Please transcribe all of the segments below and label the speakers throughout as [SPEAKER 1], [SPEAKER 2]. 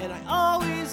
[SPEAKER 1] And I always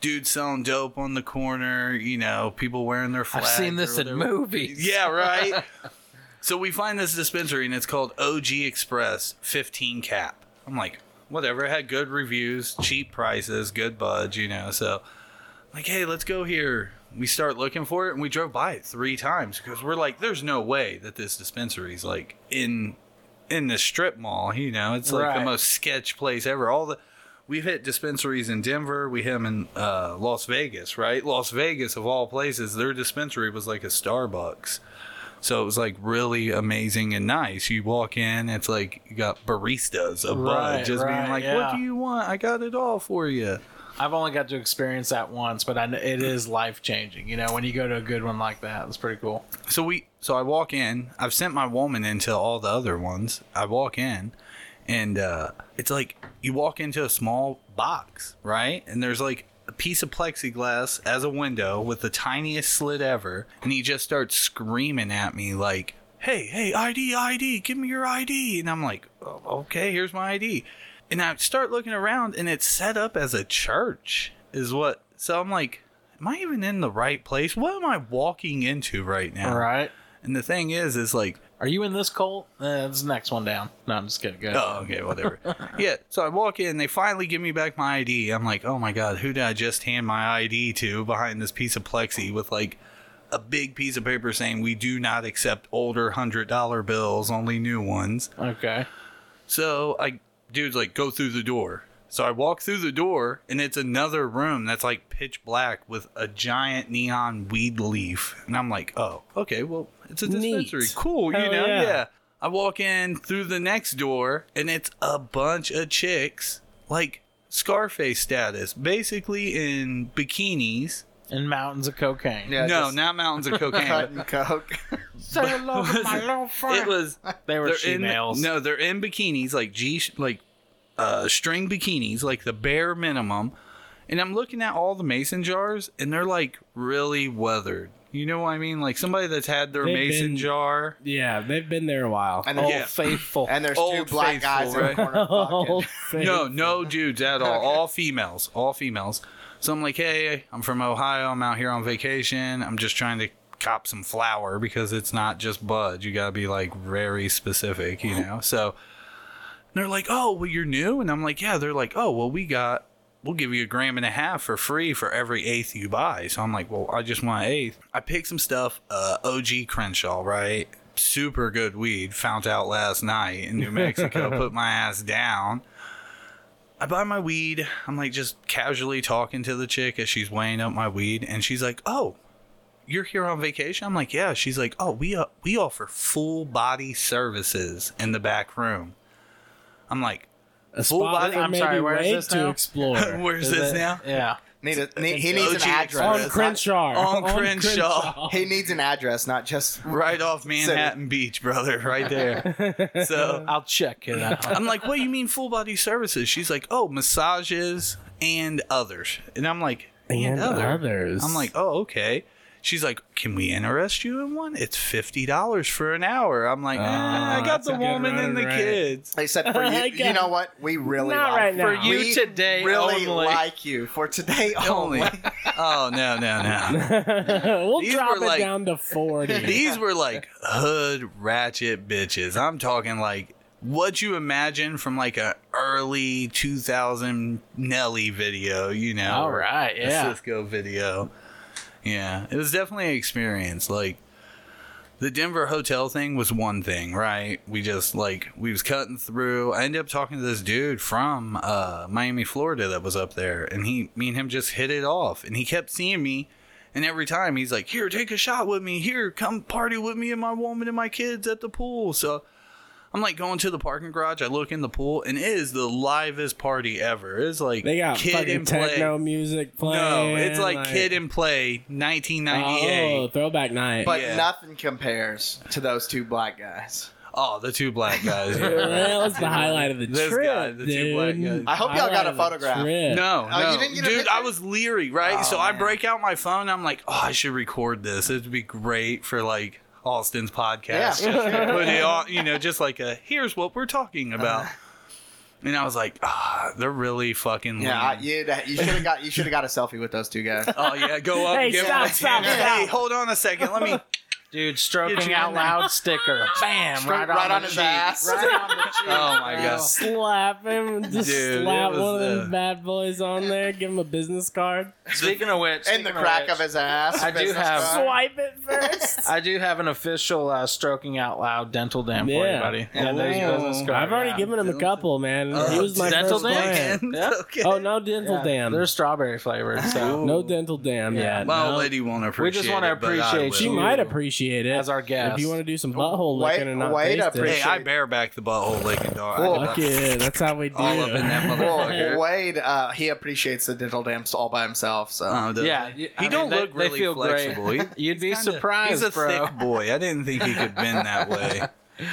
[SPEAKER 2] dudes selling dope on the corner, you know, people wearing their
[SPEAKER 3] I've
[SPEAKER 2] flags.
[SPEAKER 3] seen
[SPEAKER 2] or
[SPEAKER 3] this in
[SPEAKER 2] whatever.
[SPEAKER 3] movies.
[SPEAKER 2] Yeah, right. so we find this dispensary and it's called OG Express 15 cap. I'm like, whatever. It had good reviews, cheap prices, good buds, you know. So, like, hey, let's go here. We start looking for it and we drove by it three times because we're like, there's no way that this dispensary's like in in the strip mall. You know, it's like the
[SPEAKER 3] Right.
[SPEAKER 2] most sketch place ever. All the we've hit dispensaries in Denver. We hit 'em in uh, Las Vegas, right? Las Vegas of all places, their dispensary was like a Starbucks. So it was like really amazing and nice. You walk in, it's like you got baristas above,
[SPEAKER 3] Right,
[SPEAKER 2] just being
[SPEAKER 3] right,
[SPEAKER 2] like,
[SPEAKER 3] yeah.
[SPEAKER 2] "What do you want? I got it all for you."
[SPEAKER 3] I've only got to experience that once, but I, kn- it is life changing. You know, when you go to a good one like that, it's pretty cool.
[SPEAKER 2] So we so I walk in. I've sent my woman into all the other ones. I walk in and uh it's like you walk into a small box, right? And there's like a piece of plexiglass as a window with the tiniest slit ever, and he just starts screaming at me like Hey, hey, ID, ID, give me your ID. And I'm like, "Oh, okay, here's my ID. And I start looking around, and it's set up as a church, is what. So I'm like, am I even in the right place? What am I walking into right now?
[SPEAKER 3] All right.
[SPEAKER 2] And the thing is, is like,
[SPEAKER 3] Are you in this cult? Uh, this next one down. No, I'm just kidding. Go ahead.
[SPEAKER 2] oh, okay, whatever. yeah. So I walk in, they finally give me back my ID. I'm like, oh my God, who did I just hand my ID to behind this piece of plexi with like a big piece of paper saying, we do not accept older $100 bills, only new ones.
[SPEAKER 3] Okay.
[SPEAKER 2] So I, dude's like, go through the door. So I walk through the door, and it's another room that's like pitch black with a giant neon weed leaf. And I'm like, oh, okay, well, it's a dispensary.
[SPEAKER 4] Neat.
[SPEAKER 2] Cool, you
[SPEAKER 4] Hell
[SPEAKER 2] know?
[SPEAKER 4] yeah.
[SPEAKER 2] Yeah. I walk in through the next door, and it's a bunch of chicks, like Scarface status, basically in bikinis.
[SPEAKER 3] And mountains of cocaine.
[SPEAKER 5] Yeah,
[SPEAKER 2] no,
[SPEAKER 5] just
[SPEAKER 2] not mountains of cocaine.
[SPEAKER 5] cut and coke.
[SPEAKER 2] It was
[SPEAKER 3] They were
[SPEAKER 2] they're in
[SPEAKER 3] females.
[SPEAKER 2] no, they're in bikinis, like G, like uh, string bikinis, like the bare minimum. And I'm looking at all the mason jars, and they're like really weathered. You know what I mean? Like somebody that's had their
[SPEAKER 4] They've
[SPEAKER 2] mason
[SPEAKER 4] been-
[SPEAKER 2] jar.
[SPEAKER 4] Yeah, they've been there a while.
[SPEAKER 5] And
[SPEAKER 3] Old
[SPEAKER 5] there's,
[SPEAKER 2] Yeah.
[SPEAKER 3] faithful.
[SPEAKER 5] and there's two
[SPEAKER 2] Old
[SPEAKER 5] black guys
[SPEAKER 2] Faithful,
[SPEAKER 5] in the corner.
[SPEAKER 4] Oh,
[SPEAKER 5] fucking-
[SPEAKER 2] No, no dudes at all. All females. All females. So I'm like, hey, I'm from Ohio. I'm out here on vacation. I'm just trying to cop some flour because it's not just bud. You got to be like very specific, you know? So they're like, oh, well, you're new? And I'm like, yeah. They're like, oh, well, we got, we'll give you a gram and a half for free for every eighth you buy. So I'm like, well, I just want an eighth. I picked some stuff, uh, OG Crenshaw, right? Super good weed. Found out last night in New Mexico. put my ass down. I buy my weed. I'm like just casually talking to the chick as she's weighing up my weed, and she's like, "Oh, you're here on vacation?" I'm like, "Yeah." She's like, "Oh, we uh, we offer full body services in the back room." I'm like,
[SPEAKER 4] a
[SPEAKER 2] full
[SPEAKER 4] spot
[SPEAKER 2] body-
[SPEAKER 4] that
[SPEAKER 3] I'm
[SPEAKER 4] may
[SPEAKER 3] sorry,
[SPEAKER 4] be
[SPEAKER 3] where is
[SPEAKER 4] way
[SPEAKER 3] this
[SPEAKER 4] to
[SPEAKER 3] now?
[SPEAKER 4] explore.
[SPEAKER 2] "Where's
[SPEAKER 3] Is
[SPEAKER 2] this
[SPEAKER 3] it-
[SPEAKER 2] now?"
[SPEAKER 3] Yeah.
[SPEAKER 5] Need a, need, he needs
[SPEAKER 2] OG
[SPEAKER 5] an address.
[SPEAKER 4] on
[SPEAKER 5] not-
[SPEAKER 4] Crenshaw.
[SPEAKER 2] On Crenshaw.
[SPEAKER 5] He needs an address, not just
[SPEAKER 2] Right off Manhattan Beach, brother, right there. so
[SPEAKER 3] I'll check it out.
[SPEAKER 2] I'm like, "What do you mean full body services?" She's like, "Oh, massages and others," and I'm like,
[SPEAKER 4] and
[SPEAKER 2] other?"
[SPEAKER 4] others.
[SPEAKER 2] I'm like, oh, okay. She's like, can we interest you in one? It's fifty dollars for an hour. I'm like, eh, I
[SPEAKER 4] Oh,
[SPEAKER 2] got
[SPEAKER 4] that's
[SPEAKER 2] the
[SPEAKER 4] a good
[SPEAKER 2] woman
[SPEAKER 4] run,
[SPEAKER 2] and the
[SPEAKER 4] right.
[SPEAKER 2] kids.
[SPEAKER 5] except for you.
[SPEAKER 4] Okay.
[SPEAKER 5] You know what? We really
[SPEAKER 4] uh, Not
[SPEAKER 5] like
[SPEAKER 4] right
[SPEAKER 5] you.
[SPEAKER 4] now. For
[SPEAKER 3] you
[SPEAKER 5] we
[SPEAKER 3] today
[SPEAKER 5] really
[SPEAKER 3] only.
[SPEAKER 5] like you for today
[SPEAKER 2] Only.
[SPEAKER 5] only.
[SPEAKER 2] oh no no no.
[SPEAKER 4] we'll
[SPEAKER 2] These
[SPEAKER 4] drop it
[SPEAKER 2] were like-
[SPEAKER 4] down to forty.
[SPEAKER 2] These were like hood ratchet bitches. I'm talking like what you imagine from like a early 2000 Nelly video, you know.
[SPEAKER 3] All
[SPEAKER 2] or
[SPEAKER 3] right.
[SPEAKER 2] a
[SPEAKER 3] Yeah.
[SPEAKER 2] Cisco video. Yeah, it was definitely an experience. Like the Denver hotel thing was one thing, right? We just like we was cutting through. I ended up talking to this dude from uh, Miami, Florida, that was up there, and he, me and him just hit it off, and he kept seeing me. And every time he's like, "Here, take a shot with me. Here, come party with me and my woman and my kids at the pool." So I'm like going to the parking garage. I look in the pool, and it is the livest party ever. It's like
[SPEAKER 4] They got
[SPEAKER 2] kid
[SPEAKER 4] fucking
[SPEAKER 2] and play.
[SPEAKER 4] techno music playing.
[SPEAKER 2] No, it's like, Kid and Play
[SPEAKER 4] Oh,
[SPEAKER 2] 1998.
[SPEAKER 4] throwback night.
[SPEAKER 5] But
[SPEAKER 2] Yeah.
[SPEAKER 5] nothing compares to those two black guys.
[SPEAKER 2] Oh, the two black guys. yeah, right.
[SPEAKER 4] that was the highlight of the
[SPEAKER 2] This
[SPEAKER 4] trip,
[SPEAKER 2] guy, the two
[SPEAKER 4] dude.
[SPEAKER 2] black guys.
[SPEAKER 5] I hope y'all
[SPEAKER 4] Highlight
[SPEAKER 5] got a
[SPEAKER 4] of the
[SPEAKER 5] photograph.
[SPEAKER 4] trip.
[SPEAKER 2] No,
[SPEAKER 5] Oh, you
[SPEAKER 2] no.
[SPEAKER 5] didn't get a
[SPEAKER 2] dude,
[SPEAKER 5] picture?
[SPEAKER 2] I was leery, right?
[SPEAKER 5] Oh,
[SPEAKER 2] so I
[SPEAKER 5] man.
[SPEAKER 2] break out my phone. I'm like, oh, I should record this. It'd be great for like Austin's podcast.
[SPEAKER 5] Yeah. Uh-huh.
[SPEAKER 2] Just to put it on, you know, just like a here's what we're talking about. And I was like, ah, they're really fucking.
[SPEAKER 3] Mm.
[SPEAKER 5] Yeah, I,
[SPEAKER 2] lame.
[SPEAKER 5] you you should have got you should have got a selfie with those two guys.
[SPEAKER 2] Oh yeah, go up.
[SPEAKER 4] Hey,
[SPEAKER 2] and give
[SPEAKER 4] stop,
[SPEAKER 2] him a
[SPEAKER 4] stop,
[SPEAKER 2] hand.
[SPEAKER 4] stop.
[SPEAKER 2] Hey, hold on a second. Let me
[SPEAKER 3] Dude, stroking
[SPEAKER 2] you
[SPEAKER 3] out
[SPEAKER 2] in there.
[SPEAKER 3] loud sticker. Bam!
[SPEAKER 5] Straight
[SPEAKER 3] right,
[SPEAKER 5] right
[SPEAKER 3] on,
[SPEAKER 5] on
[SPEAKER 3] the
[SPEAKER 5] his
[SPEAKER 3] cheek.
[SPEAKER 5] ass.
[SPEAKER 3] Right on the cheek.
[SPEAKER 2] Oh my
[SPEAKER 3] bro.
[SPEAKER 2] gosh.
[SPEAKER 4] Slap him. Just
[SPEAKER 2] Dude,
[SPEAKER 4] slap
[SPEAKER 2] it was,
[SPEAKER 4] one of them
[SPEAKER 2] uh,
[SPEAKER 4] bad boys on there. Give him a business card.
[SPEAKER 3] Speaking of which,
[SPEAKER 5] in the
[SPEAKER 3] speaking
[SPEAKER 5] crack
[SPEAKER 3] which,
[SPEAKER 5] of his ass.
[SPEAKER 3] I do
[SPEAKER 5] business
[SPEAKER 3] have-
[SPEAKER 5] card.
[SPEAKER 4] Swipe it first.
[SPEAKER 3] I do have an official uh, stroking out loud dental dam for
[SPEAKER 4] Yeah.
[SPEAKER 3] you, buddy. Yeah, there's
[SPEAKER 2] Ooh.
[SPEAKER 3] your business card.
[SPEAKER 4] I've already
[SPEAKER 3] yeah.
[SPEAKER 4] given him a couple, man.
[SPEAKER 2] Uh,
[SPEAKER 4] he was my
[SPEAKER 3] dental
[SPEAKER 4] first
[SPEAKER 3] dam?
[SPEAKER 4] client.
[SPEAKER 3] Yeah.
[SPEAKER 2] Okay.
[SPEAKER 4] Oh, no dental dam.
[SPEAKER 3] They're strawberry flavored, so
[SPEAKER 4] no dental dam
[SPEAKER 3] Yeah.
[SPEAKER 4] yet.
[SPEAKER 2] My
[SPEAKER 4] no.
[SPEAKER 2] old lady won't appreciate.
[SPEAKER 3] wanna
[SPEAKER 2] it, but I
[SPEAKER 3] appreciate
[SPEAKER 2] will.
[SPEAKER 4] She
[SPEAKER 3] you
[SPEAKER 4] might appreciate it
[SPEAKER 3] as our guest.
[SPEAKER 4] If you want to do some butthole
[SPEAKER 5] Wait-
[SPEAKER 4] licking and not
[SPEAKER 5] wait, I
[SPEAKER 4] taste
[SPEAKER 2] Hey,
[SPEAKER 4] it.
[SPEAKER 5] appreciate-
[SPEAKER 2] I bareback the butthole licking dog. I
[SPEAKER 5] Cool.
[SPEAKER 2] do
[SPEAKER 4] Fuck
[SPEAKER 2] that.
[SPEAKER 4] yeah, that's how we do.
[SPEAKER 2] All up in that motherfucker.
[SPEAKER 5] Well, Wade, uh, he appreciates the dental dams all by himself. So
[SPEAKER 2] Oh, does
[SPEAKER 3] Yeah,
[SPEAKER 2] he
[SPEAKER 3] you- I
[SPEAKER 2] He
[SPEAKER 3] mean,
[SPEAKER 2] don't
[SPEAKER 3] they-
[SPEAKER 2] look
[SPEAKER 3] they
[SPEAKER 2] really
[SPEAKER 3] feel great.
[SPEAKER 2] flexible. He-
[SPEAKER 3] You'd be
[SPEAKER 2] kinda-
[SPEAKER 3] surprised,
[SPEAKER 2] He's a
[SPEAKER 3] bro.
[SPEAKER 2] thick boy. I didn't think he could bend that way.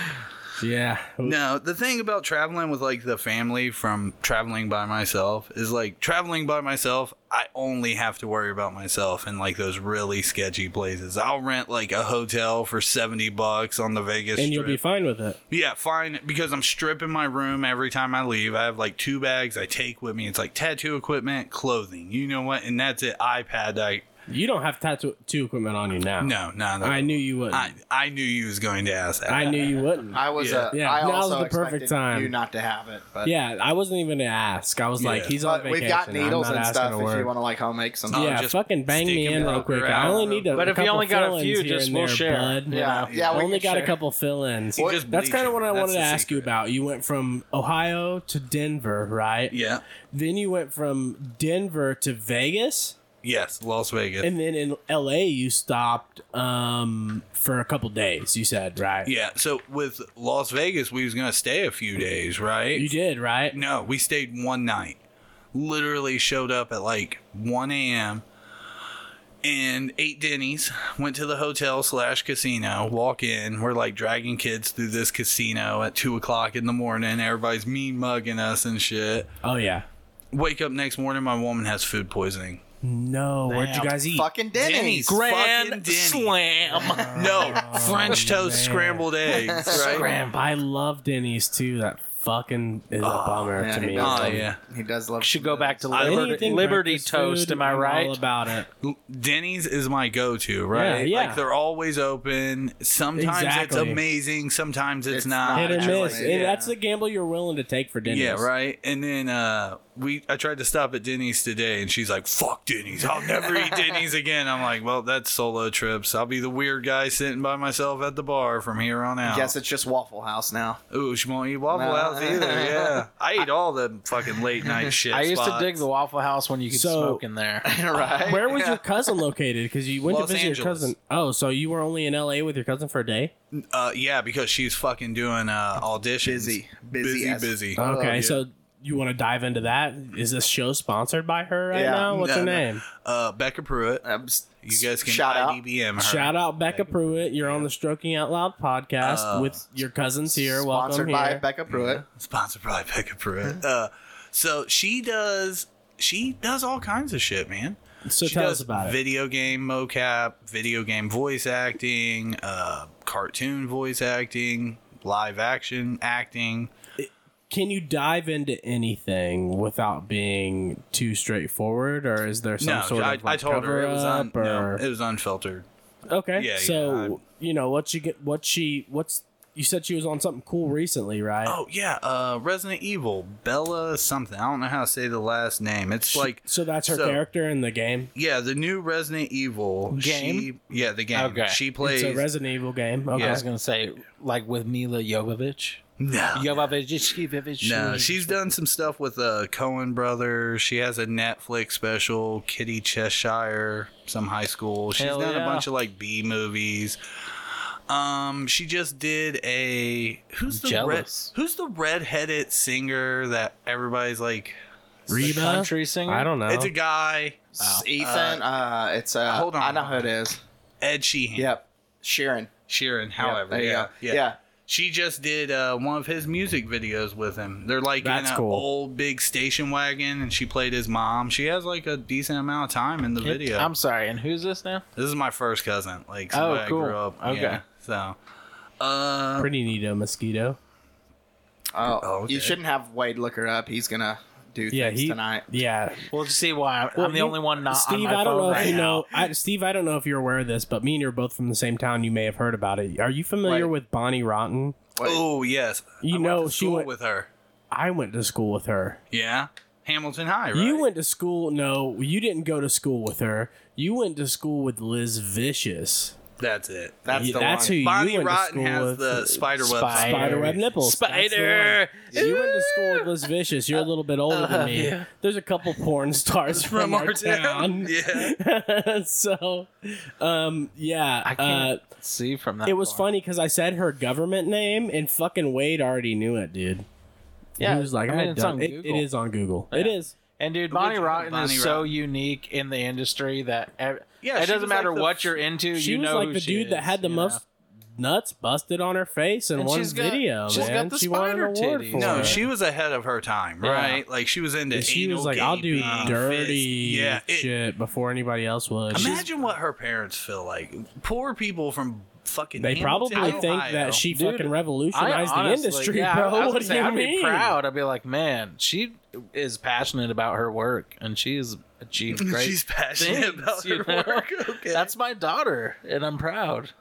[SPEAKER 4] yeah.
[SPEAKER 2] No, the thing about traveling with like the family from traveling by myself is like traveling by myself, I only have to worry about myself in like those really sketchy places. I'll rent like a hotel for 70 bucks on the Vegas
[SPEAKER 4] And you'll
[SPEAKER 2] Strip.
[SPEAKER 4] be fine with it.
[SPEAKER 2] Yeah, fine. Because I'm stripping my room every time I leave. I have like two bags I take with me. It's like tattoo equipment, clothing. You know what? And that's it. iPad. I
[SPEAKER 4] You don't have tattoo two equipment on you now.
[SPEAKER 2] no, no. no.
[SPEAKER 4] I knew you wouldn't.
[SPEAKER 2] I,
[SPEAKER 4] I,
[SPEAKER 2] I knew you was going to ask that.
[SPEAKER 4] knew you wouldn't.
[SPEAKER 5] I was.
[SPEAKER 2] Yeah.
[SPEAKER 5] Uh,
[SPEAKER 4] Yeah,
[SPEAKER 5] I
[SPEAKER 4] now's
[SPEAKER 5] also
[SPEAKER 4] the perfect
[SPEAKER 5] expected
[SPEAKER 4] time.
[SPEAKER 5] you not to have it, but
[SPEAKER 4] yeah, I wasn't even gonna ask. I was like,
[SPEAKER 2] Yeah.
[SPEAKER 4] he's on
[SPEAKER 5] But
[SPEAKER 4] vacation.
[SPEAKER 5] we've got needles
[SPEAKER 4] I'm not
[SPEAKER 5] and
[SPEAKER 4] asking
[SPEAKER 5] stuff.
[SPEAKER 4] to
[SPEAKER 5] If
[SPEAKER 4] work.
[SPEAKER 5] you want to like home make some.
[SPEAKER 2] Oh,
[SPEAKER 4] yeah,
[SPEAKER 2] just
[SPEAKER 4] fucking bang
[SPEAKER 2] stick
[SPEAKER 4] me
[SPEAKER 2] him
[SPEAKER 4] in real
[SPEAKER 2] up
[SPEAKER 4] quick.
[SPEAKER 2] your
[SPEAKER 4] I only
[SPEAKER 2] ass.
[SPEAKER 4] need a,
[SPEAKER 3] But
[SPEAKER 4] a
[SPEAKER 3] if you
[SPEAKER 4] couple
[SPEAKER 3] only got a
[SPEAKER 4] fill-ins
[SPEAKER 3] few,
[SPEAKER 4] here
[SPEAKER 3] just
[SPEAKER 4] and
[SPEAKER 3] we'll
[SPEAKER 4] there,
[SPEAKER 3] share.
[SPEAKER 4] bud.
[SPEAKER 5] Yeah,
[SPEAKER 3] You
[SPEAKER 5] yeah. we
[SPEAKER 4] only
[SPEAKER 5] can
[SPEAKER 4] got a
[SPEAKER 5] share.
[SPEAKER 4] couple fill-ins.
[SPEAKER 2] You just
[SPEAKER 4] That's
[SPEAKER 2] bleach
[SPEAKER 4] kind of
[SPEAKER 2] it.
[SPEAKER 4] what I
[SPEAKER 2] That's
[SPEAKER 4] wanted to
[SPEAKER 2] the
[SPEAKER 4] ask you
[SPEAKER 2] secret.
[SPEAKER 4] about. You went from Ohio to Denver, right?
[SPEAKER 2] Yeah.
[SPEAKER 4] Then you went from Denver to Vegas,
[SPEAKER 2] Yes, Las Vegas.
[SPEAKER 4] and then in L.A. you stopped um, for a couple days. You said right?
[SPEAKER 2] yeah. So with Las Vegas, we was gonna stay a few days, right?
[SPEAKER 4] You did right?
[SPEAKER 2] No, we stayed one night. Literally showed up at like 1 a.m. and ate Denny's. Went to the hotel slash casino. Walk in. We're like dragging kids through this casino at two o'clock in the morning. Everybody's mean mugging us and shit.
[SPEAKER 4] Oh yeah.
[SPEAKER 2] Wake up next morning. My woman has food poisoning.
[SPEAKER 4] No, where'd you guys eat?
[SPEAKER 5] Fucking Denny's.
[SPEAKER 2] Fucking Denny's.
[SPEAKER 3] slam.
[SPEAKER 2] No, French toast,
[SPEAKER 4] Oh, man.
[SPEAKER 2] scrambled eggs. Right?
[SPEAKER 4] Scram. I love Denny's too. That fucking is a bummer
[SPEAKER 5] Yeah,
[SPEAKER 4] to
[SPEAKER 5] he
[SPEAKER 4] me.
[SPEAKER 5] does
[SPEAKER 2] Oh,
[SPEAKER 5] love-
[SPEAKER 2] yeah.
[SPEAKER 5] He does love.
[SPEAKER 3] Should go back to
[SPEAKER 2] I-
[SPEAKER 3] Liberty,
[SPEAKER 4] Anything
[SPEAKER 3] Liberty
[SPEAKER 4] breakfast
[SPEAKER 3] Toast.
[SPEAKER 4] food,
[SPEAKER 3] Am I
[SPEAKER 4] I'm
[SPEAKER 3] right?
[SPEAKER 4] All about it.
[SPEAKER 2] Denny's is my go-to, right?
[SPEAKER 4] Yeah, yeah.
[SPEAKER 2] Like they're always open. Sometimes it's
[SPEAKER 4] Exactly.
[SPEAKER 2] amazing, sometimes it's,
[SPEAKER 5] It's
[SPEAKER 2] not.
[SPEAKER 5] not.
[SPEAKER 4] Hit or
[SPEAKER 5] I
[SPEAKER 4] miss.
[SPEAKER 5] like it,
[SPEAKER 4] And
[SPEAKER 5] yeah.
[SPEAKER 4] that's the gamble you're willing to take for Denny's.
[SPEAKER 2] Yeah, right. And then uh we I tried to stop at Denny's today and she's like, "Fuck Denny's. I'll never eat Denny's again." I'm like, "Well, that's solo trips. I'll be the weird guy sitting by myself at the bar from here on out."
[SPEAKER 5] Guess it's just Waffle House now.
[SPEAKER 2] Ooh, she won't eat Waffle
[SPEAKER 5] No.
[SPEAKER 2] House either. Yeah. I eat all the fucking late night shit.
[SPEAKER 3] I used to
[SPEAKER 2] spots.
[SPEAKER 3] dig the Waffle House when you could
[SPEAKER 4] So-
[SPEAKER 3] smoke in there.
[SPEAKER 4] Uh,
[SPEAKER 5] right.
[SPEAKER 4] Where was
[SPEAKER 5] Yeah.
[SPEAKER 4] your cousin located? Because you went
[SPEAKER 2] Los
[SPEAKER 4] to visit your
[SPEAKER 2] Angeles.
[SPEAKER 4] cousin. Oh, so you were only in L.A. with your cousin for a day?
[SPEAKER 2] uh yeah, because she's fucking doing uh auditions.
[SPEAKER 5] Busy. Busy
[SPEAKER 2] Busy,
[SPEAKER 5] as-
[SPEAKER 2] busy.
[SPEAKER 4] okay,
[SPEAKER 2] yeah.
[SPEAKER 4] so you want to dive into that? Is this show sponsored by her right
[SPEAKER 5] Yeah.
[SPEAKER 4] now? What's
[SPEAKER 2] No,
[SPEAKER 4] her
[SPEAKER 2] no.
[SPEAKER 4] name?
[SPEAKER 2] Uh, Becca Pruitt.
[SPEAKER 5] Um, s-
[SPEAKER 2] You guys can
[SPEAKER 5] shout out.
[SPEAKER 2] IDBM her.
[SPEAKER 4] Shout out Becca Pruitt. You're on the Stroking Out Loud podcast
[SPEAKER 2] Uh,
[SPEAKER 4] with your cousins here.
[SPEAKER 5] Sponsored
[SPEAKER 4] Welcome
[SPEAKER 5] by
[SPEAKER 4] here.
[SPEAKER 5] Becca Pruitt.
[SPEAKER 2] Sponsored by Becca Pruitt. Uh, so she does she does all kinds of shit, man.
[SPEAKER 4] so
[SPEAKER 2] she
[SPEAKER 4] tell
[SPEAKER 2] does
[SPEAKER 4] us about it.
[SPEAKER 2] video game mocap, video game voice acting, uh, cartoon voice acting, live action acting.
[SPEAKER 4] Can you dive into anything without being too straightforward, or is there some
[SPEAKER 2] no,
[SPEAKER 4] sort
[SPEAKER 2] I,
[SPEAKER 4] of like
[SPEAKER 2] I told her it was un,
[SPEAKER 4] cover-up
[SPEAKER 2] no,
[SPEAKER 4] or
[SPEAKER 2] it was unfiltered.
[SPEAKER 4] okay?
[SPEAKER 2] yeah, yeah,
[SPEAKER 4] so
[SPEAKER 2] I'm-
[SPEAKER 4] you know what you get, what she, what's you said she was on something cool recently, right?
[SPEAKER 2] Oh yeah, uh, Resident Evil Bella something. I don't know how to say the last name. It's like
[SPEAKER 4] so that's her
[SPEAKER 2] so-
[SPEAKER 4] character in the game.
[SPEAKER 2] yeah, the new Resident Evil
[SPEAKER 3] Game?
[SPEAKER 2] She, yeah, the game.
[SPEAKER 3] Okay.
[SPEAKER 2] She
[SPEAKER 4] It's
[SPEAKER 2] plays.
[SPEAKER 4] a Resident Evil game. Okay.
[SPEAKER 3] I was gonna say like with Mila Jovovich.
[SPEAKER 2] no,
[SPEAKER 3] Jovovich, Jovovich.
[SPEAKER 2] No, she's done some stuff with the Cohen brothers. She has a Netflix special, Kitty Cheshire, some high school. She's
[SPEAKER 3] Hell
[SPEAKER 2] done
[SPEAKER 3] yeah.
[SPEAKER 2] a bunch of like B movies. Um, she just did a who's the red,
[SPEAKER 3] Jealous.
[SPEAKER 2] who's the redheaded singer that everybody's like?
[SPEAKER 4] Reba?
[SPEAKER 3] country singer?
[SPEAKER 4] I don't know.
[SPEAKER 2] It's a guy,
[SPEAKER 5] S- Ethan. Uh, it's uh,
[SPEAKER 2] hold on.
[SPEAKER 5] I know who it is.
[SPEAKER 2] Ed Sheehan.
[SPEAKER 5] Yep. Sharon.
[SPEAKER 2] Sheeran. However,
[SPEAKER 5] there you
[SPEAKER 2] yeah,
[SPEAKER 5] go.
[SPEAKER 2] yeah,
[SPEAKER 5] Yeah.
[SPEAKER 2] She just did uh, one of his music videos with him. They're like
[SPEAKER 4] That's
[SPEAKER 2] in an
[SPEAKER 4] cool.
[SPEAKER 2] old big station wagon, and she played his mom. She has like a decent amount of time in the video.
[SPEAKER 3] I'm sorry. And who's this now?
[SPEAKER 2] This is my first cousin. Like
[SPEAKER 3] Oh,
[SPEAKER 2] somebody
[SPEAKER 3] cool.
[SPEAKER 2] I grew up.
[SPEAKER 3] Okay.
[SPEAKER 2] yeah, so, uh,
[SPEAKER 4] pretty neato mosquito.
[SPEAKER 5] Oh,
[SPEAKER 2] Oh, okay.
[SPEAKER 5] you shouldn't have Wade look her up. He's gonna do things
[SPEAKER 4] Yeah, he.
[SPEAKER 5] tonight.
[SPEAKER 4] Yeah,
[SPEAKER 3] We'll see why. I'm,
[SPEAKER 4] Well,
[SPEAKER 3] I'm the
[SPEAKER 4] you-
[SPEAKER 3] only one not
[SPEAKER 4] Steve,
[SPEAKER 3] on my
[SPEAKER 4] I don't
[SPEAKER 3] phone
[SPEAKER 4] know if
[SPEAKER 3] right
[SPEAKER 4] you
[SPEAKER 3] now.
[SPEAKER 4] know. I, Steve, I don't know if you're aware of this, but me and you're both from the same town. You may have heard about it. Are you familiar
[SPEAKER 5] Wait.
[SPEAKER 4] with Bonnie Rotten?
[SPEAKER 5] Wait.
[SPEAKER 2] Oh yes,
[SPEAKER 4] You
[SPEAKER 2] I went
[SPEAKER 4] know
[SPEAKER 2] to
[SPEAKER 4] she
[SPEAKER 2] school
[SPEAKER 4] went-
[SPEAKER 2] with her.
[SPEAKER 4] I went to school with her.
[SPEAKER 2] Yeah, Hamilton High. Right?
[SPEAKER 4] You went to school. No, you didn't go to school with her. You went to school with Liz Vicious.
[SPEAKER 2] That's it.
[SPEAKER 5] That's
[SPEAKER 4] Yeah,
[SPEAKER 5] the
[SPEAKER 4] that's
[SPEAKER 5] one.
[SPEAKER 4] who
[SPEAKER 2] Bonnie
[SPEAKER 4] you went to
[SPEAKER 2] Rotten
[SPEAKER 4] school
[SPEAKER 2] has
[SPEAKER 4] with.
[SPEAKER 2] the spider web.
[SPEAKER 3] Spider.
[SPEAKER 4] spiderweb nipples. That's the
[SPEAKER 3] Spider. Uh,
[SPEAKER 4] one. You went to school with Liz Vicious. You're a little bit older than me. There's a couple porn stars from,
[SPEAKER 2] From
[SPEAKER 4] our,
[SPEAKER 2] our town.
[SPEAKER 4] town. so, um, yeah.
[SPEAKER 3] I can't
[SPEAKER 4] uh,
[SPEAKER 3] see from that.
[SPEAKER 4] it was
[SPEAKER 3] far.
[SPEAKER 4] funny because I said her government name, and fucking Wade already knew it, dude.
[SPEAKER 3] Yeah,
[SPEAKER 4] he was like,
[SPEAKER 3] I
[SPEAKER 4] I,
[SPEAKER 3] mean,
[SPEAKER 4] had
[SPEAKER 3] it's
[SPEAKER 4] done-
[SPEAKER 3] on
[SPEAKER 4] it-
[SPEAKER 3] Google.
[SPEAKER 4] it is on Google. It
[SPEAKER 3] Yeah.
[SPEAKER 4] is.
[SPEAKER 3] And dude, Bonnie
[SPEAKER 2] Which-
[SPEAKER 3] Rotten
[SPEAKER 2] Bonnie
[SPEAKER 3] is so
[SPEAKER 2] Rotten.
[SPEAKER 3] unique in the industry that ev-
[SPEAKER 2] Yeah,
[SPEAKER 3] it
[SPEAKER 2] she
[SPEAKER 3] doesn't
[SPEAKER 2] was like
[SPEAKER 3] matter
[SPEAKER 2] the
[SPEAKER 3] what
[SPEAKER 2] f-
[SPEAKER 3] you're into.
[SPEAKER 4] She
[SPEAKER 3] you
[SPEAKER 4] was
[SPEAKER 3] know
[SPEAKER 4] like
[SPEAKER 3] who
[SPEAKER 4] the
[SPEAKER 3] she
[SPEAKER 4] dude that
[SPEAKER 3] is,
[SPEAKER 4] had the
[SPEAKER 3] you
[SPEAKER 4] most
[SPEAKER 3] know?
[SPEAKER 4] nuts busted on her face in
[SPEAKER 3] And
[SPEAKER 4] one
[SPEAKER 3] she's got-
[SPEAKER 4] video.
[SPEAKER 3] she's
[SPEAKER 4] man.
[SPEAKER 3] got the
[SPEAKER 4] she won an
[SPEAKER 3] spider
[SPEAKER 4] award
[SPEAKER 3] titties.
[SPEAKER 4] for
[SPEAKER 2] No,
[SPEAKER 4] it.
[SPEAKER 2] she was ahead of her time,
[SPEAKER 3] Yeah.
[SPEAKER 2] right? Like she was into.
[SPEAKER 4] She
[SPEAKER 2] anal
[SPEAKER 4] was like, "I'll do
[SPEAKER 3] uh,
[SPEAKER 2] gaping,
[SPEAKER 4] dirty
[SPEAKER 2] fist- Yeah, it-
[SPEAKER 4] shit before anybody else would."
[SPEAKER 2] Imagine what her parents feel like. Poor people from fucking.
[SPEAKER 4] they
[SPEAKER 2] Hamilton,
[SPEAKER 4] probably think
[SPEAKER 2] Ohio.
[SPEAKER 4] that she
[SPEAKER 3] Dude,
[SPEAKER 4] fucking
[SPEAKER 3] I
[SPEAKER 4] revolutionized
[SPEAKER 3] honestly-
[SPEAKER 4] the industry,
[SPEAKER 3] yeah, I- I
[SPEAKER 4] bro.
[SPEAKER 3] was gonna
[SPEAKER 4] what do
[SPEAKER 3] say,
[SPEAKER 4] you
[SPEAKER 3] I'd
[SPEAKER 4] mean?
[SPEAKER 3] Be proud. I'd be like, man, she is passionate about her work, and she's achieved great.
[SPEAKER 2] She's passionate
[SPEAKER 3] things,
[SPEAKER 2] about
[SPEAKER 3] you
[SPEAKER 2] her
[SPEAKER 3] know?
[SPEAKER 2] work. Okay.
[SPEAKER 3] That's my daughter, and I'm proud.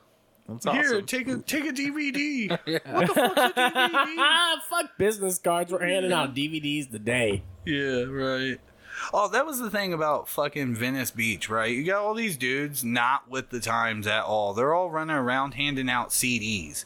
[SPEAKER 3] That's awesome.
[SPEAKER 2] Here, take a take a DVD.
[SPEAKER 3] yeah.
[SPEAKER 4] Ah, fuck business cards. We're handing out DVDs today.
[SPEAKER 2] yeah, right. Oh, that was the thing about fucking Venice Beach, right? You got all these dudes not with the times at all. They're all running around handing out CDs,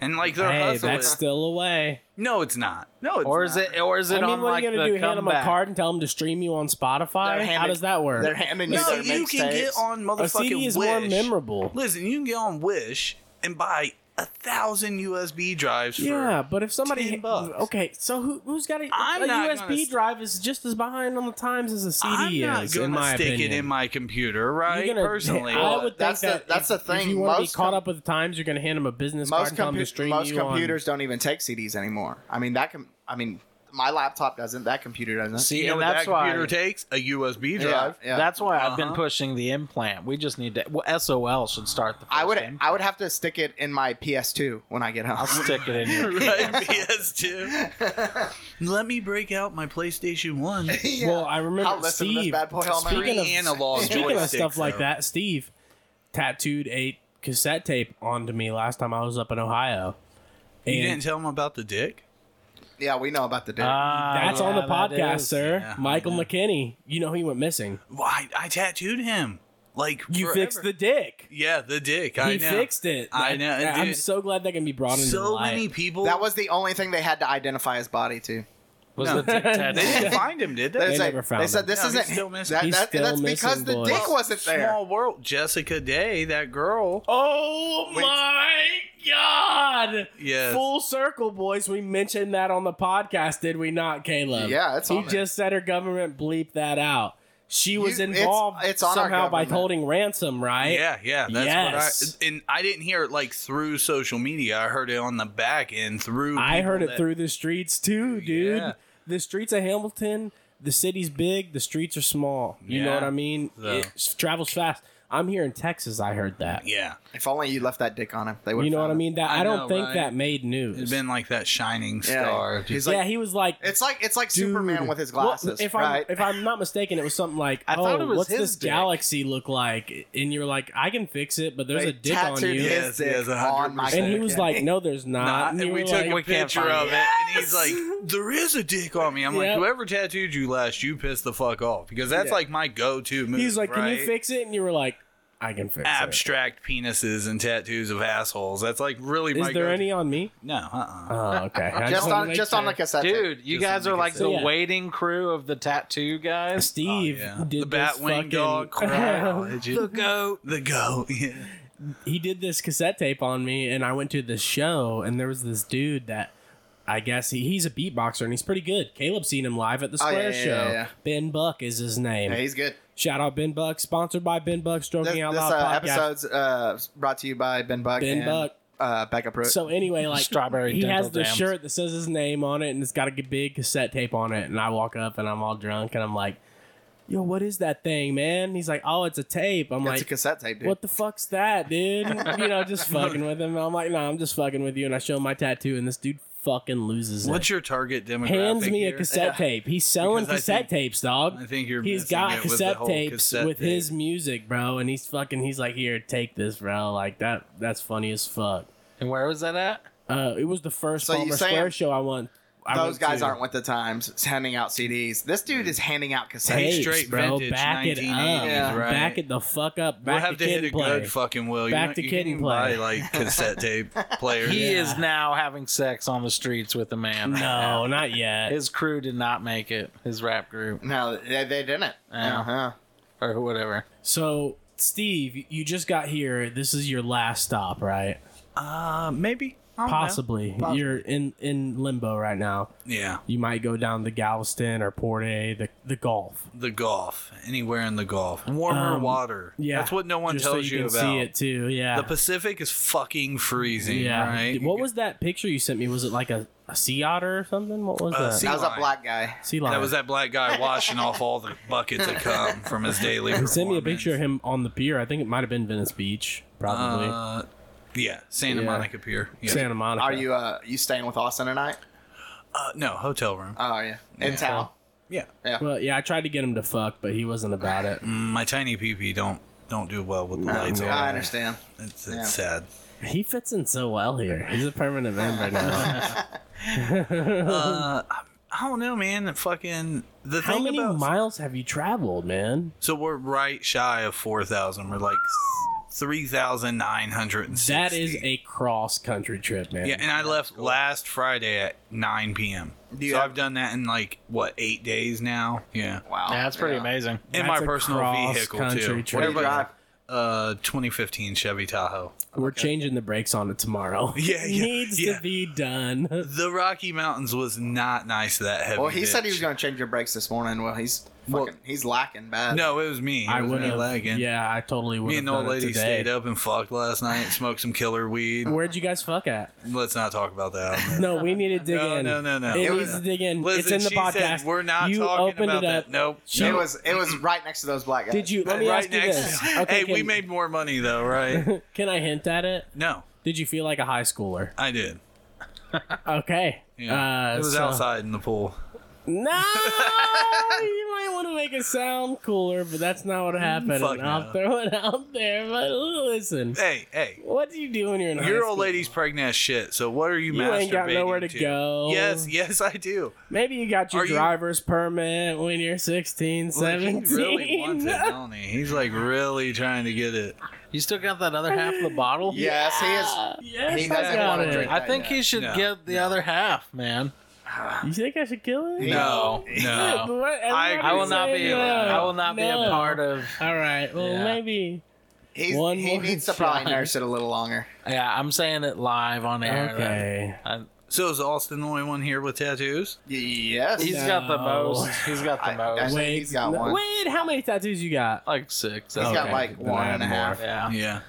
[SPEAKER 2] and like they're
[SPEAKER 4] Hey,
[SPEAKER 2] hustling.
[SPEAKER 4] that's still a way.
[SPEAKER 2] No, it's not. No, it's
[SPEAKER 3] Or is
[SPEAKER 2] not.
[SPEAKER 3] it? Or is it
[SPEAKER 4] I mean,
[SPEAKER 3] on
[SPEAKER 4] what
[SPEAKER 3] like
[SPEAKER 4] are you
[SPEAKER 3] the
[SPEAKER 4] gonna do? Hand them a
[SPEAKER 3] comeback?
[SPEAKER 4] card and tell them to stream you on
[SPEAKER 5] They're
[SPEAKER 4] Spotify? How
[SPEAKER 5] handing-
[SPEAKER 4] does that work?
[SPEAKER 5] They're handing you
[SPEAKER 2] No,
[SPEAKER 5] their
[SPEAKER 2] you can get
[SPEAKER 5] mixtapes.
[SPEAKER 2] on motherfucking
[SPEAKER 4] a CD is
[SPEAKER 2] Wish.
[SPEAKER 4] more memorable.
[SPEAKER 2] Listen, you can get on Wish and buy a thousand USB drives.
[SPEAKER 4] Yeah,
[SPEAKER 2] for,
[SPEAKER 4] but if somebody
[SPEAKER 2] 10 bucks.
[SPEAKER 4] okay, so who who's got a,
[SPEAKER 2] I'm
[SPEAKER 4] a
[SPEAKER 2] not
[SPEAKER 4] USB
[SPEAKER 2] gonna st-
[SPEAKER 4] drive is just as behind on the times as a
[SPEAKER 2] I'm
[SPEAKER 4] CD
[SPEAKER 2] not
[SPEAKER 4] is,
[SPEAKER 2] gonna
[SPEAKER 4] in my
[SPEAKER 2] stick
[SPEAKER 4] opinion.
[SPEAKER 2] it in my computer, right?
[SPEAKER 4] You're gonna-
[SPEAKER 2] Personally,
[SPEAKER 4] I would think
[SPEAKER 5] That's the-
[SPEAKER 4] that
[SPEAKER 5] that's the
[SPEAKER 4] if- If
[SPEAKER 5] thing.
[SPEAKER 4] you want to be
[SPEAKER 5] Most
[SPEAKER 4] caught
[SPEAKER 5] com-
[SPEAKER 4] up with the times, you're going to hand them a business card
[SPEAKER 5] most
[SPEAKER 4] and tell 'em to
[SPEAKER 5] compu-
[SPEAKER 4] stream
[SPEAKER 5] most
[SPEAKER 4] you on-
[SPEAKER 5] computers don't even take CDs anymore. I mean that can. I mean my laptop doesn't. That computer doesn't.
[SPEAKER 3] See,
[SPEAKER 2] you know
[SPEAKER 3] and
[SPEAKER 2] what
[SPEAKER 3] that's
[SPEAKER 2] that
[SPEAKER 3] why.
[SPEAKER 2] computer takes a USB
[SPEAKER 5] Yeah,
[SPEAKER 2] drive.
[SPEAKER 5] yeah.
[SPEAKER 3] That's why I've been
[SPEAKER 2] Uh-huh.
[SPEAKER 3] pushing the implant. We just need to. Well, SOL should start the. First
[SPEAKER 5] I would.
[SPEAKER 3] implant.
[SPEAKER 5] I would have to stick it in my PS2 when I get home.
[SPEAKER 3] I'll stick it in here.
[SPEAKER 2] Right, PS2. Let me break out my PlayStation One.
[SPEAKER 5] Yeah.
[SPEAKER 4] Well, I remember
[SPEAKER 5] I'll listen to this
[SPEAKER 4] Steve-
[SPEAKER 5] bad boy all night.
[SPEAKER 4] Speaking of-
[SPEAKER 2] analog
[SPEAKER 4] Speaking of
[SPEAKER 2] joysticks,
[SPEAKER 4] stuff like
[SPEAKER 2] though.
[SPEAKER 4] that, Steve tattooed a cassette tape onto me last time I was up in Ohio.
[SPEAKER 2] You
[SPEAKER 4] And
[SPEAKER 2] didn't tell him about the dick.
[SPEAKER 5] yeah, we know about the dick.
[SPEAKER 3] Ah,
[SPEAKER 4] that's on the
[SPEAKER 3] yeah, that
[SPEAKER 4] podcast,
[SPEAKER 3] is.
[SPEAKER 4] sir.
[SPEAKER 2] Yeah, I
[SPEAKER 4] Michael McKinney. You know he went missing.
[SPEAKER 2] Why I tattooed him? Like
[SPEAKER 4] You
[SPEAKER 2] forever.
[SPEAKER 4] fixed the dick.
[SPEAKER 2] yeah the dick. I
[SPEAKER 4] he
[SPEAKER 2] know.
[SPEAKER 4] fixed it.
[SPEAKER 2] I know, and
[SPEAKER 4] I'm
[SPEAKER 2] dude-
[SPEAKER 4] so glad that can be brought into the
[SPEAKER 2] So
[SPEAKER 4] light.
[SPEAKER 2] many people.
[SPEAKER 5] that was the only thing they had to identify his body to.
[SPEAKER 3] Was
[SPEAKER 2] No.
[SPEAKER 3] the tic
[SPEAKER 2] They didn't
[SPEAKER 3] tac
[SPEAKER 2] find him, did they?
[SPEAKER 5] They, said-
[SPEAKER 4] never found
[SPEAKER 5] they
[SPEAKER 4] him.
[SPEAKER 5] said this
[SPEAKER 2] No, he's
[SPEAKER 5] isn't.
[SPEAKER 2] still missing.
[SPEAKER 5] that-
[SPEAKER 4] He's
[SPEAKER 5] that-
[SPEAKER 4] still
[SPEAKER 5] that's
[SPEAKER 4] missing,
[SPEAKER 5] because the
[SPEAKER 4] boys.
[SPEAKER 5] dick wasn't there.
[SPEAKER 2] Small world. Jessica Day, that girl.
[SPEAKER 4] Oh
[SPEAKER 5] Wait.
[SPEAKER 4] my god!
[SPEAKER 2] Yes.
[SPEAKER 4] Full circle, boys. We mentioned that on the podcast, did we not, Caleb?
[SPEAKER 5] Yeah, it's
[SPEAKER 4] He
[SPEAKER 5] on there.
[SPEAKER 4] just said her government bleeped that out. She was
[SPEAKER 5] You- it's-
[SPEAKER 4] involved
[SPEAKER 5] it's on our
[SPEAKER 4] somehow by
[SPEAKER 5] government.
[SPEAKER 4] holding ransom, right?
[SPEAKER 2] Yeah, yeah. That's
[SPEAKER 4] Yes.
[SPEAKER 2] what I and I didn't hear it like through social media. I heard it on the back end through
[SPEAKER 4] I
[SPEAKER 2] people
[SPEAKER 4] heard it
[SPEAKER 2] that-
[SPEAKER 4] through the streets too, dude.
[SPEAKER 2] Yeah.
[SPEAKER 4] The streets of Hamilton, the city's big, the streets are small. You know
[SPEAKER 2] Yeah.
[SPEAKER 4] what I mean?
[SPEAKER 2] So-
[SPEAKER 4] It s- travels fast. I'm here in Texas. I heard that.
[SPEAKER 2] Yeah.
[SPEAKER 5] If only you left that dick on him, they would.
[SPEAKER 4] You know what I mean? That I,
[SPEAKER 2] I
[SPEAKER 4] don't
[SPEAKER 2] know,
[SPEAKER 4] think
[SPEAKER 2] right?
[SPEAKER 4] that made news.
[SPEAKER 2] It's been like that shining
[SPEAKER 5] Yeah.
[SPEAKER 2] star.
[SPEAKER 5] He's
[SPEAKER 2] Just-
[SPEAKER 5] like,
[SPEAKER 4] yeah, he was like,
[SPEAKER 5] it's like it's like Superman
[SPEAKER 4] Dude.
[SPEAKER 5] with his
[SPEAKER 4] Well,
[SPEAKER 5] glasses,
[SPEAKER 4] if
[SPEAKER 5] right?
[SPEAKER 4] I'm if I'm not mistaken, it was something like,
[SPEAKER 3] I
[SPEAKER 4] "Oh,
[SPEAKER 3] thought it was
[SPEAKER 4] what's
[SPEAKER 3] his
[SPEAKER 4] this
[SPEAKER 3] dick."
[SPEAKER 4] galaxy look like?" And you're like, "I can fix it, but there's
[SPEAKER 5] They
[SPEAKER 4] a dick on
[SPEAKER 5] tattooed
[SPEAKER 4] you."
[SPEAKER 5] his
[SPEAKER 2] Yes,
[SPEAKER 5] dick
[SPEAKER 2] yes,
[SPEAKER 5] on my.
[SPEAKER 2] 100%.
[SPEAKER 4] And he was
[SPEAKER 5] dick.
[SPEAKER 4] like, "No, there's not."
[SPEAKER 2] Nah,
[SPEAKER 4] Uh, you
[SPEAKER 2] and we
[SPEAKER 4] were
[SPEAKER 2] took
[SPEAKER 4] like,
[SPEAKER 2] a picture of it, and he's like, "There is a dick on me." I'm
[SPEAKER 4] Yep.
[SPEAKER 2] like, "Whoever tattooed you last, you pissed the fuck off," because that's like my go-to move.
[SPEAKER 4] He's like, "Can
[SPEAKER 2] right?
[SPEAKER 4] you fix it?" And you were like, "I can fix it."
[SPEAKER 2] abstract penises and tattoos of assholes?" That's like really my.
[SPEAKER 4] Is there
[SPEAKER 2] go-to.
[SPEAKER 4] any on me?
[SPEAKER 2] No. Uh. uh
[SPEAKER 4] Oh, okay. I
[SPEAKER 5] just
[SPEAKER 4] wanted to
[SPEAKER 5] on
[SPEAKER 4] make
[SPEAKER 5] just on
[SPEAKER 4] sure.
[SPEAKER 5] the cassette. tape.
[SPEAKER 3] Dude, you
[SPEAKER 2] Just
[SPEAKER 3] guys
[SPEAKER 2] let
[SPEAKER 3] are
[SPEAKER 2] me
[SPEAKER 3] like
[SPEAKER 2] get
[SPEAKER 3] the
[SPEAKER 4] that. Yeah.
[SPEAKER 3] waiting crew of the tattoo guys.
[SPEAKER 4] Steve did
[SPEAKER 2] Oh,
[SPEAKER 4] this
[SPEAKER 2] The Batwing
[SPEAKER 4] fucking,
[SPEAKER 2] dog crowd. the goat. The goat. Yeah.
[SPEAKER 4] he did this cassette tape on me and I went to the show and there was this dude that I guess he, he's a beatboxer and he's pretty good. Caleb's seen him live at the
[SPEAKER 5] Oh,
[SPEAKER 4] Square
[SPEAKER 5] yeah, yeah,
[SPEAKER 4] show.
[SPEAKER 5] yeah, yeah.
[SPEAKER 4] Ben Buck is his name.
[SPEAKER 5] yeah, he's good.
[SPEAKER 4] Shout out Ben Buck, sponsored by Ben Buck, Stroking
[SPEAKER 5] This, this
[SPEAKER 4] Out
[SPEAKER 5] uh,
[SPEAKER 4] Loud podcast.
[SPEAKER 5] episode's uh, brought to you by Ben Buck
[SPEAKER 4] Ben
[SPEAKER 5] and
[SPEAKER 4] Buck.
[SPEAKER 5] Uh, Becca Pruitt.
[SPEAKER 4] So anyway, like
[SPEAKER 3] Strawberry
[SPEAKER 4] he
[SPEAKER 3] dental
[SPEAKER 4] has this
[SPEAKER 3] dams.
[SPEAKER 4] shirt that says his name on it and it's got a big cassette tape on it. And I walk up and I'm all drunk and I'm like, "Yo, what is that thing, man?" And he's like, "Oh, it's a tape." I'm
[SPEAKER 5] it's
[SPEAKER 4] like,
[SPEAKER 5] a cassette tape, dude.
[SPEAKER 4] what the fuck's that, dude? you know, just fucking with him. I'm like, nah, I'm just fucking with you. And I show him my tattoo, and this dude fucking loses
[SPEAKER 2] What's
[SPEAKER 4] it.
[SPEAKER 2] your target demographic?
[SPEAKER 4] Hands me
[SPEAKER 2] here?
[SPEAKER 4] a cassette tape. He's selling
[SPEAKER 2] Because I
[SPEAKER 4] cassette
[SPEAKER 2] think-
[SPEAKER 4] tapes, dog.
[SPEAKER 2] I think you're
[SPEAKER 4] He's
[SPEAKER 2] missing
[SPEAKER 4] got
[SPEAKER 2] it with the
[SPEAKER 4] cassette
[SPEAKER 2] whole
[SPEAKER 4] tapes
[SPEAKER 2] cassette
[SPEAKER 4] with
[SPEAKER 2] tape.
[SPEAKER 4] his music, bro, and he's fucking. He's like, here, take this, bro. Like that. That's funny as fuck.
[SPEAKER 3] And where was that at?
[SPEAKER 4] Uh, it was the first
[SPEAKER 5] So you
[SPEAKER 4] Palmer
[SPEAKER 5] saying
[SPEAKER 4] Square show I won. I
[SPEAKER 5] Those
[SPEAKER 4] went
[SPEAKER 5] guys
[SPEAKER 4] to.
[SPEAKER 5] aren't with the times. It's handing out CDs. This dude is handing out
[SPEAKER 4] tapes,
[SPEAKER 5] cassettes.
[SPEAKER 2] straight
[SPEAKER 4] bro.
[SPEAKER 2] vintage
[SPEAKER 4] Back it up,
[SPEAKER 2] 1980s, right?
[SPEAKER 4] back it the fuck up. Back
[SPEAKER 2] we'll have
[SPEAKER 4] to
[SPEAKER 2] to
[SPEAKER 4] kid
[SPEAKER 2] hit a
[SPEAKER 4] play.
[SPEAKER 2] good fucking will. You
[SPEAKER 4] Back
[SPEAKER 2] know,
[SPEAKER 4] to
[SPEAKER 2] you
[SPEAKER 4] kid
[SPEAKER 2] can
[SPEAKER 4] and
[SPEAKER 2] even buy
[SPEAKER 4] play.
[SPEAKER 2] like cassette tape players.
[SPEAKER 3] He
[SPEAKER 4] Yeah.
[SPEAKER 3] is now having sex on the streets with a man.
[SPEAKER 4] no, not yet.
[SPEAKER 3] His crew did not make it. His rap group
[SPEAKER 5] No, they, they didn't.
[SPEAKER 3] Yeah.
[SPEAKER 5] Uh-huh.
[SPEAKER 3] or whatever.
[SPEAKER 4] So, Steve, you just got here. This is your last stop, right?
[SPEAKER 2] Uh, maybe. I don't know.
[SPEAKER 4] Possibly. You're in in limbo right now.
[SPEAKER 2] Yeah,
[SPEAKER 4] You might go down to Galveston or Port A, the the Gulf.
[SPEAKER 2] the Gulf. Anywhere in the Gulf. Warmer
[SPEAKER 4] Um,
[SPEAKER 2] water.
[SPEAKER 4] Yeah,
[SPEAKER 2] that's what no one
[SPEAKER 4] just
[SPEAKER 2] tells
[SPEAKER 4] so
[SPEAKER 2] you,
[SPEAKER 4] you can
[SPEAKER 2] about.
[SPEAKER 4] See it too. Yeah,
[SPEAKER 2] The Pacific is fucking freezing.
[SPEAKER 4] yeah.
[SPEAKER 2] right.
[SPEAKER 4] What was that picture you sent me? Was it like a, a sea otter or something? What was
[SPEAKER 2] Uh,
[SPEAKER 4] that?
[SPEAKER 2] sea-
[SPEAKER 5] That was a
[SPEAKER 2] Eli.
[SPEAKER 5] black guy.
[SPEAKER 4] sea lion.
[SPEAKER 2] that? Was that black guy washing off all the buckets of cum from his daily?
[SPEAKER 4] He sent me a picture of him on the pier. I think it might have been Venice Beach, probably
[SPEAKER 2] Uh, yeah, Santa
[SPEAKER 4] Yeah.
[SPEAKER 2] Monica Pier. Yeah.
[SPEAKER 4] Santa Monica.
[SPEAKER 5] Are you uh you staying with Austin tonight?
[SPEAKER 2] Uh, no, hotel room.
[SPEAKER 5] Oh yeah, in town.
[SPEAKER 2] yeah,
[SPEAKER 4] Well, yeah, I tried to get him to fuck, but he wasn't about it.
[SPEAKER 2] my tiny pee pee don't don't do well with the lights on.
[SPEAKER 5] I understand.
[SPEAKER 2] It's, it's
[SPEAKER 5] Yeah.
[SPEAKER 2] sad.
[SPEAKER 4] He fits in so well here. He's a permanent member now.
[SPEAKER 2] Uh, I don't know, man. The Fucking the
[SPEAKER 4] How
[SPEAKER 2] thing
[SPEAKER 4] many
[SPEAKER 2] about
[SPEAKER 4] miles have you traveled, man?
[SPEAKER 2] so we're right shy of four thousand. We're like three thousand nine hundred and sixty.
[SPEAKER 4] That is a cross country trip, man.
[SPEAKER 2] yeah. And I left last Friday at nine p.m.
[SPEAKER 5] Do you
[SPEAKER 2] so
[SPEAKER 5] have-
[SPEAKER 2] I've done that in like what eight days now. Yeah,
[SPEAKER 5] Wow.
[SPEAKER 3] Yeah, that's pretty
[SPEAKER 5] Oh, Yeah.
[SPEAKER 3] amazing.
[SPEAKER 2] in
[SPEAKER 4] That's
[SPEAKER 2] my
[SPEAKER 4] a
[SPEAKER 2] personal vehicle
[SPEAKER 4] cross-country
[SPEAKER 2] too.
[SPEAKER 4] trip.
[SPEAKER 5] What do you
[SPEAKER 2] Everybody-
[SPEAKER 5] drive?
[SPEAKER 2] Uh, 2015 Chevy Tahoe.
[SPEAKER 4] We're changing the brakes on it tomorrow.
[SPEAKER 2] Yeah, yeah,
[SPEAKER 4] Needs
[SPEAKER 2] yeah.
[SPEAKER 4] to be done.
[SPEAKER 2] The Rocky Mountains was not nice to that heavy.
[SPEAKER 5] Well, he said he
[SPEAKER 2] bitch.
[SPEAKER 5] was going to change your brakes this morning. Well, he's fucking,
[SPEAKER 2] Well-
[SPEAKER 5] he's lacking bad.
[SPEAKER 2] No, it was me. It
[SPEAKER 4] I
[SPEAKER 2] was
[SPEAKER 4] would
[SPEAKER 2] me
[SPEAKER 4] have.
[SPEAKER 2] lagging.
[SPEAKER 4] Yeah, I totally would
[SPEAKER 2] Me
[SPEAKER 4] have.
[SPEAKER 2] and the old
[SPEAKER 4] done it
[SPEAKER 2] lady
[SPEAKER 4] today.
[SPEAKER 2] stayed up and fucked last night, smoked some killer weed.
[SPEAKER 4] Where'd you guys fuck at?
[SPEAKER 2] Let's not talk about that.
[SPEAKER 4] No, we need to dig
[SPEAKER 2] No,
[SPEAKER 4] in.
[SPEAKER 2] no, no, no.
[SPEAKER 4] It,
[SPEAKER 2] It
[SPEAKER 4] needs
[SPEAKER 2] was-
[SPEAKER 4] to dig in.
[SPEAKER 2] Listen,
[SPEAKER 4] it's in the
[SPEAKER 2] she
[SPEAKER 4] podcast.
[SPEAKER 2] said we're not
[SPEAKER 4] you
[SPEAKER 2] talking
[SPEAKER 4] opened
[SPEAKER 2] about
[SPEAKER 4] it up.
[SPEAKER 2] that. Nope.
[SPEAKER 4] She-
[SPEAKER 5] it was it was right next to those black guys.
[SPEAKER 4] Did you? Let me
[SPEAKER 2] right
[SPEAKER 4] ask you
[SPEAKER 2] next.
[SPEAKER 4] this. Okay,
[SPEAKER 2] hey,
[SPEAKER 4] can,
[SPEAKER 2] we made more money though, right?
[SPEAKER 4] Can I hint at it?
[SPEAKER 2] no,
[SPEAKER 4] Did you feel like a high schooler?
[SPEAKER 2] I did.
[SPEAKER 4] Okay.
[SPEAKER 2] Yeah.
[SPEAKER 4] Uh,
[SPEAKER 2] it was
[SPEAKER 4] so-
[SPEAKER 2] outside in the pool.
[SPEAKER 4] No, you might want to make it sound cooler, but that's not what happened.
[SPEAKER 2] Fuck
[SPEAKER 4] and I'll
[SPEAKER 2] no.
[SPEAKER 4] throw it out there. But listen,
[SPEAKER 2] Hey, hey.
[SPEAKER 4] what do you do when you're in high
[SPEAKER 2] Your old
[SPEAKER 4] school?
[SPEAKER 2] lady's pregnant as shit, so what are you,
[SPEAKER 4] You
[SPEAKER 2] masturbating
[SPEAKER 4] ain't got nowhere to go.
[SPEAKER 2] Yes, yes, I do.
[SPEAKER 4] Maybe you got
[SPEAKER 2] Are
[SPEAKER 4] your
[SPEAKER 2] you-
[SPEAKER 4] driver's permit when you're 16,
[SPEAKER 2] Like, he
[SPEAKER 4] 17.
[SPEAKER 2] really wants it, don't he? He's like really trying to get it.
[SPEAKER 3] You still got that other half of the bottle?
[SPEAKER 5] Yes, he is.
[SPEAKER 4] yes,
[SPEAKER 5] He
[SPEAKER 4] I
[SPEAKER 5] doesn't
[SPEAKER 4] got
[SPEAKER 5] wanna
[SPEAKER 4] it.
[SPEAKER 5] drink.
[SPEAKER 3] I think he should
[SPEAKER 2] No.
[SPEAKER 3] get the other half, man.
[SPEAKER 4] You think I should kill it?
[SPEAKER 2] No,
[SPEAKER 4] But
[SPEAKER 2] no.
[SPEAKER 4] what-
[SPEAKER 2] I-
[SPEAKER 4] everybody's
[SPEAKER 3] I will not
[SPEAKER 4] saying
[SPEAKER 3] be.
[SPEAKER 4] no.
[SPEAKER 3] I will not be
[SPEAKER 4] No.
[SPEAKER 3] a part of.
[SPEAKER 4] All right. Well,
[SPEAKER 3] Yeah.
[SPEAKER 4] maybe.
[SPEAKER 5] He's,
[SPEAKER 4] One
[SPEAKER 5] he
[SPEAKER 4] more
[SPEAKER 5] needs to probably
[SPEAKER 4] shot.
[SPEAKER 5] nurse it a little longer.
[SPEAKER 3] Yeah, I'm saying it live on air.
[SPEAKER 4] Okay.
[SPEAKER 3] I,
[SPEAKER 2] So is Austin the only one here with tattoos?
[SPEAKER 5] Y- yes.
[SPEAKER 3] he's
[SPEAKER 4] No.
[SPEAKER 3] got the most. He's got the
[SPEAKER 5] I-
[SPEAKER 3] most.
[SPEAKER 5] I think
[SPEAKER 4] Wait.
[SPEAKER 5] he's got
[SPEAKER 4] no-
[SPEAKER 5] one.
[SPEAKER 4] Wait, how many tattoos you got?
[SPEAKER 3] like six.
[SPEAKER 5] He's
[SPEAKER 3] I
[SPEAKER 5] got
[SPEAKER 4] okay.
[SPEAKER 5] like
[SPEAKER 4] Then I
[SPEAKER 5] one and a
[SPEAKER 4] have more.
[SPEAKER 5] half.
[SPEAKER 3] Yeah.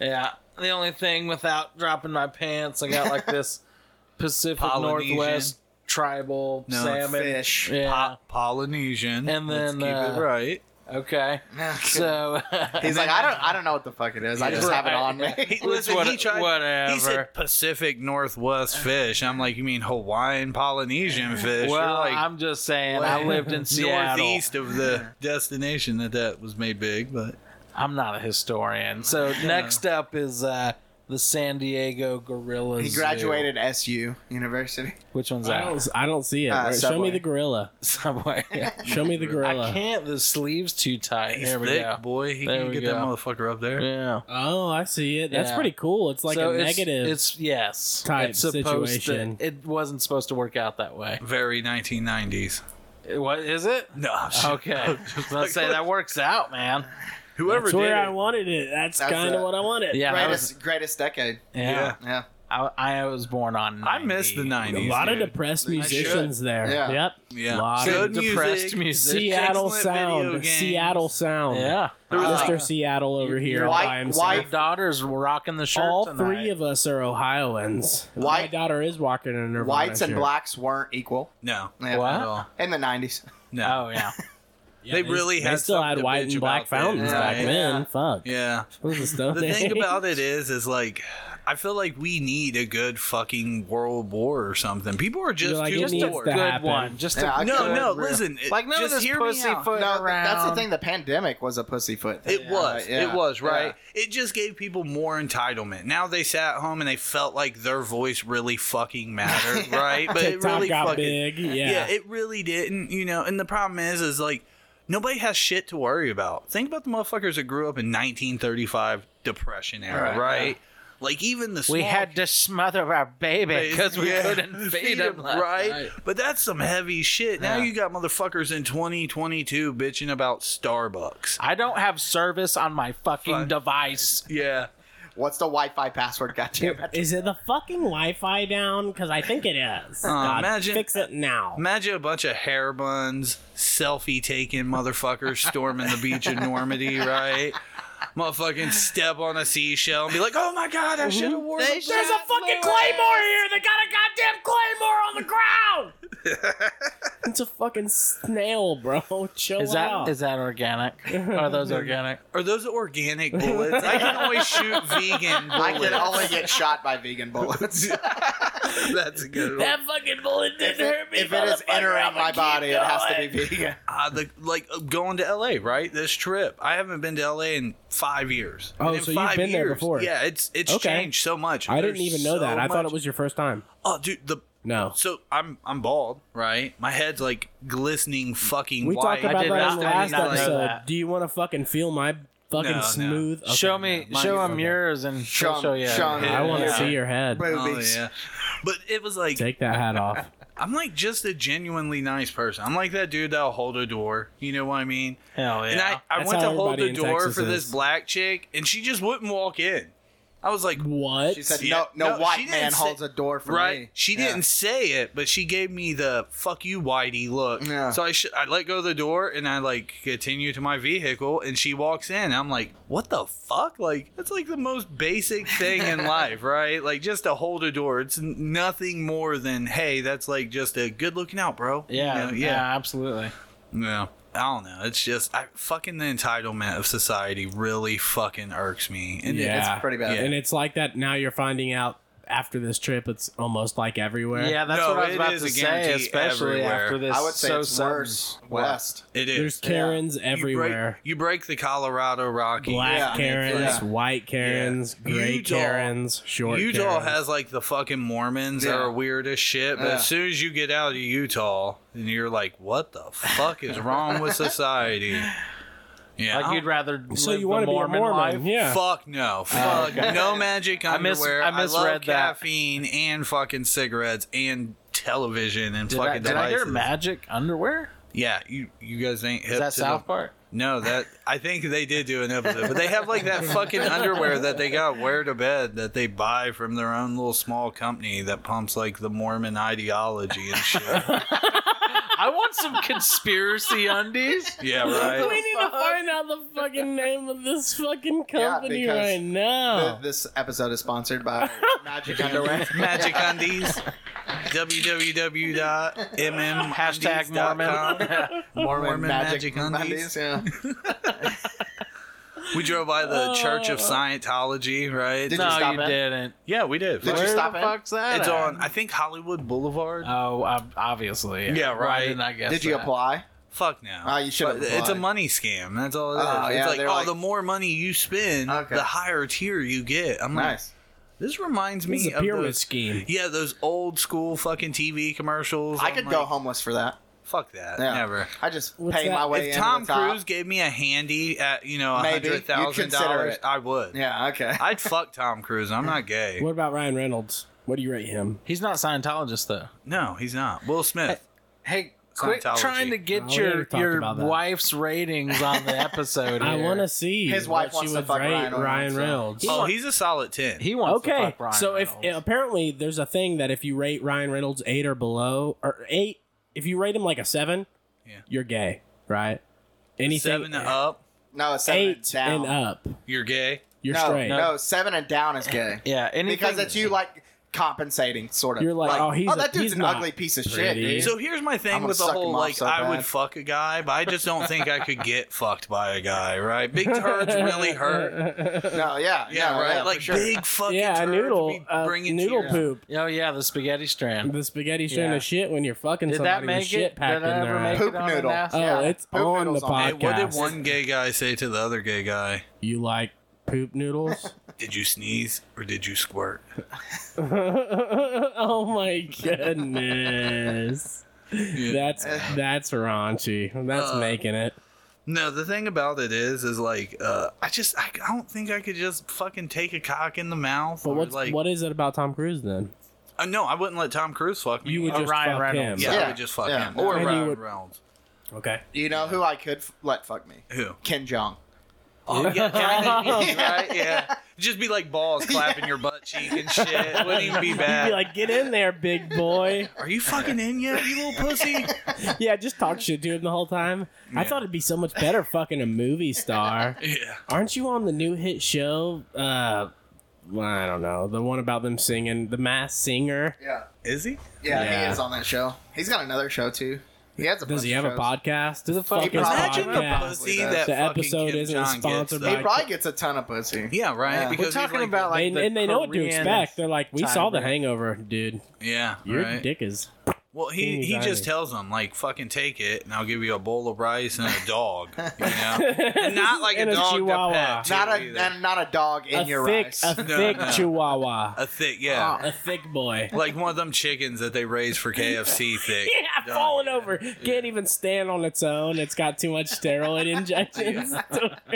[SPEAKER 2] Yeah.
[SPEAKER 3] Yeah. The only thing without dropping my pants, I got like this Pacific
[SPEAKER 2] Polynesian.
[SPEAKER 3] Northwest tribal
[SPEAKER 2] No,
[SPEAKER 3] salmon.
[SPEAKER 5] Fish.
[SPEAKER 3] Yeah.
[SPEAKER 2] Po- Polynesian.
[SPEAKER 3] And then,
[SPEAKER 2] Let's keep
[SPEAKER 3] uh,
[SPEAKER 2] it right.
[SPEAKER 3] Okay.
[SPEAKER 5] so
[SPEAKER 3] So
[SPEAKER 5] he's like, I don't I don't know what the fuck it is. I just have it on me.
[SPEAKER 2] He,
[SPEAKER 3] Which
[SPEAKER 2] listen,
[SPEAKER 3] what-
[SPEAKER 2] he tried. He
[SPEAKER 3] whatever.
[SPEAKER 2] said Pacific Northwest fish. I'm like, you mean Hawaiian Polynesian fish?
[SPEAKER 3] Well,
[SPEAKER 2] You're like
[SPEAKER 3] I'm just saying, I lived in Seattle.
[SPEAKER 2] northeast of the destination that that was made big, but
[SPEAKER 3] I'm not a historian. So next up is uh, the San Diego Gorillas.
[SPEAKER 5] He graduated SU University.
[SPEAKER 3] Which one's
[SPEAKER 4] I
[SPEAKER 3] that?
[SPEAKER 4] don't, I don't see it.
[SPEAKER 5] Uh,
[SPEAKER 4] Wait, show me
[SPEAKER 5] Subway.
[SPEAKER 4] the gorilla.
[SPEAKER 3] Subway.
[SPEAKER 4] Show me the gorilla.
[SPEAKER 3] I can't. The sleeve's too tight.
[SPEAKER 2] he's
[SPEAKER 3] There we
[SPEAKER 2] thick,
[SPEAKER 3] go.
[SPEAKER 2] boy. He
[SPEAKER 3] There
[SPEAKER 2] can
[SPEAKER 3] we
[SPEAKER 2] get
[SPEAKER 3] go.
[SPEAKER 2] that motherfucker up there.
[SPEAKER 3] Yeah.
[SPEAKER 4] Oh, I see it. That's
[SPEAKER 3] Yeah.
[SPEAKER 4] pretty cool. It's like
[SPEAKER 3] So
[SPEAKER 4] a
[SPEAKER 3] it's-
[SPEAKER 4] negative.
[SPEAKER 3] It's yes.
[SPEAKER 4] type
[SPEAKER 3] it's supposed
[SPEAKER 4] situation.
[SPEAKER 3] To, it wasn't supposed to work out that way.
[SPEAKER 2] Very 1990s.
[SPEAKER 3] It- What is it?
[SPEAKER 2] No, I'm just-
[SPEAKER 3] Okay. Let's say that works out, man.
[SPEAKER 2] whoever
[SPEAKER 4] That's
[SPEAKER 2] did
[SPEAKER 4] where I
[SPEAKER 2] it.
[SPEAKER 4] wanted it. That's,
[SPEAKER 5] That's
[SPEAKER 4] kind of
[SPEAKER 5] it.
[SPEAKER 4] what I wanted.
[SPEAKER 3] Yeah. that
[SPEAKER 5] greatest
[SPEAKER 3] was-
[SPEAKER 5] greatest decade.
[SPEAKER 3] yeah.
[SPEAKER 5] Yeah.
[SPEAKER 3] I, I was born on. 90.
[SPEAKER 2] I missed the 90s.
[SPEAKER 4] A lot of
[SPEAKER 2] dude.
[SPEAKER 4] depressed
[SPEAKER 2] I
[SPEAKER 4] musicians there.
[SPEAKER 5] Yeah.
[SPEAKER 4] Yep.
[SPEAKER 2] Yeah.
[SPEAKER 4] Lot
[SPEAKER 2] Good
[SPEAKER 4] of
[SPEAKER 3] Depressed
[SPEAKER 2] music.
[SPEAKER 3] music.
[SPEAKER 4] Seattle
[SPEAKER 2] Excellent video
[SPEAKER 4] sound.
[SPEAKER 2] games.
[SPEAKER 4] Seattle sound.
[SPEAKER 3] Yeah.
[SPEAKER 5] was
[SPEAKER 4] Mr.
[SPEAKER 5] like-
[SPEAKER 4] Seattle over here
[SPEAKER 5] White-
[SPEAKER 4] by himself.
[SPEAKER 5] white
[SPEAKER 3] My daughters were rocking the shirt.
[SPEAKER 4] All
[SPEAKER 3] tonight.
[SPEAKER 4] three of us are Ohioans. My
[SPEAKER 5] White-
[SPEAKER 4] daughter is walking in a Nirvana
[SPEAKER 5] Whites and
[SPEAKER 4] shirt.
[SPEAKER 5] blacks weren't equal.
[SPEAKER 2] No.
[SPEAKER 5] Yeah.
[SPEAKER 3] What?
[SPEAKER 2] Not at all.
[SPEAKER 5] In the nineties.
[SPEAKER 2] No.
[SPEAKER 3] Oh yeah.
[SPEAKER 4] Yeah,
[SPEAKER 2] They really
[SPEAKER 4] they
[SPEAKER 2] had
[SPEAKER 4] still had
[SPEAKER 2] something to
[SPEAKER 4] white
[SPEAKER 2] bitch
[SPEAKER 4] and black
[SPEAKER 2] about then,
[SPEAKER 4] fountains
[SPEAKER 2] right?
[SPEAKER 4] back then. Fuck.
[SPEAKER 2] Yeah.
[SPEAKER 4] What was the
[SPEAKER 2] The thing about it is, is like, I feel like we need a good fucking world war or something. People are just
[SPEAKER 4] You're like,
[SPEAKER 2] too
[SPEAKER 4] it
[SPEAKER 3] Just
[SPEAKER 4] needs
[SPEAKER 3] a
[SPEAKER 4] to
[SPEAKER 2] bored.
[SPEAKER 3] good
[SPEAKER 4] happen.
[SPEAKER 3] one. Just
[SPEAKER 5] Yeah, I
[SPEAKER 3] a
[SPEAKER 2] No,
[SPEAKER 5] could-
[SPEAKER 2] no,
[SPEAKER 3] real-
[SPEAKER 2] listen. it-
[SPEAKER 3] Like none
[SPEAKER 2] just
[SPEAKER 3] of this
[SPEAKER 2] hear me out.
[SPEAKER 3] pussyfoot
[SPEAKER 5] No, th-
[SPEAKER 3] around.
[SPEAKER 5] that's the thing. The pandemic was a pussyfoot. Thing.
[SPEAKER 2] It was.
[SPEAKER 5] Yeah,
[SPEAKER 2] It was, right?
[SPEAKER 5] yeah.
[SPEAKER 2] It just gave people more entitlement. Now they sat at home and they felt like their voice really fucking mattered, right? But it
[SPEAKER 4] TikTok
[SPEAKER 2] really
[SPEAKER 4] got
[SPEAKER 2] fucking
[SPEAKER 4] big. Yeah.
[SPEAKER 2] it really didn't, you know. And the problem is is like nobody has shit to worry about. Think about the motherfuckers that grew up in 1935 depression era, right?
[SPEAKER 5] Right,
[SPEAKER 2] Like even the small
[SPEAKER 3] We had to smother our baby
[SPEAKER 2] kids-
[SPEAKER 3] because we
[SPEAKER 2] Yeah.
[SPEAKER 3] couldn't feed him. last
[SPEAKER 2] right?
[SPEAKER 3] night.
[SPEAKER 2] But that's some heavy shit. Now
[SPEAKER 3] Yeah.
[SPEAKER 2] you got motherfuckers in 2022 bitching about Starbucks.
[SPEAKER 3] I don't have service on my fucking
[SPEAKER 2] Fine.
[SPEAKER 3] device.
[SPEAKER 2] Yeah.
[SPEAKER 5] What's the Wi-Fi password? Goddamn it!
[SPEAKER 4] Is it the fucking Wi-Fi down? Because I think it is. God,
[SPEAKER 2] imagine-
[SPEAKER 4] fix it now.
[SPEAKER 2] Imagine a bunch of hair buns, selfie taking motherfuckers storming the beach in Normandy, right? Motherfucking step on a seashell and be like, "Oh my god, I
[SPEAKER 3] Mhm.
[SPEAKER 2] should have worn." a bra."
[SPEAKER 4] There's a fucking claymore here. They got a goddamn claymore on the ground. it's a fucking snail, bro. Chill
[SPEAKER 3] Is that
[SPEAKER 4] out.
[SPEAKER 3] is that organic? Are those organic?
[SPEAKER 2] Are those organic bullets? I can always shoot vegan bullets.
[SPEAKER 5] I can only get shot by vegan bullets.
[SPEAKER 2] That's a good one.
[SPEAKER 4] that fucking bullet didn't
[SPEAKER 5] if it,
[SPEAKER 4] hurt me.
[SPEAKER 5] if it is
[SPEAKER 4] motherfucker.
[SPEAKER 5] entering
[SPEAKER 4] I'ma
[SPEAKER 5] my
[SPEAKER 4] keep
[SPEAKER 5] body, it has to
[SPEAKER 4] going.
[SPEAKER 5] be vegan.
[SPEAKER 2] Uh, the, like uh, going to LA, right? This trip. I haven't been to LA in five years.
[SPEAKER 4] Oh,
[SPEAKER 2] And in
[SPEAKER 4] so you've
[SPEAKER 2] five
[SPEAKER 4] been there
[SPEAKER 2] years-
[SPEAKER 4] before.
[SPEAKER 2] Yeah, it's it's
[SPEAKER 4] Okay.
[SPEAKER 2] changed so much.
[SPEAKER 4] I didn't
[SPEAKER 2] There's
[SPEAKER 4] even know
[SPEAKER 2] so
[SPEAKER 4] that. I thought it
[SPEAKER 2] much-
[SPEAKER 4] was your first time.
[SPEAKER 2] Oh, dude, the
[SPEAKER 4] No.
[SPEAKER 2] So I'm I'm bald, right? My head's like glistening fucking
[SPEAKER 4] We
[SPEAKER 2] white.
[SPEAKER 4] talked about
[SPEAKER 3] did
[SPEAKER 4] that
[SPEAKER 3] not-
[SPEAKER 4] in the
[SPEAKER 3] I
[SPEAKER 4] last
[SPEAKER 3] did not know
[SPEAKER 4] episode.
[SPEAKER 3] that.
[SPEAKER 4] Do you want to fucking feel my fucking
[SPEAKER 2] No, no.
[SPEAKER 4] smooth? Okay,
[SPEAKER 3] show me,
[SPEAKER 4] no.
[SPEAKER 3] show
[SPEAKER 4] Mine-
[SPEAKER 3] him
[SPEAKER 4] okay.
[SPEAKER 3] yours, and
[SPEAKER 5] Show
[SPEAKER 3] show,
[SPEAKER 5] 'em-
[SPEAKER 3] show you.
[SPEAKER 5] show 'em
[SPEAKER 4] I want to
[SPEAKER 5] Yeah.
[SPEAKER 4] see your head.
[SPEAKER 2] Oh,
[SPEAKER 5] Movies.
[SPEAKER 2] yeah. But it was like
[SPEAKER 4] Take that hat off.
[SPEAKER 2] I'm like just a genuinely nice person. I'm like that dude that'll hold a door. You know what I mean?
[SPEAKER 3] Hell yeah!
[SPEAKER 2] And I, I
[SPEAKER 4] That's
[SPEAKER 2] went
[SPEAKER 4] how
[SPEAKER 2] to hold
[SPEAKER 4] everybody
[SPEAKER 2] the
[SPEAKER 4] in
[SPEAKER 2] door
[SPEAKER 4] Texas
[SPEAKER 2] for this
[SPEAKER 4] is.
[SPEAKER 2] black chick and she just wouldn't walk in. I was like,
[SPEAKER 4] What?
[SPEAKER 5] She said,
[SPEAKER 2] Yeah.
[SPEAKER 5] "No, no,
[SPEAKER 2] No, she
[SPEAKER 5] white
[SPEAKER 2] didn't
[SPEAKER 5] man
[SPEAKER 2] say-
[SPEAKER 5] holds a door for
[SPEAKER 2] right?
[SPEAKER 5] me."
[SPEAKER 2] She
[SPEAKER 5] Yeah.
[SPEAKER 2] didn't say it, but she gave me the "fuck you, Whitey" look.
[SPEAKER 5] Yeah.
[SPEAKER 2] So I sh- I let go of the door and I like continue to my vehicle, and she walks in. I'm like, "What the fuck?" Like that's like the most basic thing in life, right? Like just to hold a door. It's n- nothing more than, "Hey, that's like just a good looking out, bro." You
[SPEAKER 3] yeah,
[SPEAKER 2] know,
[SPEAKER 3] yeah, absolutely.
[SPEAKER 2] yeah, yeah. I don't know. It's just I fucking the entitlement of society really fucking irks me. And it-
[SPEAKER 4] yeah,
[SPEAKER 5] it's pretty bad.
[SPEAKER 4] And it's like that now. You're finding out after this trip, it's almost like everywhere.
[SPEAKER 3] Yeah, that's
[SPEAKER 2] No,
[SPEAKER 3] what I
[SPEAKER 2] it
[SPEAKER 3] was about
[SPEAKER 2] is
[SPEAKER 3] to
[SPEAKER 2] a
[SPEAKER 3] say,
[SPEAKER 2] guarantee
[SPEAKER 3] especially
[SPEAKER 2] everywhere.
[SPEAKER 3] after this.
[SPEAKER 5] I would say
[SPEAKER 3] so
[SPEAKER 5] it's
[SPEAKER 3] sudden-
[SPEAKER 5] worse west.
[SPEAKER 2] it is.
[SPEAKER 4] there's Karens everywhere.
[SPEAKER 2] You break, you break the Colorado Rocky.
[SPEAKER 4] Black
[SPEAKER 5] Yeah.
[SPEAKER 4] Karens,
[SPEAKER 5] Yeah.
[SPEAKER 4] white Karens,
[SPEAKER 2] Yeah.
[SPEAKER 4] gray
[SPEAKER 2] Utah-
[SPEAKER 4] Karens, short
[SPEAKER 2] Utah
[SPEAKER 4] Karens.
[SPEAKER 2] has like the fucking Mormons that
[SPEAKER 5] Yeah.
[SPEAKER 2] are weird as shit, but
[SPEAKER 5] Yeah.
[SPEAKER 2] as soon as you get out of Utah, and you're like, what the fuck is wrong with society? Yeah.
[SPEAKER 3] Like
[SPEAKER 2] I
[SPEAKER 3] you'd
[SPEAKER 2] don't-
[SPEAKER 3] rather
[SPEAKER 4] so
[SPEAKER 3] live
[SPEAKER 4] you
[SPEAKER 3] the
[SPEAKER 4] want to be a
[SPEAKER 3] Mormon,
[SPEAKER 4] Mormon?
[SPEAKER 3] life.
[SPEAKER 4] Yeah.
[SPEAKER 2] Fuck
[SPEAKER 3] Oh,
[SPEAKER 2] no. Fuck no magic
[SPEAKER 3] I miss-
[SPEAKER 2] underwear.
[SPEAKER 3] I
[SPEAKER 2] I, love
[SPEAKER 3] misread that.
[SPEAKER 2] caffeine and fucking cigarettes and television and
[SPEAKER 3] Did, I,
[SPEAKER 2] fucking
[SPEAKER 3] did I hear
[SPEAKER 2] devices.
[SPEAKER 3] magic underwear?
[SPEAKER 2] yeah, you you guys ain't hip
[SPEAKER 3] Is that
[SPEAKER 2] to the-
[SPEAKER 3] South Park?
[SPEAKER 2] No, that I think they did do an episode, but they have like that fucking underwear that they got wear to bed that they buy from their own little small company that pumps like the Mormon ideology and shit.
[SPEAKER 3] I want some conspiracy undies.
[SPEAKER 2] Yeah,
[SPEAKER 4] we
[SPEAKER 2] right.
[SPEAKER 4] need to find out the fucking name of this fucking company
[SPEAKER 5] because
[SPEAKER 4] right now.
[SPEAKER 2] Oh.
[SPEAKER 5] Th- This episode is sponsored by Magic Underwear.
[SPEAKER 2] Magic undies. www.mm
[SPEAKER 3] Hashtag Mormon.
[SPEAKER 2] Mormon magic,
[SPEAKER 5] Undies,
[SPEAKER 2] undies.
[SPEAKER 5] Yeah.
[SPEAKER 2] We drove by the Church of Scientology, right?
[SPEAKER 5] Did you
[SPEAKER 3] no,
[SPEAKER 5] stop
[SPEAKER 3] you
[SPEAKER 5] it?
[SPEAKER 3] didn't.
[SPEAKER 2] yeah, we did.
[SPEAKER 5] Did you
[SPEAKER 3] Where
[SPEAKER 5] stop
[SPEAKER 3] the
[SPEAKER 5] in?
[SPEAKER 3] fuck's that?
[SPEAKER 2] it's
[SPEAKER 3] at?
[SPEAKER 2] on, I think Hollywood Boulevard.
[SPEAKER 3] Oh, ob- obviously.
[SPEAKER 2] Yeah, right.
[SPEAKER 3] Why didn't I guess?
[SPEAKER 5] Did you
[SPEAKER 3] that?
[SPEAKER 5] apply?
[SPEAKER 2] Fuck no.
[SPEAKER 5] Ah, you should've
[SPEAKER 2] But It's a
[SPEAKER 5] applied.
[SPEAKER 2] money scam. That's all it is.
[SPEAKER 5] Oh, yeah,
[SPEAKER 2] it's like,
[SPEAKER 5] they're
[SPEAKER 2] oh,
[SPEAKER 5] like-
[SPEAKER 2] the more money you spend,
[SPEAKER 5] Okay.
[SPEAKER 2] the higher tier you get. I'm like,
[SPEAKER 5] Nice.
[SPEAKER 2] this reminds
[SPEAKER 4] It's
[SPEAKER 2] me
[SPEAKER 4] a
[SPEAKER 2] of
[SPEAKER 4] pyramid
[SPEAKER 2] those,
[SPEAKER 4] scheme.
[SPEAKER 2] yeah, those old school fucking TV commercials.
[SPEAKER 5] I
[SPEAKER 2] I'm
[SPEAKER 5] could
[SPEAKER 2] like,
[SPEAKER 5] go homeless for that.
[SPEAKER 2] Fuck that.
[SPEAKER 5] Yeah.
[SPEAKER 2] Never.
[SPEAKER 5] I just
[SPEAKER 4] What's
[SPEAKER 5] pay
[SPEAKER 4] that?
[SPEAKER 5] my way
[SPEAKER 2] If
[SPEAKER 5] in.
[SPEAKER 2] Tom
[SPEAKER 5] the top.
[SPEAKER 2] Cruise gave me a handy at you know a
[SPEAKER 5] Maybe.
[SPEAKER 2] hundred
[SPEAKER 5] You'd
[SPEAKER 2] thousand
[SPEAKER 5] consider
[SPEAKER 2] dollars,
[SPEAKER 5] it.
[SPEAKER 2] I would.
[SPEAKER 5] Yeah. Okay.
[SPEAKER 2] I'd fuck Tom Cruise. I'm not gay.
[SPEAKER 4] What about Ryan Reynolds? What do you rate him?
[SPEAKER 3] He's not Scientologist though.
[SPEAKER 2] No, he's not. Will Smith.
[SPEAKER 3] Hey, quit
[SPEAKER 2] Scientology.
[SPEAKER 3] trying to
[SPEAKER 4] Oh, we
[SPEAKER 3] get
[SPEAKER 4] already
[SPEAKER 3] your
[SPEAKER 4] talked
[SPEAKER 3] your
[SPEAKER 4] about that.
[SPEAKER 3] wife's ratings on the episode.
[SPEAKER 4] I
[SPEAKER 3] here.
[SPEAKER 4] want to see
[SPEAKER 5] His wife
[SPEAKER 4] what she
[SPEAKER 5] wants to
[SPEAKER 4] would
[SPEAKER 5] fuck
[SPEAKER 4] rate
[SPEAKER 5] Ryan Reynolds, so-
[SPEAKER 4] Reynolds.
[SPEAKER 2] oh, he's a solid ten.
[SPEAKER 3] He wants to
[SPEAKER 4] okay,
[SPEAKER 3] fuck Ryan
[SPEAKER 4] so if
[SPEAKER 3] Reynolds.
[SPEAKER 4] apparently there's a thing that if you rate Ryan Reynolds eight or below or eight, if you rate him like a seven,
[SPEAKER 2] Yeah.
[SPEAKER 4] you're gay, right? Anything
[SPEAKER 2] Seven and up,
[SPEAKER 5] No, seven
[SPEAKER 4] eight
[SPEAKER 5] and down.
[SPEAKER 4] and up,
[SPEAKER 2] you're gay.
[SPEAKER 4] you're
[SPEAKER 5] no,
[SPEAKER 4] straight.
[SPEAKER 5] no, seven and down is gay.
[SPEAKER 3] yeah, anything
[SPEAKER 5] because it's you like compensating, sort of.
[SPEAKER 4] You're like, oh, he's a-
[SPEAKER 5] that dude's
[SPEAKER 4] he's
[SPEAKER 5] an
[SPEAKER 4] not
[SPEAKER 5] ugly piece of shit,
[SPEAKER 4] pretty.
[SPEAKER 5] dude.
[SPEAKER 2] So here's my
[SPEAKER 5] I'm
[SPEAKER 2] thing
[SPEAKER 5] gonna
[SPEAKER 2] with the
[SPEAKER 5] suck
[SPEAKER 2] whole
[SPEAKER 5] him off
[SPEAKER 2] like
[SPEAKER 5] so
[SPEAKER 2] I
[SPEAKER 5] bad.
[SPEAKER 2] would fuck a guy, but I just don't think I could get fucked by a guy, right? Big turds really hurt.
[SPEAKER 5] no, yeah,
[SPEAKER 2] Yeah,
[SPEAKER 5] no,
[SPEAKER 2] right.
[SPEAKER 5] for
[SPEAKER 2] like
[SPEAKER 5] sure.
[SPEAKER 2] big fucking
[SPEAKER 4] yeah, a
[SPEAKER 2] turds
[SPEAKER 4] noodle,
[SPEAKER 2] be
[SPEAKER 4] uh,
[SPEAKER 2] bringing to
[SPEAKER 4] noodle
[SPEAKER 2] your-
[SPEAKER 4] poop.
[SPEAKER 3] Oh yeah, the spaghetti strand.
[SPEAKER 4] The spaghetti shit
[SPEAKER 3] Yeah.
[SPEAKER 4] of shit when you're fucking
[SPEAKER 3] Did that
[SPEAKER 4] somebody
[SPEAKER 3] make
[SPEAKER 4] with shit
[SPEAKER 3] it?
[SPEAKER 4] packed
[SPEAKER 3] Did I
[SPEAKER 4] in
[SPEAKER 3] ever
[SPEAKER 4] their ass.
[SPEAKER 3] make it
[SPEAKER 5] Poop
[SPEAKER 3] on the
[SPEAKER 5] noodle.
[SPEAKER 3] nas-
[SPEAKER 4] Oh,
[SPEAKER 5] Yeah,
[SPEAKER 4] it's
[SPEAKER 5] poop
[SPEAKER 4] on
[SPEAKER 5] noodles
[SPEAKER 4] the
[SPEAKER 5] on
[SPEAKER 2] Hey,
[SPEAKER 4] podcast.
[SPEAKER 2] what did one gay guy say to the other gay guy?
[SPEAKER 4] You like poop noodles?
[SPEAKER 2] Did you sneeze or did you squirt?
[SPEAKER 4] oh my goodness. That's that's raunchy. That's
[SPEAKER 2] Eh. Uh,
[SPEAKER 4] making it.
[SPEAKER 2] No, the thing about it is, is like, uh, I just, I, I don't think I could just fucking take a cock in the mouth.
[SPEAKER 4] But
[SPEAKER 2] or
[SPEAKER 4] what's
[SPEAKER 2] like,
[SPEAKER 4] what is it about Tom Cruise then?
[SPEAKER 2] Uh, no, I wouldn't let Tom Cruise fuck me.
[SPEAKER 4] You would
[SPEAKER 3] Uh,
[SPEAKER 4] just
[SPEAKER 3] Ryan
[SPEAKER 4] fuck
[SPEAKER 3] Reynolds.
[SPEAKER 4] him.
[SPEAKER 2] yeah, I
[SPEAKER 5] Yeah,
[SPEAKER 2] would just fuck
[SPEAKER 5] yeah.
[SPEAKER 2] him.
[SPEAKER 5] Or
[SPEAKER 2] Not
[SPEAKER 4] you
[SPEAKER 2] Ryan
[SPEAKER 4] would-
[SPEAKER 2] Reynolds.
[SPEAKER 4] Okay.
[SPEAKER 5] You know who I could f- let fuck me?
[SPEAKER 2] Who?
[SPEAKER 5] Ken Jong.
[SPEAKER 2] Oh, yeah, kinda, right? Yeah. Just be like balls clapping your butt cheek and shit. Wouldn't even be
[SPEAKER 4] You'd
[SPEAKER 2] bad.
[SPEAKER 4] be like, get in there, big boy.
[SPEAKER 2] Are you fucking in yet, you little pussy?
[SPEAKER 4] yeah, just talk shit to him the whole time. I
[SPEAKER 2] Yeah.
[SPEAKER 4] thought it'd be so much better fucking a movie star.
[SPEAKER 2] Yeah.
[SPEAKER 4] Aren't you on the new hit show? Uh, well, I don't know. The one about them singing, The Masked Singer.
[SPEAKER 5] Yeah.
[SPEAKER 2] Is he?
[SPEAKER 5] yeah,
[SPEAKER 4] Yeah.
[SPEAKER 5] he is on that show. He's got another show too. He has a.
[SPEAKER 4] Does
[SPEAKER 5] bunch
[SPEAKER 4] he
[SPEAKER 5] of
[SPEAKER 4] have a
[SPEAKER 5] shows.
[SPEAKER 4] podcast? Does a fucking
[SPEAKER 5] probably-
[SPEAKER 2] Imagine
[SPEAKER 4] podcast?
[SPEAKER 2] the pussy
[SPEAKER 5] Yeah.
[SPEAKER 2] that
[SPEAKER 4] The
[SPEAKER 2] fucking
[SPEAKER 4] episode
[SPEAKER 2] Kim
[SPEAKER 4] isn't
[SPEAKER 2] John
[SPEAKER 4] sponsored
[SPEAKER 2] gets,
[SPEAKER 4] by-
[SPEAKER 5] He
[SPEAKER 2] though.
[SPEAKER 5] probably gets a ton of pussy.
[SPEAKER 2] Yeah, right.
[SPEAKER 5] Yeah.
[SPEAKER 2] Because he's
[SPEAKER 3] We're talking
[SPEAKER 2] like
[SPEAKER 3] about
[SPEAKER 2] the-
[SPEAKER 3] like
[SPEAKER 4] They-
[SPEAKER 3] the
[SPEAKER 4] and they know what to
[SPEAKER 3] Korean-
[SPEAKER 4] expect. They're like, we saw the
[SPEAKER 3] time.
[SPEAKER 4] hangover, dude.
[SPEAKER 2] yeah,
[SPEAKER 4] Your
[SPEAKER 2] right.
[SPEAKER 4] dick is.
[SPEAKER 2] Well, he,
[SPEAKER 4] King
[SPEAKER 2] he
[SPEAKER 4] Johnny.
[SPEAKER 2] just tells them like fucking take it, and I'll give you a bowl of rice and a dog. You know, and not like
[SPEAKER 4] And
[SPEAKER 2] a
[SPEAKER 4] a
[SPEAKER 2] dog
[SPEAKER 4] chihuahua.
[SPEAKER 2] to pet. too,
[SPEAKER 5] Not
[SPEAKER 2] either.
[SPEAKER 5] a and not a dog in
[SPEAKER 4] a
[SPEAKER 5] your
[SPEAKER 4] thick,
[SPEAKER 5] rice.
[SPEAKER 4] a
[SPEAKER 2] No,
[SPEAKER 4] thick
[SPEAKER 2] no.
[SPEAKER 4] chihuahua,
[SPEAKER 2] a thick, yeah,
[SPEAKER 4] a thick boy.
[SPEAKER 2] like one of them chickens that they raise for KFC. Thick,
[SPEAKER 4] Yeah,
[SPEAKER 2] Dog.
[SPEAKER 4] falling over, can't even stand on its own. It's got too much steroid injections.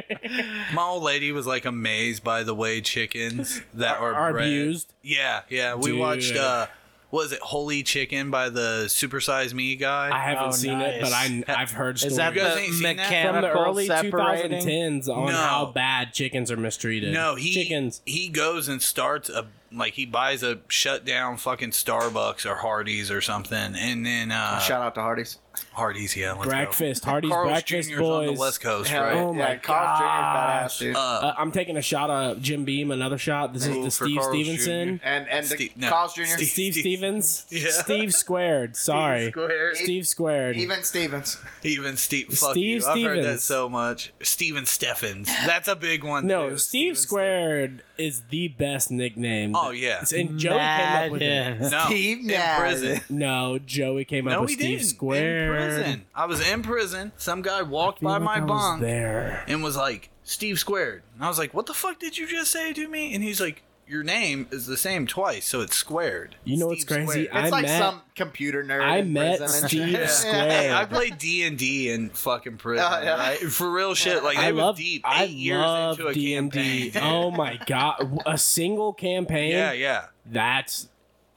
[SPEAKER 2] My old lady was like amazed by the way chickens that are,
[SPEAKER 4] Are
[SPEAKER 2] bred-
[SPEAKER 4] abused.
[SPEAKER 2] Yeah, yeah. We
[SPEAKER 4] Dude.
[SPEAKER 2] watched. uh what is it Holy Chicken by the Super Size Me guy?
[SPEAKER 4] I haven't
[SPEAKER 3] Oh,
[SPEAKER 4] seen it, but I I've heard stories
[SPEAKER 3] Is that
[SPEAKER 2] You guys
[SPEAKER 3] the
[SPEAKER 2] ain't seen that?
[SPEAKER 4] from the
[SPEAKER 3] mechanical
[SPEAKER 4] early
[SPEAKER 3] separating?
[SPEAKER 4] 2010s on
[SPEAKER 2] No.
[SPEAKER 4] how bad chickens are mistreated.
[SPEAKER 2] No, he
[SPEAKER 4] chickens.
[SPEAKER 2] He goes and starts a like he buys a shut down fucking Starbucks or Hardee's or something, and then uh,
[SPEAKER 5] Shout out to Hardy's.
[SPEAKER 2] Hardee's, yeah, let's
[SPEAKER 4] Breakfast,
[SPEAKER 2] Go.
[SPEAKER 4] Hardy's
[SPEAKER 2] Carl's
[SPEAKER 4] breakfast
[SPEAKER 2] Jr.'s on
[SPEAKER 4] boys.
[SPEAKER 2] the West Coast,
[SPEAKER 5] Hell,
[SPEAKER 2] right?
[SPEAKER 4] Oh
[SPEAKER 5] yeah,
[SPEAKER 4] my
[SPEAKER 5] Carl's
[SPEAKER 4] gosh.
[SPEAKER 5] Jr. is badass, dude.
[SPEAKER 4] Uh, I'm taking a shot of Jim Beam. Another shot. This is
[SPEAKER 2] Ooh,
[SPEAKER 4] the
[SPEAKER 2] for
[SPEAKER 4] Steve
[SPEAKER 2] Carl's
[SPEAKER 4] Stevenson.
[SPEAKER 5] and and the
[SPEAKER 2] Steve- no,
[SPEAKER 5] Carl's Jr.
[SPEAKER 2] Steve-
[SPEAKER 4] Steve Stevens.
[SPEAKER 2] Yeah.
[SPEAKER 4] Steve squared. Sorry.
[SPEAKER 2] Squared.
[SPEAKER 4] Steve squared.
[SPEAKER 5] Even Stevens.
[SPEAKER 2] Even Steve, fuck
[SPEAKER 4] Steve
[SPEAKER 2] you. I've heard that
[SPEAKER 4] Stevens.
[SPEAKER 2] so much. Steven Steffens. That's a big one.
[SPEAKER 4] No,
[SPEAKER 2] too.
[SPEAKER 4] Steve
[SPEAKER 2] Steven
[SPEAKER 4] Squared is the best nickname.
[SPEAKER 2] Oh, yeah.
[SPEAKER 4] and Joey came up with it.
[SPEAKER 2] Steffens. No,
[SPEAKER 5] Steve
[SPEAKER 2] in
[SPEAKER 5] Madden.
[SPEAKER 2] prison.
[SPEAKER 4] No, Joey came up
[SPEAKER 2] No,
[SPEAKER 4] with
[SPEAKER 2] he
[SPEAKER 4] Steve
[SPEAKER 2] didn't.
[SPEAKER 4] Squared.
[SPEAKER 2] In prison. I was in prison. Some guy walked
[SPEAKER 4] Feel
[SPEAKER 2] by
[SPEAKER 4] like
[SPEAKER 2] my
[SPEAKER 4] I was
[SPEAKER 2] bunk.
[SPEAKER 4] there.
[SPEAKER 2] and was like, Steve Squared. And I was like, what the fuck did you just say to me? And he's like, your name is the same twice, so it's squared.
[SPEAKER 4] You know what's
[SPEAKER 2] Steve
[SPEAKER 4] crazy?
[SPEAKER 2] Squared.
[SPEAKER 5] It's
[SPEAKER 4] I
[SPEAKER 5] like
[SPEAKER 4] met-
[SPEAKER 5] some computer nerd.
[SPEAKER 4] I
[SPEAKER 5] in
[SPEAKER 4] met
[SPEAKER 5] prison and
[SPEAKER 4] Steve
[SPEAKER 5] shit. Yeah.
[SPEAKER 4] Square.
[SPEAKER 2] Hey, I played D and D in fucking prison,
[SPEAKER 5] Yeah, yeah.
[SPEAKER 2] right? For real shit. Like
[SPEAKER 4] I
[SPEAKER 2] they
[SPEAKER 4] love
[SPEAKER 2] was deep. Eight
[SPEAKER 4] I
[SPEAKER 2] years
[SPEAKER 4] love
[SPEAKER 2] into a
[SPEAKER 4] D&D.
[SPEAKER 2] campaign.
[SPEAKER 4] Oh my god, a single campaign?
[SPEAKER 2] yeah, yeah.
[SPEAKER 4] That's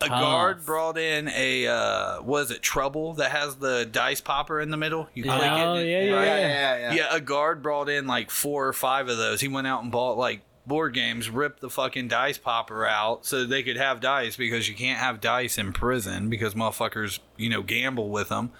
[SPEAKER 2] A guard brought in a uh, was it trouble that has the dice popper in the middle? You click it.
[SPEAKER 4] Oh,
[SPEAKER 2] and
[SPEAKER 4] yeah,
[SPEAKER 2] it-
[SPEAKER 4] yeah,
[SPEAKER 5] Yeah,
[SPEAKER 2] right?
[SPEAKER 5] yeah, yeah,
[SPEAKER 2] Yeah.
[SPEAKER 5] yeah.
[SPEAKER 2] a guard brought in like four or five of those. He went out and bought like board games, ripped the fucking dice popper out so they could have dice because you can't have dice in prison because motherfuckers, you know, gamble with them.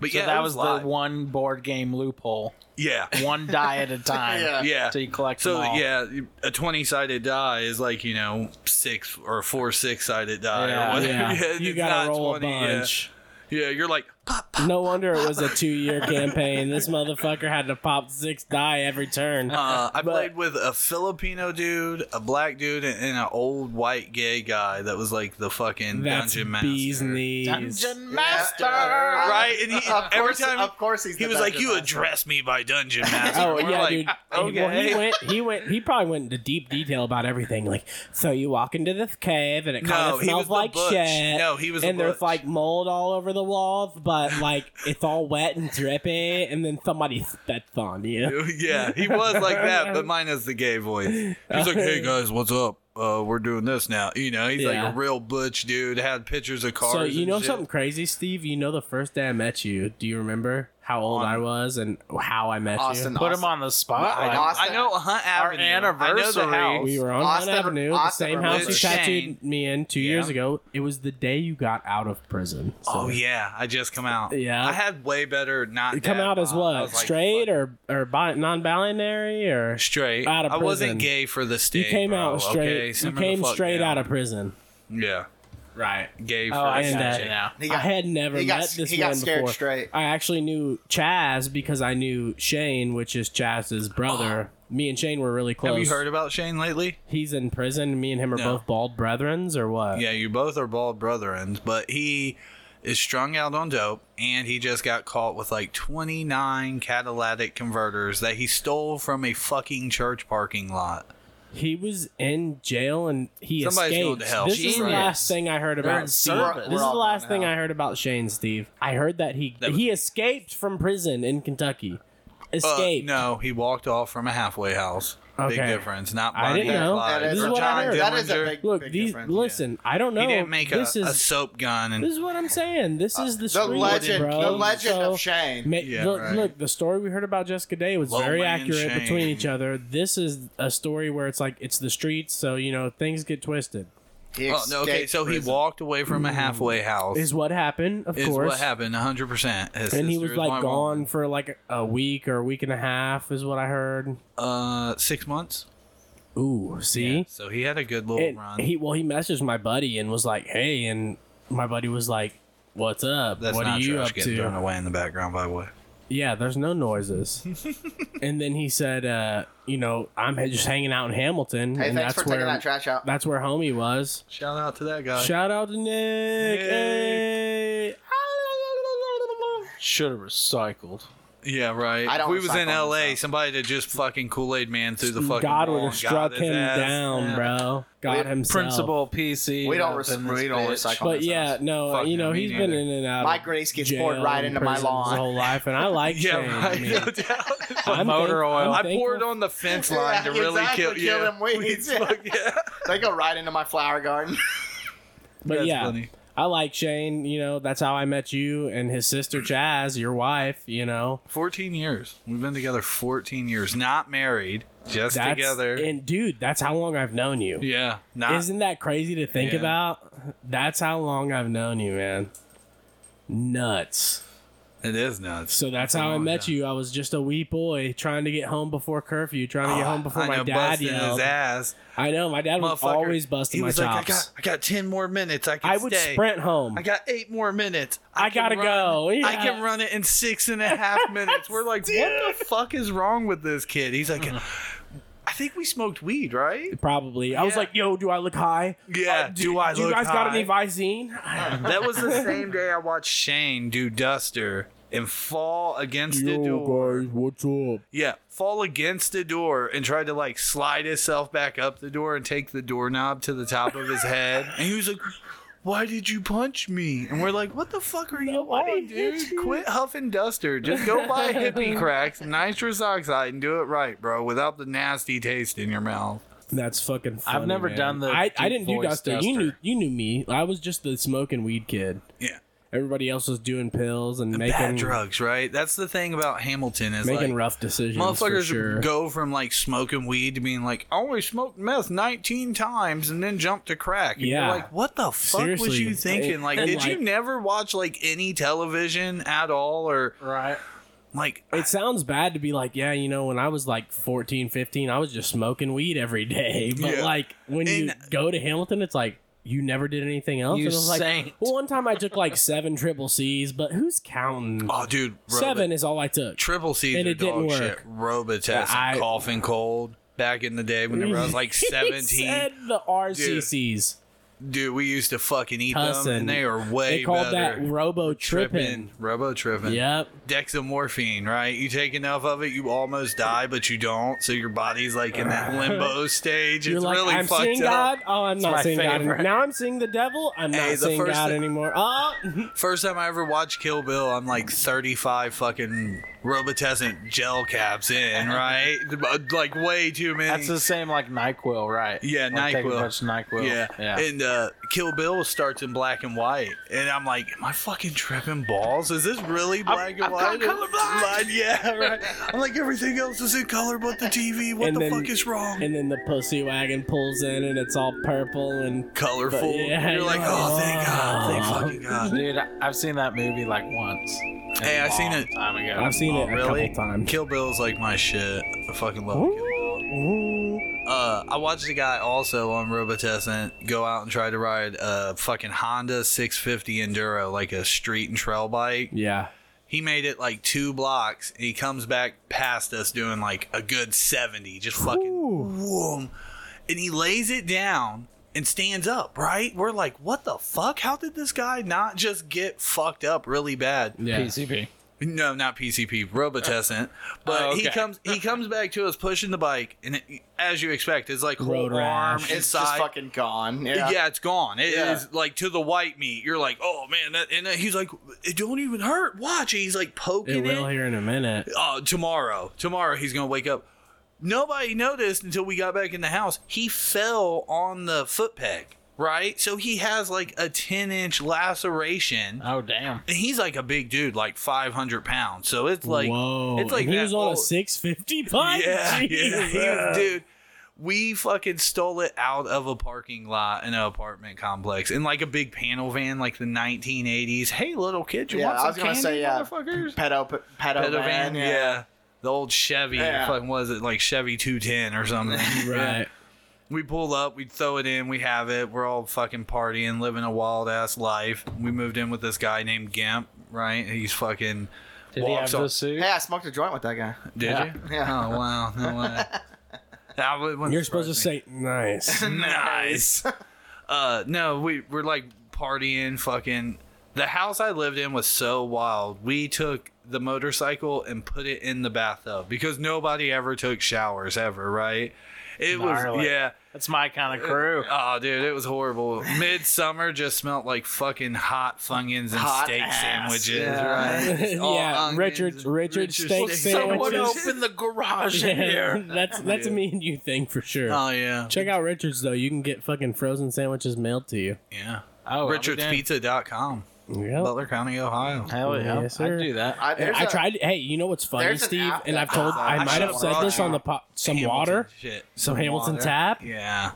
[SPEAKER 2] But
[SPEAKER 3] So
[SPEAKER 2] yeah,
[SPEAKER 3] that
[SPEAKER 2] it
[SPEAKER 3] was,
[SPEAKER 2] live.
[SPEAKER 3] the one board game loophole.
[SPEAKER 2] Yeah.
[SPEAKER 3] One die at a time.
[SPEAKER 5] Yeah.
[SPEAKER 2] Yeah.
[SPEAKER 3] So you collect
[SPEAKER 2] So
[SPEAKER 3] them all.
[SPEAKER 2] yeah, a twenty-sided die is like you know six or four six-sided die.
[SPEAKER 3] Yeah,
[SPEAKER 2] or whatever.
[SPEAKER 4] yeah.
[SPEAKER 2] It's
[SPEAKER 4] you gotta
[SPEAKER 2] not
[SPEAKER 4] roll
[SPEAKER 2] 20,
[SPEAKER 4] a
[SPEAKER 2] yeah.
[SPEAKER 4] bunch.
[SPEAKER 2] Yeah. you're like pop, pop.
[SPEAKER 4] No wonder it was a two-year campaign. This motherfucker had to pop six die every turn.
[SPEAKER 2] Uh, I
[SPEAKER 4] But-
[SPEAKER 2] played with a Filipino dude, a black dude, and, and an old white gay guy that was like the fucking
[SPEAKER 4] That's
[SPEAKER 2] dungeon master.
[SPEAKER 4] bees knees.
[SPEAKER 3] Dungeon
[SPEAKER 5] Master.
[SPEAKER 2] Right, and he,
[SPEAKER 5] Of course,
[SPEAKER 2] every time
[SPEAKER 5] of course, he's
[SPEAKER 2] he
[SPEAKER 5] the
[SPEAKER 2] was like,
[SPEAKER 5] dungeon
[SPEAKER 2] "You
[SPEAKER 5] master."
[SPEAKER 2] address me by dungeon master."
[SPEAKER 4] Oh
[SPEAKER 2] We're
[SPEAKER 4] yeah,
[SPEAKER 2] like,
[SPEAKER 4] dude. And-
[SPEAKER 2] Okay.
[SPEAKER 4] Well, he went. He went. He probably went into deep detail about everything. Like, so you walk into this cave and it kind
[SPEAKER 2] No,
[SPEAKER 4] of
[SPEAKER 2] he
[SPEAKER 4] smells
[SPEAKER 2] was the
[SPEAKER 4] like
[SPEAKER 2] butch.
[SPEAKER 4] shit.
[SPEAKER 2] No, he was the
[SPEAKER 4] And there's
[SPEAKER 2] butch.
[SPEAKER 4] like mold all over the walls, but like it's all wet and drippy. And then somebody spits on you.
[SPEAKER 2] yeah, he was like that, but mine is the gay voice. He's like, "Hey guys, what's up? Uh, we're doing this now." You know, he's
[SPEAKER 4] Yeah.
[SPEAKER 2] like a real butch dude. Had pictures of cars.
[SPEAKER 4] So you
[SPEAKER 2] and
[SPEAKER 4] know
[SPEAKER 2] shit.
[SPEAKER 4] something crazy, Steve? You know the first day I met you. Do you remember how old I was and how I met
[SPEAKER 5] Austin,
[SPEAKER 3] Put him
[SPEAKER 5] Austin.
[SPEAKER 3] on the spot.
[SPEAKER 5] I know.
[SPEAKER 2] I know Hunt Avenue. I know the
[SPEAKER 3] anniversary.
[SPEAKER 2] house.
[SPEAKER 4] you? We were on
[SPEAKER 5] Austin-
[SPEAKER 4] Mount Avenue, the
[SPEAKER 5] Austin
[SPEAKER 4] same house
[SPEAKER 5] remembers.
[SPEAKER 4] you
[SPEAKER 2] Shane.
[SPEAKER 4] tattooed me in two years
[SPEAKER 2] Yeah.
[SPEAKER 4] ago. It was the day you got out of prison. So.
[SPEAKER 2] Oh yeah, I just come out.
[SPEAKER 4] Yeah.
[SPEAKER 2] I had way better not
[SPEAKER 4] come
[SPEAKER 2] dad
[SPEAKER 4] out as
[SPEAKER 2] bod. I
[SPEAKER 4] what
[SPEAKER 2] was like,
[SPEAKER 4] straight
[SPEAKER 2] fuck,
[SPEAKER 4] or or bi- non-binary or
[SPEAKER 2] straight
[SPEAKER 4] out of
[SPEAKER 2] I wasn't
[SPEAKER 4] prison.
[SPEAKER 2] gay for the state.
[SPEAKER 4] you came
[SPEAKER 2] bro,
[SPEAKER 4] out
[SPEAKER 2] okay?
[SPEAKER 4] straight you
[SPEAKER 2] Simmer the
[SPEAKER 4] came
[SPEAKER 2] fuck
[SPEAKER 4] straight
[SPEAKER 2] down.
[SPEAKER 4] out of prison
[SPEAKER 2] yeah.
[SPEAKER 4] Right.
[SPEAKER 2] Gay for
[SPEAKER 3] Oh, I
[SPEAKER 4] And
[SPEAKER 3] got
[SPEAKER 4] that
[SPEAKER 3] you now.
[SPEAKER 5] He got-
[SPEAKER 4] I had never
[SPEAKER 5] he got-
[SPEAKER 4] met this
[SPEAKER 5] he got
[SPEAKER 4] one
[SPEAKER 5] scared
[SPEAKER 4] before.
[SPEAKER 5] straight.
[SPEAKER 4] I actually knew Chaz because I knew Shane, which is Chaz's brother. Me and Shane were really close.
[SPEAKER 2] Have you heard about Shane lately?
[SPEAKER 4] He's in prison. Me and him are
[SPEAKER 2] No.
[SPEAKER 4] both bald brethrens, or what?
[SPEAKER 2] Yeah, you both are bald brethren, but he is strung out on dope and he just got caught with like 29 catalytic converters that he stole from a fucking church parking lot.
[SPEAKER 4] He was in jail and he
[SPEAKER 2] Somebody's
[SPEAKER 4] escaped.
[SPEAKER 2] going to hell.
[SPEAKER 4] This is the
[SPEAKER 2] Genius.
[SPEAKER 4] last thing I heard
[SPEAKER 6] They're in
[SPEAKER 4] about Steve.
[SPEAKER 6] service.
[SPEAKER 4] This is
[SPEAKER 5] We're
[SPEAKER 4] the
[SPEAKER 5] all
[SPEAKER 4] last
[SPEAKER 5] going
[SPEAKER 4] thing
[SPEAKER 5] to hell.
[SPEAKER 4] I heard about Shane, Steve. I heard that he
[SPEAKER 2] That was-
[SPEAKER 4] he escaped from prison in Kentucky.
[SPEAKER 2] Uh,
[SPEAKER 4] Escaped.
[SPEAKER 2] no, he walked off from a halfway house. Big
[SPEAKER 4] Okay.
[SPEAKER 2] difference. Not
[SPEAKER 4] I
[SPEAKER 2] Bonnie
[SPEAKER 4] didn't
[SPEAKER 2] and
[SPEAKER 4] know.
[SPEAKER 2] Clyde
[SPEAKER 4] That is
[SPEAKER 2] or
[SPEAKER 4] what I
[SPEAKER 2] John
[SPEAKER 4] heard.
[SPEAKER 5] That is a
[SPEAKER 2] Dillinger.
[SPEAKER 5] big-
[SPEAKER 4] Look,
[SPEAKER 5] big
[SPEAKER 4] these
[SPEAKER 5] difference, yeah.
[SPEAKER 4] listen, I don't know.
[SPEAKER 2] He didn't make a,
[SPEAKER 4] this
[SPEAKER 2] a
[SPEAKER 4] is
[SPEAKER 2] soap gun and
[SPEAKER 4] This is what I'm saying. This is the,
[SPEAKER 5] The
[SPEAKER 4] street,
[SPEAKER 5] legend,
[SPEAKER 4] bro.
[SPEAKER 5] the legend
[SPEAKER 4] So,
[SPEAKER 5] of Shane.
[SPEAKER 4] ma-
[SPEAKER 2] Yeah,
[SPEAKER 4] look,
[SPEAKER 2] right.
[SPEAKER 4] look, the story we heard about Jessica Day was
[SPEAKER 2] Low
[SPEAKER 4] very
[SPEAKER 2] man
[SPEAKER 4] accurate
[SPEAKER 2] Shane.
[SPEAKER 4] between each other. This is a story where it's like it's the streets, so you know things get twisted.
[SPEAKER 5] He
[SPEAKER 2] Oh, no, okay,
[SPEAKER 5] escaped
[SPEAKER 2] so he
[SPEAKER 5] prison.
[SPEAKER 2] walked away from a halfway house.
[SPEAKER 4] Mm, Is what happened, of
[SPEAKER 2] is
[SPEAKER 4] course.
[SPEAKER 2] what happened 100%. His
[SPEAKER 4] And he
[SPEAKER 2] sister
[SPEAKER 4] was
[SPEAKER 2] is my
[SPEAKER 4] like
[SPEAKER 2] mom.
[SPEAKER 4] gone for like a week or a week and a half, is what I heard.
[SPEAKER 2] uh 6 months.
[SPEAKER 4] Ooh, see,
[SPEAKER 2] So he had a good little
[SPEAKER 4] And
[SPEAKER 2] run.
[SPEAKER 4] he well, he messaged my buddy and was like, "Hey," and my buddy was like, "What's up?
[SPEAKER 2] That's
[SPEAKER 4] what
[SPEAKER 2] not
[SPEAKER 4] are you
[SPEAKER 2] trash
[SPEAKER 4] up
[SPEAKER 2] getting
[SPEAKER 4] to?"
[SPEAKER 2] thrown away in the background, by the way.
[SPEAKER 4] Yeah, there's no noises. and then he said, uh, you know, I'm just hanging out in Hamilton.
[SPEAKER 5] Hey,
[SPEAKER 4] and
[SPEAKER 5] thanks
[SPEAKER 4] that's
[SPEAKER 5] for
[SPEAKER 4] where,
[SPEAKER 5] taking that trash out.
[SPEAKER 4] That's where homie was.
[SPEAKER 2] Shout out to that guy.
[SPEAKER 4] Shout out to Nick. Hey.
[SPEAKER 3] Should have recycled.
[SPEAKER 2] yeah, right.
[SPEAKER 5] I
[SPEAKER 2] If
[SPEAKER 5] don't
[SPEAKER 2] we was in
[SPEAKER 5] recycle
[SPEAKER 2] LA,
[SPEAKER 5] myself.
[SPEAKER 2] somebody that just fucking Kool Aid Man through the fucking
[SPEAKER 4] God would
[SPEAKER 2] wall
[SPEAKER 4] have
[SPEAKER 2] and got
[SPEAKER 4] struck
[SPEAKER 2] his
[SPEAKER 4] him
[SPEAKER 2] ass.
[SPEAKER 4] down,
[SPEAKER 2] Yeah.
[SPEAKER 4] bro. God himself.
[SPEAKER 3] Principal PC.
[SPEAKER 5] We don't
[SPEAKER 3] up
[SPEAKER 5] rec-
[SPEAKER 3] in this
[SPEAKER 5] we don't
[SPEAKER 3] bitch.
[SPEAKER 5] recycle.
[SPEAKER 4] But yeah, no,
[SPEAKER 2] Fuck
[SPEAKER 4] you
[SPEAKER 2] no,
[SPEAKER 4] know,
[SPEAKER 2] me
[SPEAKER 4] he's been
[SPEAKER 2] neither.
[SPEAKER 4] in and out.
[SPEAKER 5] My
[SPEAKER 4] of
[SPEAKER 5] grace gets
[SPEAKER 4] jail
[SPEAKER 5] poured right
[SPEAKER 4] and
[SPEAKER 5] into my
[SPEAKER 4] prison His whole
[SPEAKER 5] lawn.
[SPEAKER 4] life, and I like
[SPEAKER 2] Yeah,
[SPEAKER 4] Shane.
[SPEAKER 2] right.
[SPEAKER 4] I mean,
[SPEAKER 2] No doubt.
[SPEAKER 4] I'm
[SPEAKER 3] motor
[SPEAKER 4] thank-
[SPEAKER 3] oil.
[SPEAKER 4] I'm
[SPEAKER 2] I
[SPEAKER 4] thankful-
[SPEAKER 2] poured on the fence line to
[SPEAKER 5] Yeah,
[SPEAKER 2] really
[SPEAKER 5] exactly,
[SPEAKER 2] kill, yeah.
[SPEAKER 5] them weeds.
[SPEAKER 2] Fuck yeah.
[SPEAKER 5] they go right into my flower garden.
[SPEAKER 4] But
[SPEAKER 2] That's
[SPEAKER 4] yeah,
[SPEAKER 2] funny.
[SPEAKER 4] I like Shane. You know, that's how I met you and his sister Chaz, your wife. You know,
[SPEAKER 2] 14 years. We've been together 14 years. Not married, just
[SPEAKER 4] that's
[SPEAKER 2] together.
[SPEAKER 4] and dude, that's how long I've known you.
[SPEAKER 2] yeah. Not
[SPEAKER 4] Isn't that crazy to think
[SPEAKER 2] Yeah.
[SPEAKER 4] about? That's how long I've known you, man. Nuts.
[SPEAKER 2] it is nuts.
[SPEAKER 4] So that's how I
[SPEAKER 2] long,
[SPEAKER 4] met
[SPEAKER 2] yeah.
[SPEAKER 4] you. I was just a wee boy trying to get home before curfew, trying to get home before
[SPEAKER 2] Ah, I
[SPEAKER 4] my
[SPEAKER 2] know,
[SPEAKER 4] dad
[SPEAKER 2] busting his
[SPEAKER 4] yelled.
[SPEAKER 2] ass.
[SPEAKER 4] I know my dad was
[SPEAKER 2] Motherfucker.
[SPEAKER 4] always busting
[SPEAKER 2] he
[SPEAKER 4] my
[SPEAKER 2] was like, I got,
[SPEAKER 4] chops.
[SPEAKER 2] I got 10 more minutes. I can
[SPEAKER 4] I would
[SPEAKER 2] stay.
[SPEAKER 4] sprint home.
[SPEAKER 2] I got eight more minutes.
[SPEAKER 4] I
[SPEAKER 2] can
[SPEAKER 4] gotta
[SPEAKER 2] run-
[SPEAKER 4] go.
[SPEAKER 2] I
[SPEAKER 4] Yeah.
[SPEAKER 2] can run it in six and a half minutes. We're like, what the fuck is wrong with this kid? He's like,
[SPEAKER 4] Uh-huh.
[SPEAKER 2] I think we smoked weed, right?
[SPEAKER 4] Probably. I was
[SPEAKER 2] Yeah.
[SPEAKER 4] like, "Yo, do I look high?
[SPEAKER 2] Yeah.
[SPEAKER 4] Do,
[SPEAKER 2] do, I
[SPEAKER 4] do
[SPEAKER 2] look
[SPEAKER 4] you guys got
[SPEAKER 2] high?
[SPEAKER 4] any Visine?
[SPEAKER 2] That was the same day I watched Shane do Duster and fall against the door.
[SPEAKER 4] what's up?
[SPEAKER 2] Yeah, fall against the door and tried to like slide himself back up the door and take the doorknob to the top of his head. And he was like, "Why did you punch me?" And we're like, "What the fuck are you on, dude? Quit huffing duster. Just go buy hippie cracks, nitrous oxide, and do it right, bro, without the nasty taste in your mouth."
[SPEAKER 4] That's fucking. Funny,
[SPEAKER 3] I've never
[SPEAKER 4] man.
[SPEAKER 3] done the
[SPEAKER 4] I, I didn't
[SPEAKER 3] deep
[SPEAKER 4] do
[SPEAKER 3] voice
[SPEAKER 4] Duster. You
[SPEAKER 3] Duster.
[SPEAKER 4] knew you knew me. I was just the smoking weed kid.
[SPEAKER 2] Yeah.
[SPEAKER 4] Everybody else was doing pills and making
[SPEAKER 2] Bad drugs, right? That's the thing about Hamilton is
[SPEAKER 4] making
[SPEAKER 2] like,
[SPEAKER 4] rough decisions. for
[SPEAKER 2] Motherfuckers
[SPEAKER 4] sure.
[SPEAKER 2] go from like smoking weed to being like, I only smoked meth 19 times and then jumped to crack. And
[SPEAKER 4] Yeah.
[SPEAKER 2] You're like, what the fuck was
[SPEAKER 4] Seriously.
[SPEAKER 2] you thinking? Like,
[SPEAKER 4] And,
[SPEAKER 2] did you
[SPEAKER 4] like-
[SPEAKER 2] never watch like any television at all? Or
[SPEAKER 3] Right.
[SPEAKER 2] like,
[SPEAKER 4] It sounds bad to be like, yeah, you know, when I was like 14, 15, I was just smoking weed every day. But
[SPEAKER 2] Yeah.
[SPEAKER 4] like when you
[SPEAKER 2] And-
[SPEAKER 4] go to Hamilton, it's like you never did anything else.
[SPEAKER 3] You
[SPEAKER 4] and I was like,
[SPEAKER 3] saint.
[SPEAKER 4] well, one time I took like seven triple C's, but who's counting?
[SPEAKER 2] oh, dude, Robo-
[SPEAKER 4] Seven is all I took.
[SPEAKER 2] triple C's
[SPEAKER 4] And
[SPEAKER 2] are
[SPEAKER 4] it didn't
[SPEAKER 2] dog
[SPEAKER 4] work.
[SPEAKER 2] shit. Robotest,
[SPEAKER 4] I-
[SPEAKER 2] cough and cold. Back in the day, whenever I was like
[SPEAKER 4] He
[SPEAKER 2] 17,
[SPEAKER 4] said the RCCs.
[SPEAKER 2] dude, we used to fucking eat them,
[SPEAKER 4] Cussing.
[SPEAKER 2] and they are way
[SPEAKER 4] They called
[SPEAKER 2] better.
[SPEAKER 4] that robo tripping.
[SPEAKER 2] robo tripping.
[SPEAKER 4] Yep.
[SPEAKER 2] dexamorphine, right? You take enough of it, you almost die, but you don't. So your body's like in that limbo stage.
[SPEAKER 4] You're
[SPEAKER 2] it's
[SPEAKER 4] like,
[SPEAKER 2] really
[SPEAKER 4] I'm
[SPEAKER 2] fucked
[SPEAKER 4] seeing
[SPEAKER 2] up.
[SPEAKER 4] God. Oh, I'm
[SPEAKER 3] my
[SPEAKER 4] not seeing God.
[SPEAKER 3] favorite.
[SPEAKER 4] any- Now I'm seeing the devil. I'm
[SPEAKER 2] Hey,
[SPEAKER 4] not
[SPEAKER 2] the
[SPEAKER 4] seeing
[SPEAKER 2] first
[SPEAKER 4] God
[SPEAKER 2] thing-
[SPEAKER 4] anymore. Oh,
[SPEAKER 2] First time I ever watched Kill Bill, I'm like 35 fucking Robitussin gel caps in, right? Uh, like way too many.
[SPEAKER 3] That's the same like Nyquil, right?
[SPEAKER 2] Yeah,
[SPEAKER 3] like Take a
[SPEAKER 2] NyQuil.
[SPEAKER 3] bunch of Nyquil.
[SPEAKER 2] Yeah.
[SPEAKER 3] yeah.
[SPEAKER 2] And uh, Kill Bill starts in black and white. And I'm like, am I fucking tripping balls? Is this really black and white? Line- Yeah, right. I'm like, everything else is in color but the TV. What
[SPEAKER 4] And
[SPEAKER 2] the
[SPEAKER 4] then-
[SPEAKER 2] fuck is wrong?
[SPEAKER 4] and then the pussy wagon pulls in, and it's all purple and
[SPEAKER 2] colorful.
[SPEAKER 4] But yeah,
[SPEAKER 2] you're
[SPEAKER 4] you're
[SPEAKER 2] like,
[SPEAKER 4] like,
[SPEAKER 2] oh, thank God, thank
[SPEAKER 4] "Oh."
[SPEAKER 2] fucking God.
[SPEAKER 3] Dude, I- I've seen that movie like once.
[SPEAKER 2] Hey,
[SPEAKER 3] A
[SPEAKER 2] I seen
[SPEAKER 3] long
[SPEAKER 2] it.
[SPEAKER 3] Time ago.
[SPEAKER 4] I've seen
[SPEAKER 2] Oh,
[SPEAKER 4] it a
[SPEAKER 2] really?
[SPEAKER 4] couple times.
[SPEAKER 2] Kill Bill's like my shit. I fucking love Kill Bill. Uh, Uh, I watched a guy also on Robotescent go out and try to ride a fucking Honda 650 Enduro, like a street and trail bike.
[SPEAKER 4] Yeah.
[SPEAKER 2] He made it like two blocks, and he comes back past us doing like a good 70, just fucking whoom. And he lays it down and stands up, right? We're like, what the fuck? How did this guy not just get fucked up really bad?
[SPEAKER 4] Yeah.
[SPEAKER 3] PCP.
[SPEAKER 2] No, not PCP, Robotescent. But
[SPEAKER 3] Oh, okay.
[SPEAKER 2] he comes he comes back to us pushing the bike, and it, as you expect, it's like whole
[SPEAKER 4] Road
[SPEAKER 2] arm
[SPEAKER 4] rash.
[SPEAKER 2] and
[SPEAKER 5] It's just
[SPEAKER 2] side.
[SPEAKER 5] fucking gone. Yeah.
[SPEAKER 2] yeah. it's gone. It is
[SPEAKER 5] Yeah.
[SPEAKER 2] like to the white meat. You're like, oh man, that, and then he's like, it don't even hurt. Watch. And he's like poking
[SPEAKER 4] It
[SPEAKER 2] it.
[SPEAKER 4] will here in a minute.
[SPEAKER 2] Uh, tomorrow, tomorrow he's gonna wake up. Nobody noticed until we got back in the house. He fell on the foot peg, right? So he has like a ten inch laceration.
[SPEAKER 4] Uh.
[SPEAKER 3] Oh damn.
[SPEAKER 2] And he's like a big dude, like 500 pounds. So it's like,
[SPEAKER 4] Whoa.
[SPEAKER 2] it's like
[SPEAKER 4] he
[SPEAKER 2] that
[SPEAKER 4] was on a
[SPEAKER 2] old-
[SPEAKER 4] 650 bike?
[SPEAKER 2] Yeah, yeah. He was-
[SPEAKER 4] Jesus.
[SPEAKER 2] dude, we fucking stole it out of a parking lot in an apartment complex in like a big panel van, like the 1980s. Hey, little kid, you
[SPEAKER 5] Yeah,
[SPEAKER 2] want some
[SPEAKER 5] I was gonna
[SPEAKER 2] candy,
[SPEAKER 5] say, yeah.
[SPEAKER 2] motherfuckers?
[SPEAKER 5] Pedo, pedo,
[SPEAKER 2] Pedo
[SPEAKER 5] man,
[SPEAKER 2] van, yeah. The old Chevy,
[SPEAKER 5] Yeah.
[SPEAKER 2] fucking was it like Chevy 210 or something?
[SPEAKER 4] Right.
[SPEAKER 2] we pull up, we throw it in, we have it. We're all fucking partying, living a wild ass life. We moved in with this guy named Gimp, right? He's fucking.
[SPEAKER 3] Did he have
[SPEAKER 2] on-
[SPEAKER 3] the suit?
[SPEAKER 5] Hey, I smoked a joint with that guy.
[SPEAKER 2] Did
[SPEAKER 3] Yeah.
[SPEAKER 2] you?
[SPEAKER 5] Yeah.
[SPEAKER 2] Oh wow. No way. That would- wouldn't
[SPEAKER 4] You're supposed to
[SPEAKER 2] surprise
[SPEAKER 4] say nice.
[SPEAKER 2] me. nice. uh, no, we we're like partying, fucking. The house I lived in was so wild. We took the motorcycle and put it in the bathtub because nobody ever took showers ever, right? It was
[SPEAKER 3] Gnarly.
[SPEAKER 2] yeah.
[SPEAKER 3] That's my kind of crew.
[SPEAKER 2] Oh, dude, it was horrible. Midsummer just smelled like fucking hot fungins and
[SPEAKER 5] Hot
[SPEAKER 2] steak
[SPEAKER 5] ass,
[SPEAKER 2] sandwiches,
[SPEAKER 5] yeah.
[SPEAKER 2] right?
[SPEAKER 4] Yeah,
[SPEAKER 2] All onions
[SPEAKER 4] Richard-
[SPEAKER 2] and-
[SPEAKER 4] Richard steak
[SPEAKER 5] Someone
[SPEAKER 4] Sandwiches.
[SPEAKER 5] open the garage in
[SPEAKER 4] Yeah,
[SPEAKER 5] here.
[SPEAKER 4] that's that's a me and you thing for sure.
[SPEAKER 2] Oh yeah,
[SPEAKER 4] Check out Richards though. You can get fucking frozen sandwiches mailed to you.
[SPEAKER 2] yeah.
[SPEAKER 3] Oh,
[SPEAKER 2] RichardsPizza.com,
[SPEAKER 4] Yep.
[SPEAKER 2] Butler County, Ohio.
[SPEAKER 3] Hell yeah,
[SPEAKER 4] Yes,
[SPEAKER 3] I'd
[SPEAKER 4] sir.
[SPEAKER 3] do that.
[SPEAKER 5] I, there's
[SPEAKER 4] I
[SPEAKER 5] a-
[SPEAKER 4] tried. Hey, you know what's funny,
[SPEAKER 5] there's an
[SPEAKER 4] Steve?
[SPEAKER 5] app
[SPEAKER 4] And I've
[SPEAKER 5] that-
[SPEAKER 4] told. I
[SPEAKER 5] I
[SPEAKER 4] might have
[SPEAKER 2] should've
[SPEAKER 4] said
[SPEAKER 2] brought
[SPEAKER 4] this on
[SPEAKER 2] you.
[SPEAKER 4] the pop. Some
[SPEAKER 2] Hamilton
[SPEAKER 4] water.
[SPEAKER 2] shit.
[SPEAKER 4] Some Hamilton
[SPEAKER 2] water.
[SPEAKER 4] tap.
[SPEAKER 2] Yeah.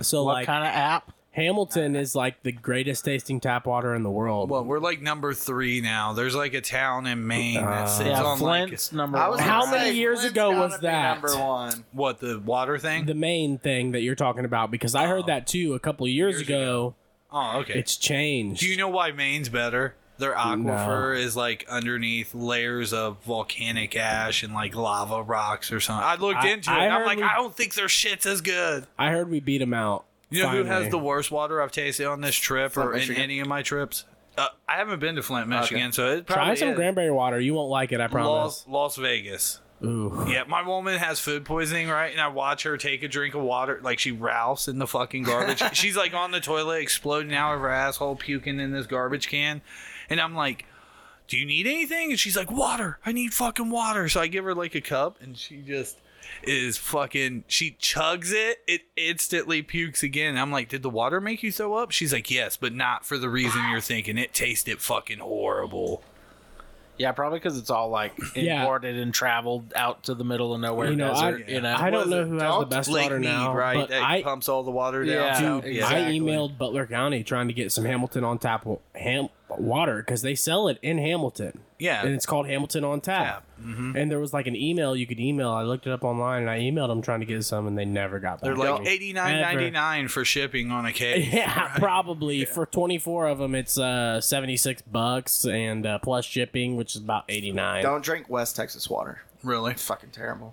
[SPEAKER 4] So
[SPEAKER 3] What
[SPEAKER 4] like
[SPEAKER 3] kind of app?
[SPEAKER 4] Hamilton is like the greatest tasting tap water in the world.
[SPEAKER 2] Well, we're like number three now. There's like a town in Maine
[SPEAKER 4] Uh,
[SPEAKER 2] that's it's
[SPEAKER 3] Yeah,
[SPEAKER 2] on like
[SPEAKER 3] Flint's number
[SPEAKER 5] I was
[SPEAKER 3] one.
[SPEAKER 4] How
[SPEAKER 5] gonna
[SPEAKER 4] many
[SPEAKER 5] say,
[SPEAKER 4] years
[SPEAKER 5] Flint's
[SPEAKER 4] ago was
[SPEAKER 5] gotta be
[SPEAKER 4] that?
[SPEAKER 5] Number one.
[SPEAKER 2] what the water thing.
[SPEAKER 4] the main thing that you're talking about because I heard that too a couple years,
[SPEAKER 2] Years
[SPEAKER 4] ago.
[SPEAKER 2] oh, okay.
[SPEAKER 4] It's changed.
[SPEAKER 2] Do you know why Maine's better? Their aquifer is like underneath layers of volcanic ash and like lava rocks or something. I looked
[SPEAKER 4] I-
[SPEAKER 2] into
[SPEAKER 4] I
[SPEAKER 2] it. and I'm
[SPEAKER 4] heard
[SPEAKER 2] like,
[SPEAKER 4] we-
[SPEAKER 2] I don't think their shit's as good.
[SPEAKER 4] I heard we beat them out.
[SPEAKER 2] You know who has
[SPEAKER 4] finally.
[SPEAKER 2] the worst water I've tasted on this trip or in
[SPEAKER 5] Michigan?
[SPEAKER 2] any of my trips? Uh, I haven't been to Flint, Michigan, so it probably
[SPEAKER 4] Try some
[SPEAKER 2] is.
[SPEAKER 4] cranberry water. You won't like it. I promise.
[SPEAKER 2] Las, Las Vegas.
[SPEAKER 4] Ooh.
[SPEAKER 2] Yeah, my woman has food poisoning, right? And I watch her take a drink of water, like she ralphs in the fucking garbage. She's like on the toilet, exploding out of her asshole, puking in this garbage can. And I'm like, Do you need anything? And she's like, Water. I need fucking water. So I give her like a cup, and she just is fucking she chugs it it instantly pukes again i'm like did the water make you throw up she's like yes but not for the reason you're thinking it tasted fucking horrible
[SPEAKER 3] Yeah, probably because it's all like
[SPEAKER 4] Yeah.
[SPEAKER 3] imported and traveled out to the middle of nowhere
[SPEAKER 4] You know, I,
[SPEAKER 3] desert. you know,
[SPEAKER 4] I
[SPEAKER 2] What
[SPEAKER 4] don't
[SPEAKER 2] is
[SPEAKER 4] know
[SPEAKER 2] it?
[SPEAKER 4] who has the
[SPEAKER 5] Don't
[SPEAKER 4] best
[SPEAKER 2] Lake
[SPEAKER 4] water
[SPEAKER 2] Mead,
[SPEAKER 4] now,
[SPEAKER 2] right?
[SPEAKER 4] but
[SPEAKER 2] That
[SPEAKER 4] I,
[SPEAKER 2] pumps all the water down.
[SPEAKER 3] Yeah.
[SPEAKER 2] So-
[SPEAKER 4] dude, I
[SPEAKER 3] exactly.
[SPEAKER 4] emailed Butler County trying to get some Hamilton on tap wa- ham, water because they sell it in Hamilton.
[SPEAKER 2] Yeah. Mm-hmm.
[SPEAKER 4] and it's called Hamilton on tap. And there was like an email you could email. I looked it up online and I emailed them trying to get some, and they never got back.
[SPEAKER 2] They're
[SPEAKER 4] to
[SPEAKER 2] like
[SPEAKER 4] me.
[SPEAKER 2] eighty nine
[SPEAKER 4] Ever.
[SPEAKER 2] ninety nine for shipping on a case.
[SPEAKER 4] Yeah, probably for 24 of them, it's uh 76 bucks and uh, plus shipping, which is about 89.
[SPEAKER 5] Don't drink West Texas water.
[SPEAKER 2] Really?
[SPEAKER 5] It's fucking terrible.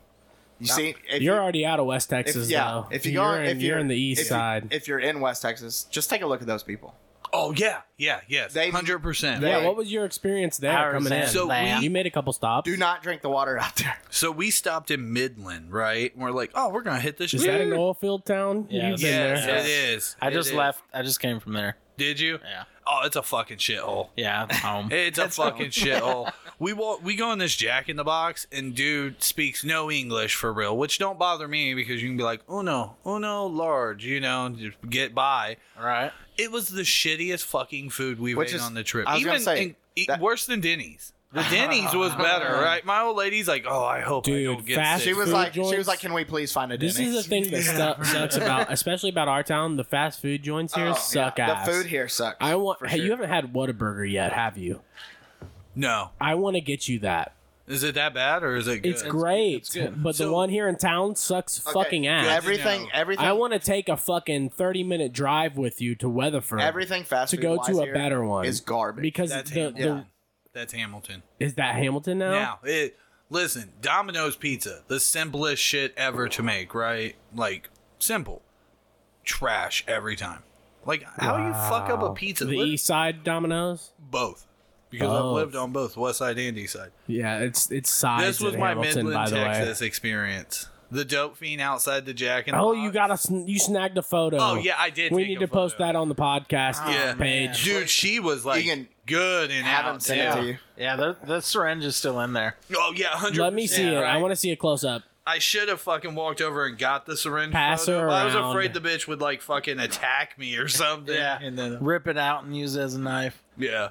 [SPEAKER 5] You see, if
[SPEAKER 4] you're
[SPEAKER 5] you-
[SPEAKER 4] already out of West
[SPEAKER 5] if,
[SPEAKER 4] Texas,
[SPEAKER 5] yeah,
[SPEAKER 4] though.
[SPEAKER 5] if you
[SPEAKER 4] you're
[SPEAKER 5] go,
[SPEAKER 4] in,
[SPEAKER 5] if
[SPEAKER 4] you're, in the east
[SPEAKER 5] if you-
[SPEAKER 4] side,
[SPEAKER 5] if you're in West Texas, just take a look at those people.
[SPEAKER 2] Oh yeah, yeah, yes,
[SPEAKER 5] They-
[SPEAKER 2] hundred percent.
[SPEAKER 5] they-
[SPEAKER 4] yeah, what was your experience there
[SPEAKER 3] Ours
[SPEAKER 4] coming in?
[SPEAKER 3] is
[SPEAKER 2] So
[SPEAKER 3] lamb.
[SPEAKER 4] you made a couple stops.
[SPEAKER 5] Do not drink the water out there.
[SPEAKER 2] So we stopped in Midland, right? And we're like, oh, we're gonna hit this.
[SPEAKER 4] is that an oil field town?
[SPEAKER 3] Yeah,
[SPEAKER 4] You've been
[SPEAKER 2] Yes,
[SPEAKER 4] there.
[SPEAKER 2] it is.
[SPEAKER 3] I
[SPEAKER 2] It
[SPEAKER 3] just
[SPEAKER 2] is.
[SPEAKER 3] left. I just came from there.
[SPEAKER 2] Did you?
[SPEAKER 3] Yeah.
[SPEAKER 2] Oh, it's a fucking shithole.
[SPEAKER 3] Yeah, I'm home.
[SPEAKER 2] It's a fucking shithole. We walk, we go in this Jack in the Box, and dude speaks no English for real, which don't bother me because you can be like, uno, uno, large, you know, and just get by.
[SPEAKER 3] All right.
[SPEAKER 2] It was the shittiest fucking food we've
[SPEAKER 5] Which
[SPEAKER 2] ate
[SPEAKER 5] is-
[SPEAKER 2] on the trip.
[SPEAKER 5] I was gonna
[SPEAKER 2] Even
[SPEAKER 5] say,
[SPEAKER 2] in- e-
[SPEAKER 5] that-
[SPEAKER 2] worse than Denny's. The Denny's was better, right? My old lady's like, "Oh, I hope
[SPEAKER 4] Dude,
[SPEAKER 2] I don't get
[SPEAKER 4] fast
[SPEAKER 2] sick."
[SPEAKER 5] She was
[SPEAKER 4] Food
[SPEAKER 5] like, she
[SPEAKER 4] joints.
[SPEAKER 5] was like, can we please find a
[SPEAKER 4] This
[SPEAKER 5] Denny's?
[SPEAKER 4] is the thing that stu- sucks about, especially about our town. The fast food joints here
[SPEAKER 5] Oh,
[SPEAKER 4] suck
[SPEAKER 5] yeah.
[SPEAKER 4] ass.
[SPEAKER 5] The food here sucks.
[SPEAKER 4] I want.
[SPEAKER 5] for
[SPEAKER 4] Hey, you
[SPEAKER 5] sure.
[SPEAKER 4] haven't had Whataburger yet, have you?
[SPEAKER 2] no,
[SPEAKER 4] I want to get you that.
[SPEAKER 2] Is it that bad or is it good?
[SPEAKER 4] It's great,
[SPEAKER 3] good.
[SPEAKER 4] but the
[SPEAKER 2] So-
[SPEAKER 4] one here in town sucks
[SPEAKER 5] Okay,
[SPEAKER 4] fucking ass.
[SPEAKER 5] Everything,
[SPEAKER 2] know.
[SPEAKER 5] everything,
[SPEAKER 4] I want to take a fucking thirty minute drive with you to Weatherford
[SPEAKER 5] everything fast
[SPEAKER 4] to
[SPEAKER 5] food
[SPEAKER 4] go
[SPEAKER 5] wise
[SPEAKER 4] to a
[SPEAKER 5] here
[SPEAKER 4] better one.
[SPEAKER 5] is garbage.
[SPEAKER 4] because
[SPEAKER 2] That's
[SPEAKER 4] the,
[SPEAKER 2] Hamilton.
[SPEAKER 4] the
[SPEAKER 5] Yeah.
[SPEAKER 2] That's Hamilton.
[SPEAKER 4] is that Hamilton now?
[SPEAKER 2] Now, it, listen, Domino's pizza, the simplest shit ever to make, right? Like, simple. Trash every time. Like, how do you fuck up a
[SPEAKER 4] Wow.
[SPEAKER 2] pizza?
[SPEAKER 4] The
[SPEAKER 2] Lit-
[SPEAKER 4] East Side Domino's.
[SPEAKER 2] both. Because I've
[SPEAKER 4] Both.
[SPEAKER 2] lived on both West Side and East Side.
[SPEAKER 4] Yeah, it's it's size.
[SPEAKER 2] This was
[SPEAKER 4] in
[SPEAKER 2] my
[SPEAKER 4] Hamilton, by
[SPEAKER 2] Midland,
[SPEAKER 4] the
[SPEAKER 2] Texas
[SPEAKER 4] way.
[SPEAKER 2] experience. The dope fiend outside the Jack and
[SPEAKER 4] Oh, you got a sn- you snagged a photo.
[SPEAKER 2] Oh, yeah, I did
[SPEAKER 4] We
[SPEAKER 2] take
[SPEAKER 4] need
[SPEAKER 2] a
[SPEAKER 4] to post
[SPEAKER 2] photo.
[SPEAKER 4] that on the podcast
[SPEAKER 2] yeah,
[SPEAKER 4] page.
[SPEAKER 2] dude. She was like
[SPEAKER 5] You can
[SPEAKER 2] good and
[SPEAKER 5] have
[SPEAKER 2] out.
[SPEAKER 5] him send
[SPEAKER 2] too.
[SPEAKER 5] it to
[SPEAKER 3] Yeah.
[SPEAKER 5] you.
[SPEAKER 3] Yeah, the, the syringe is still in there.
[SPEAKER 2] Oh yeah, hundred.
[SPEAKER 4] Let me see it. I want to see a close up.
[SPEAKER 2] I should have fucking walked over and got the syringe.
[SPEAKER 4] Pass
[SPEAKER 2] photo,
[SPEAKER 4] her
[SPEAKER 2] but I was
[SPEAKER 4] around.
[SPEAKER 2] afraid the bitch would like fucking attack me or something.
[SPEAKER 3] Yeah.
[SPEAKER 2] and then
[SPEAKER 3] Rip it out and use it as a knife.
[SPEAKER 2] yeah.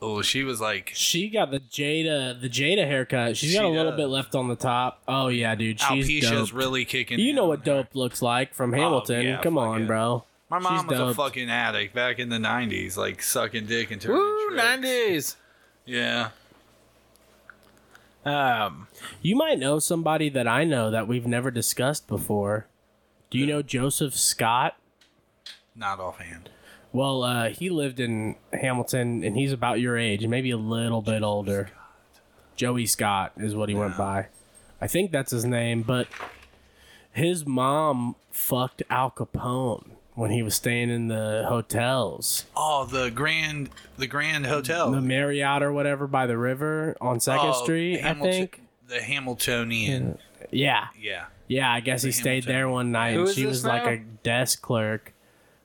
[SPEAKER 2] Oh, she was like
[SPEAKER 4] She got the Jada the Jada haircut. She's got
[SPEAKER 2] She
[SPEAKER 4] a little
[SPEAKER 2] does.
[SPEAKER 4] bit left on the top. Oh yeah, dude, she's
[SPEAKER 2] alpecia's
[SPEAKER 4] dope.
[SPEAKER 2] really kicking.
[SPEAKER 4] you know
[SPEAKER 2] in
[SPEAKER 4] what
[SPEAKER 2] there. Oh,
[SPEAKER 4] dope looks like from Hamilton.
[SPEAKER 2] yeah,
[SPEAKER 4] Come
[SPEAKER 2] fuck
[SPEAKER 4] on,
[SPEAKER 2] it.
[SPEAKER 4] bro.
[SPEAKER 2] My mom
[SPEAKER 4] She's
[SPEAKER 2] was a
[SPEAKER 4] dumped.
[SPEAKER 2] fucking addict back in the '90s, like sucking dick and turning.
[SPEAKER 3] Woo,
[SPEAKER 2] tricks.
[SPEAKER 3] nineties.
[SPEAKER 2] Yeah.
[SPEAKER 3] Um,
[SPEAKER 4] You might know somebody that I know that we've never discussed before. Do you know Joseph Scott?
[SPEAKER 2] Not offhand.
[SPEAKER 4] Well, uh, he lived in Hamilton, and he's about your age, maybe a little bit older. Joey Scott is what he went by. I think that's his name, but his mom fucked Al Capone when he was staying in the hotels,
[SPEAKER 2] Oh, the Grand, the Grand Hotel,
[SPEAKER 4] the Marriott or whatever by the river on Second
[SPEAKER 2] Oh,
[SPEAKER 4] Street. I
[SPEAKER 2] Hamilton-
[SPEAKER 4] think.
[SPEAKER 2] the Hamiltonian.
[SPEAKER 4] Yeah,
[SPEAKER 2] Yeah.
[SPEAKER 4] yeah. I guess he stayed
[SPEAKER 2] Hamilton.
[SPEAKER 4] there one night,
[SPEAKER 3] Who
[SPEAKER 4] and
[SPEAKER 3] is
[SPEAKER 4] she
[SPEAKER 3] this
[SPEAKER 4] was like
[SPEAKER 3] now?
[SPEAKER 4] a desk clerk.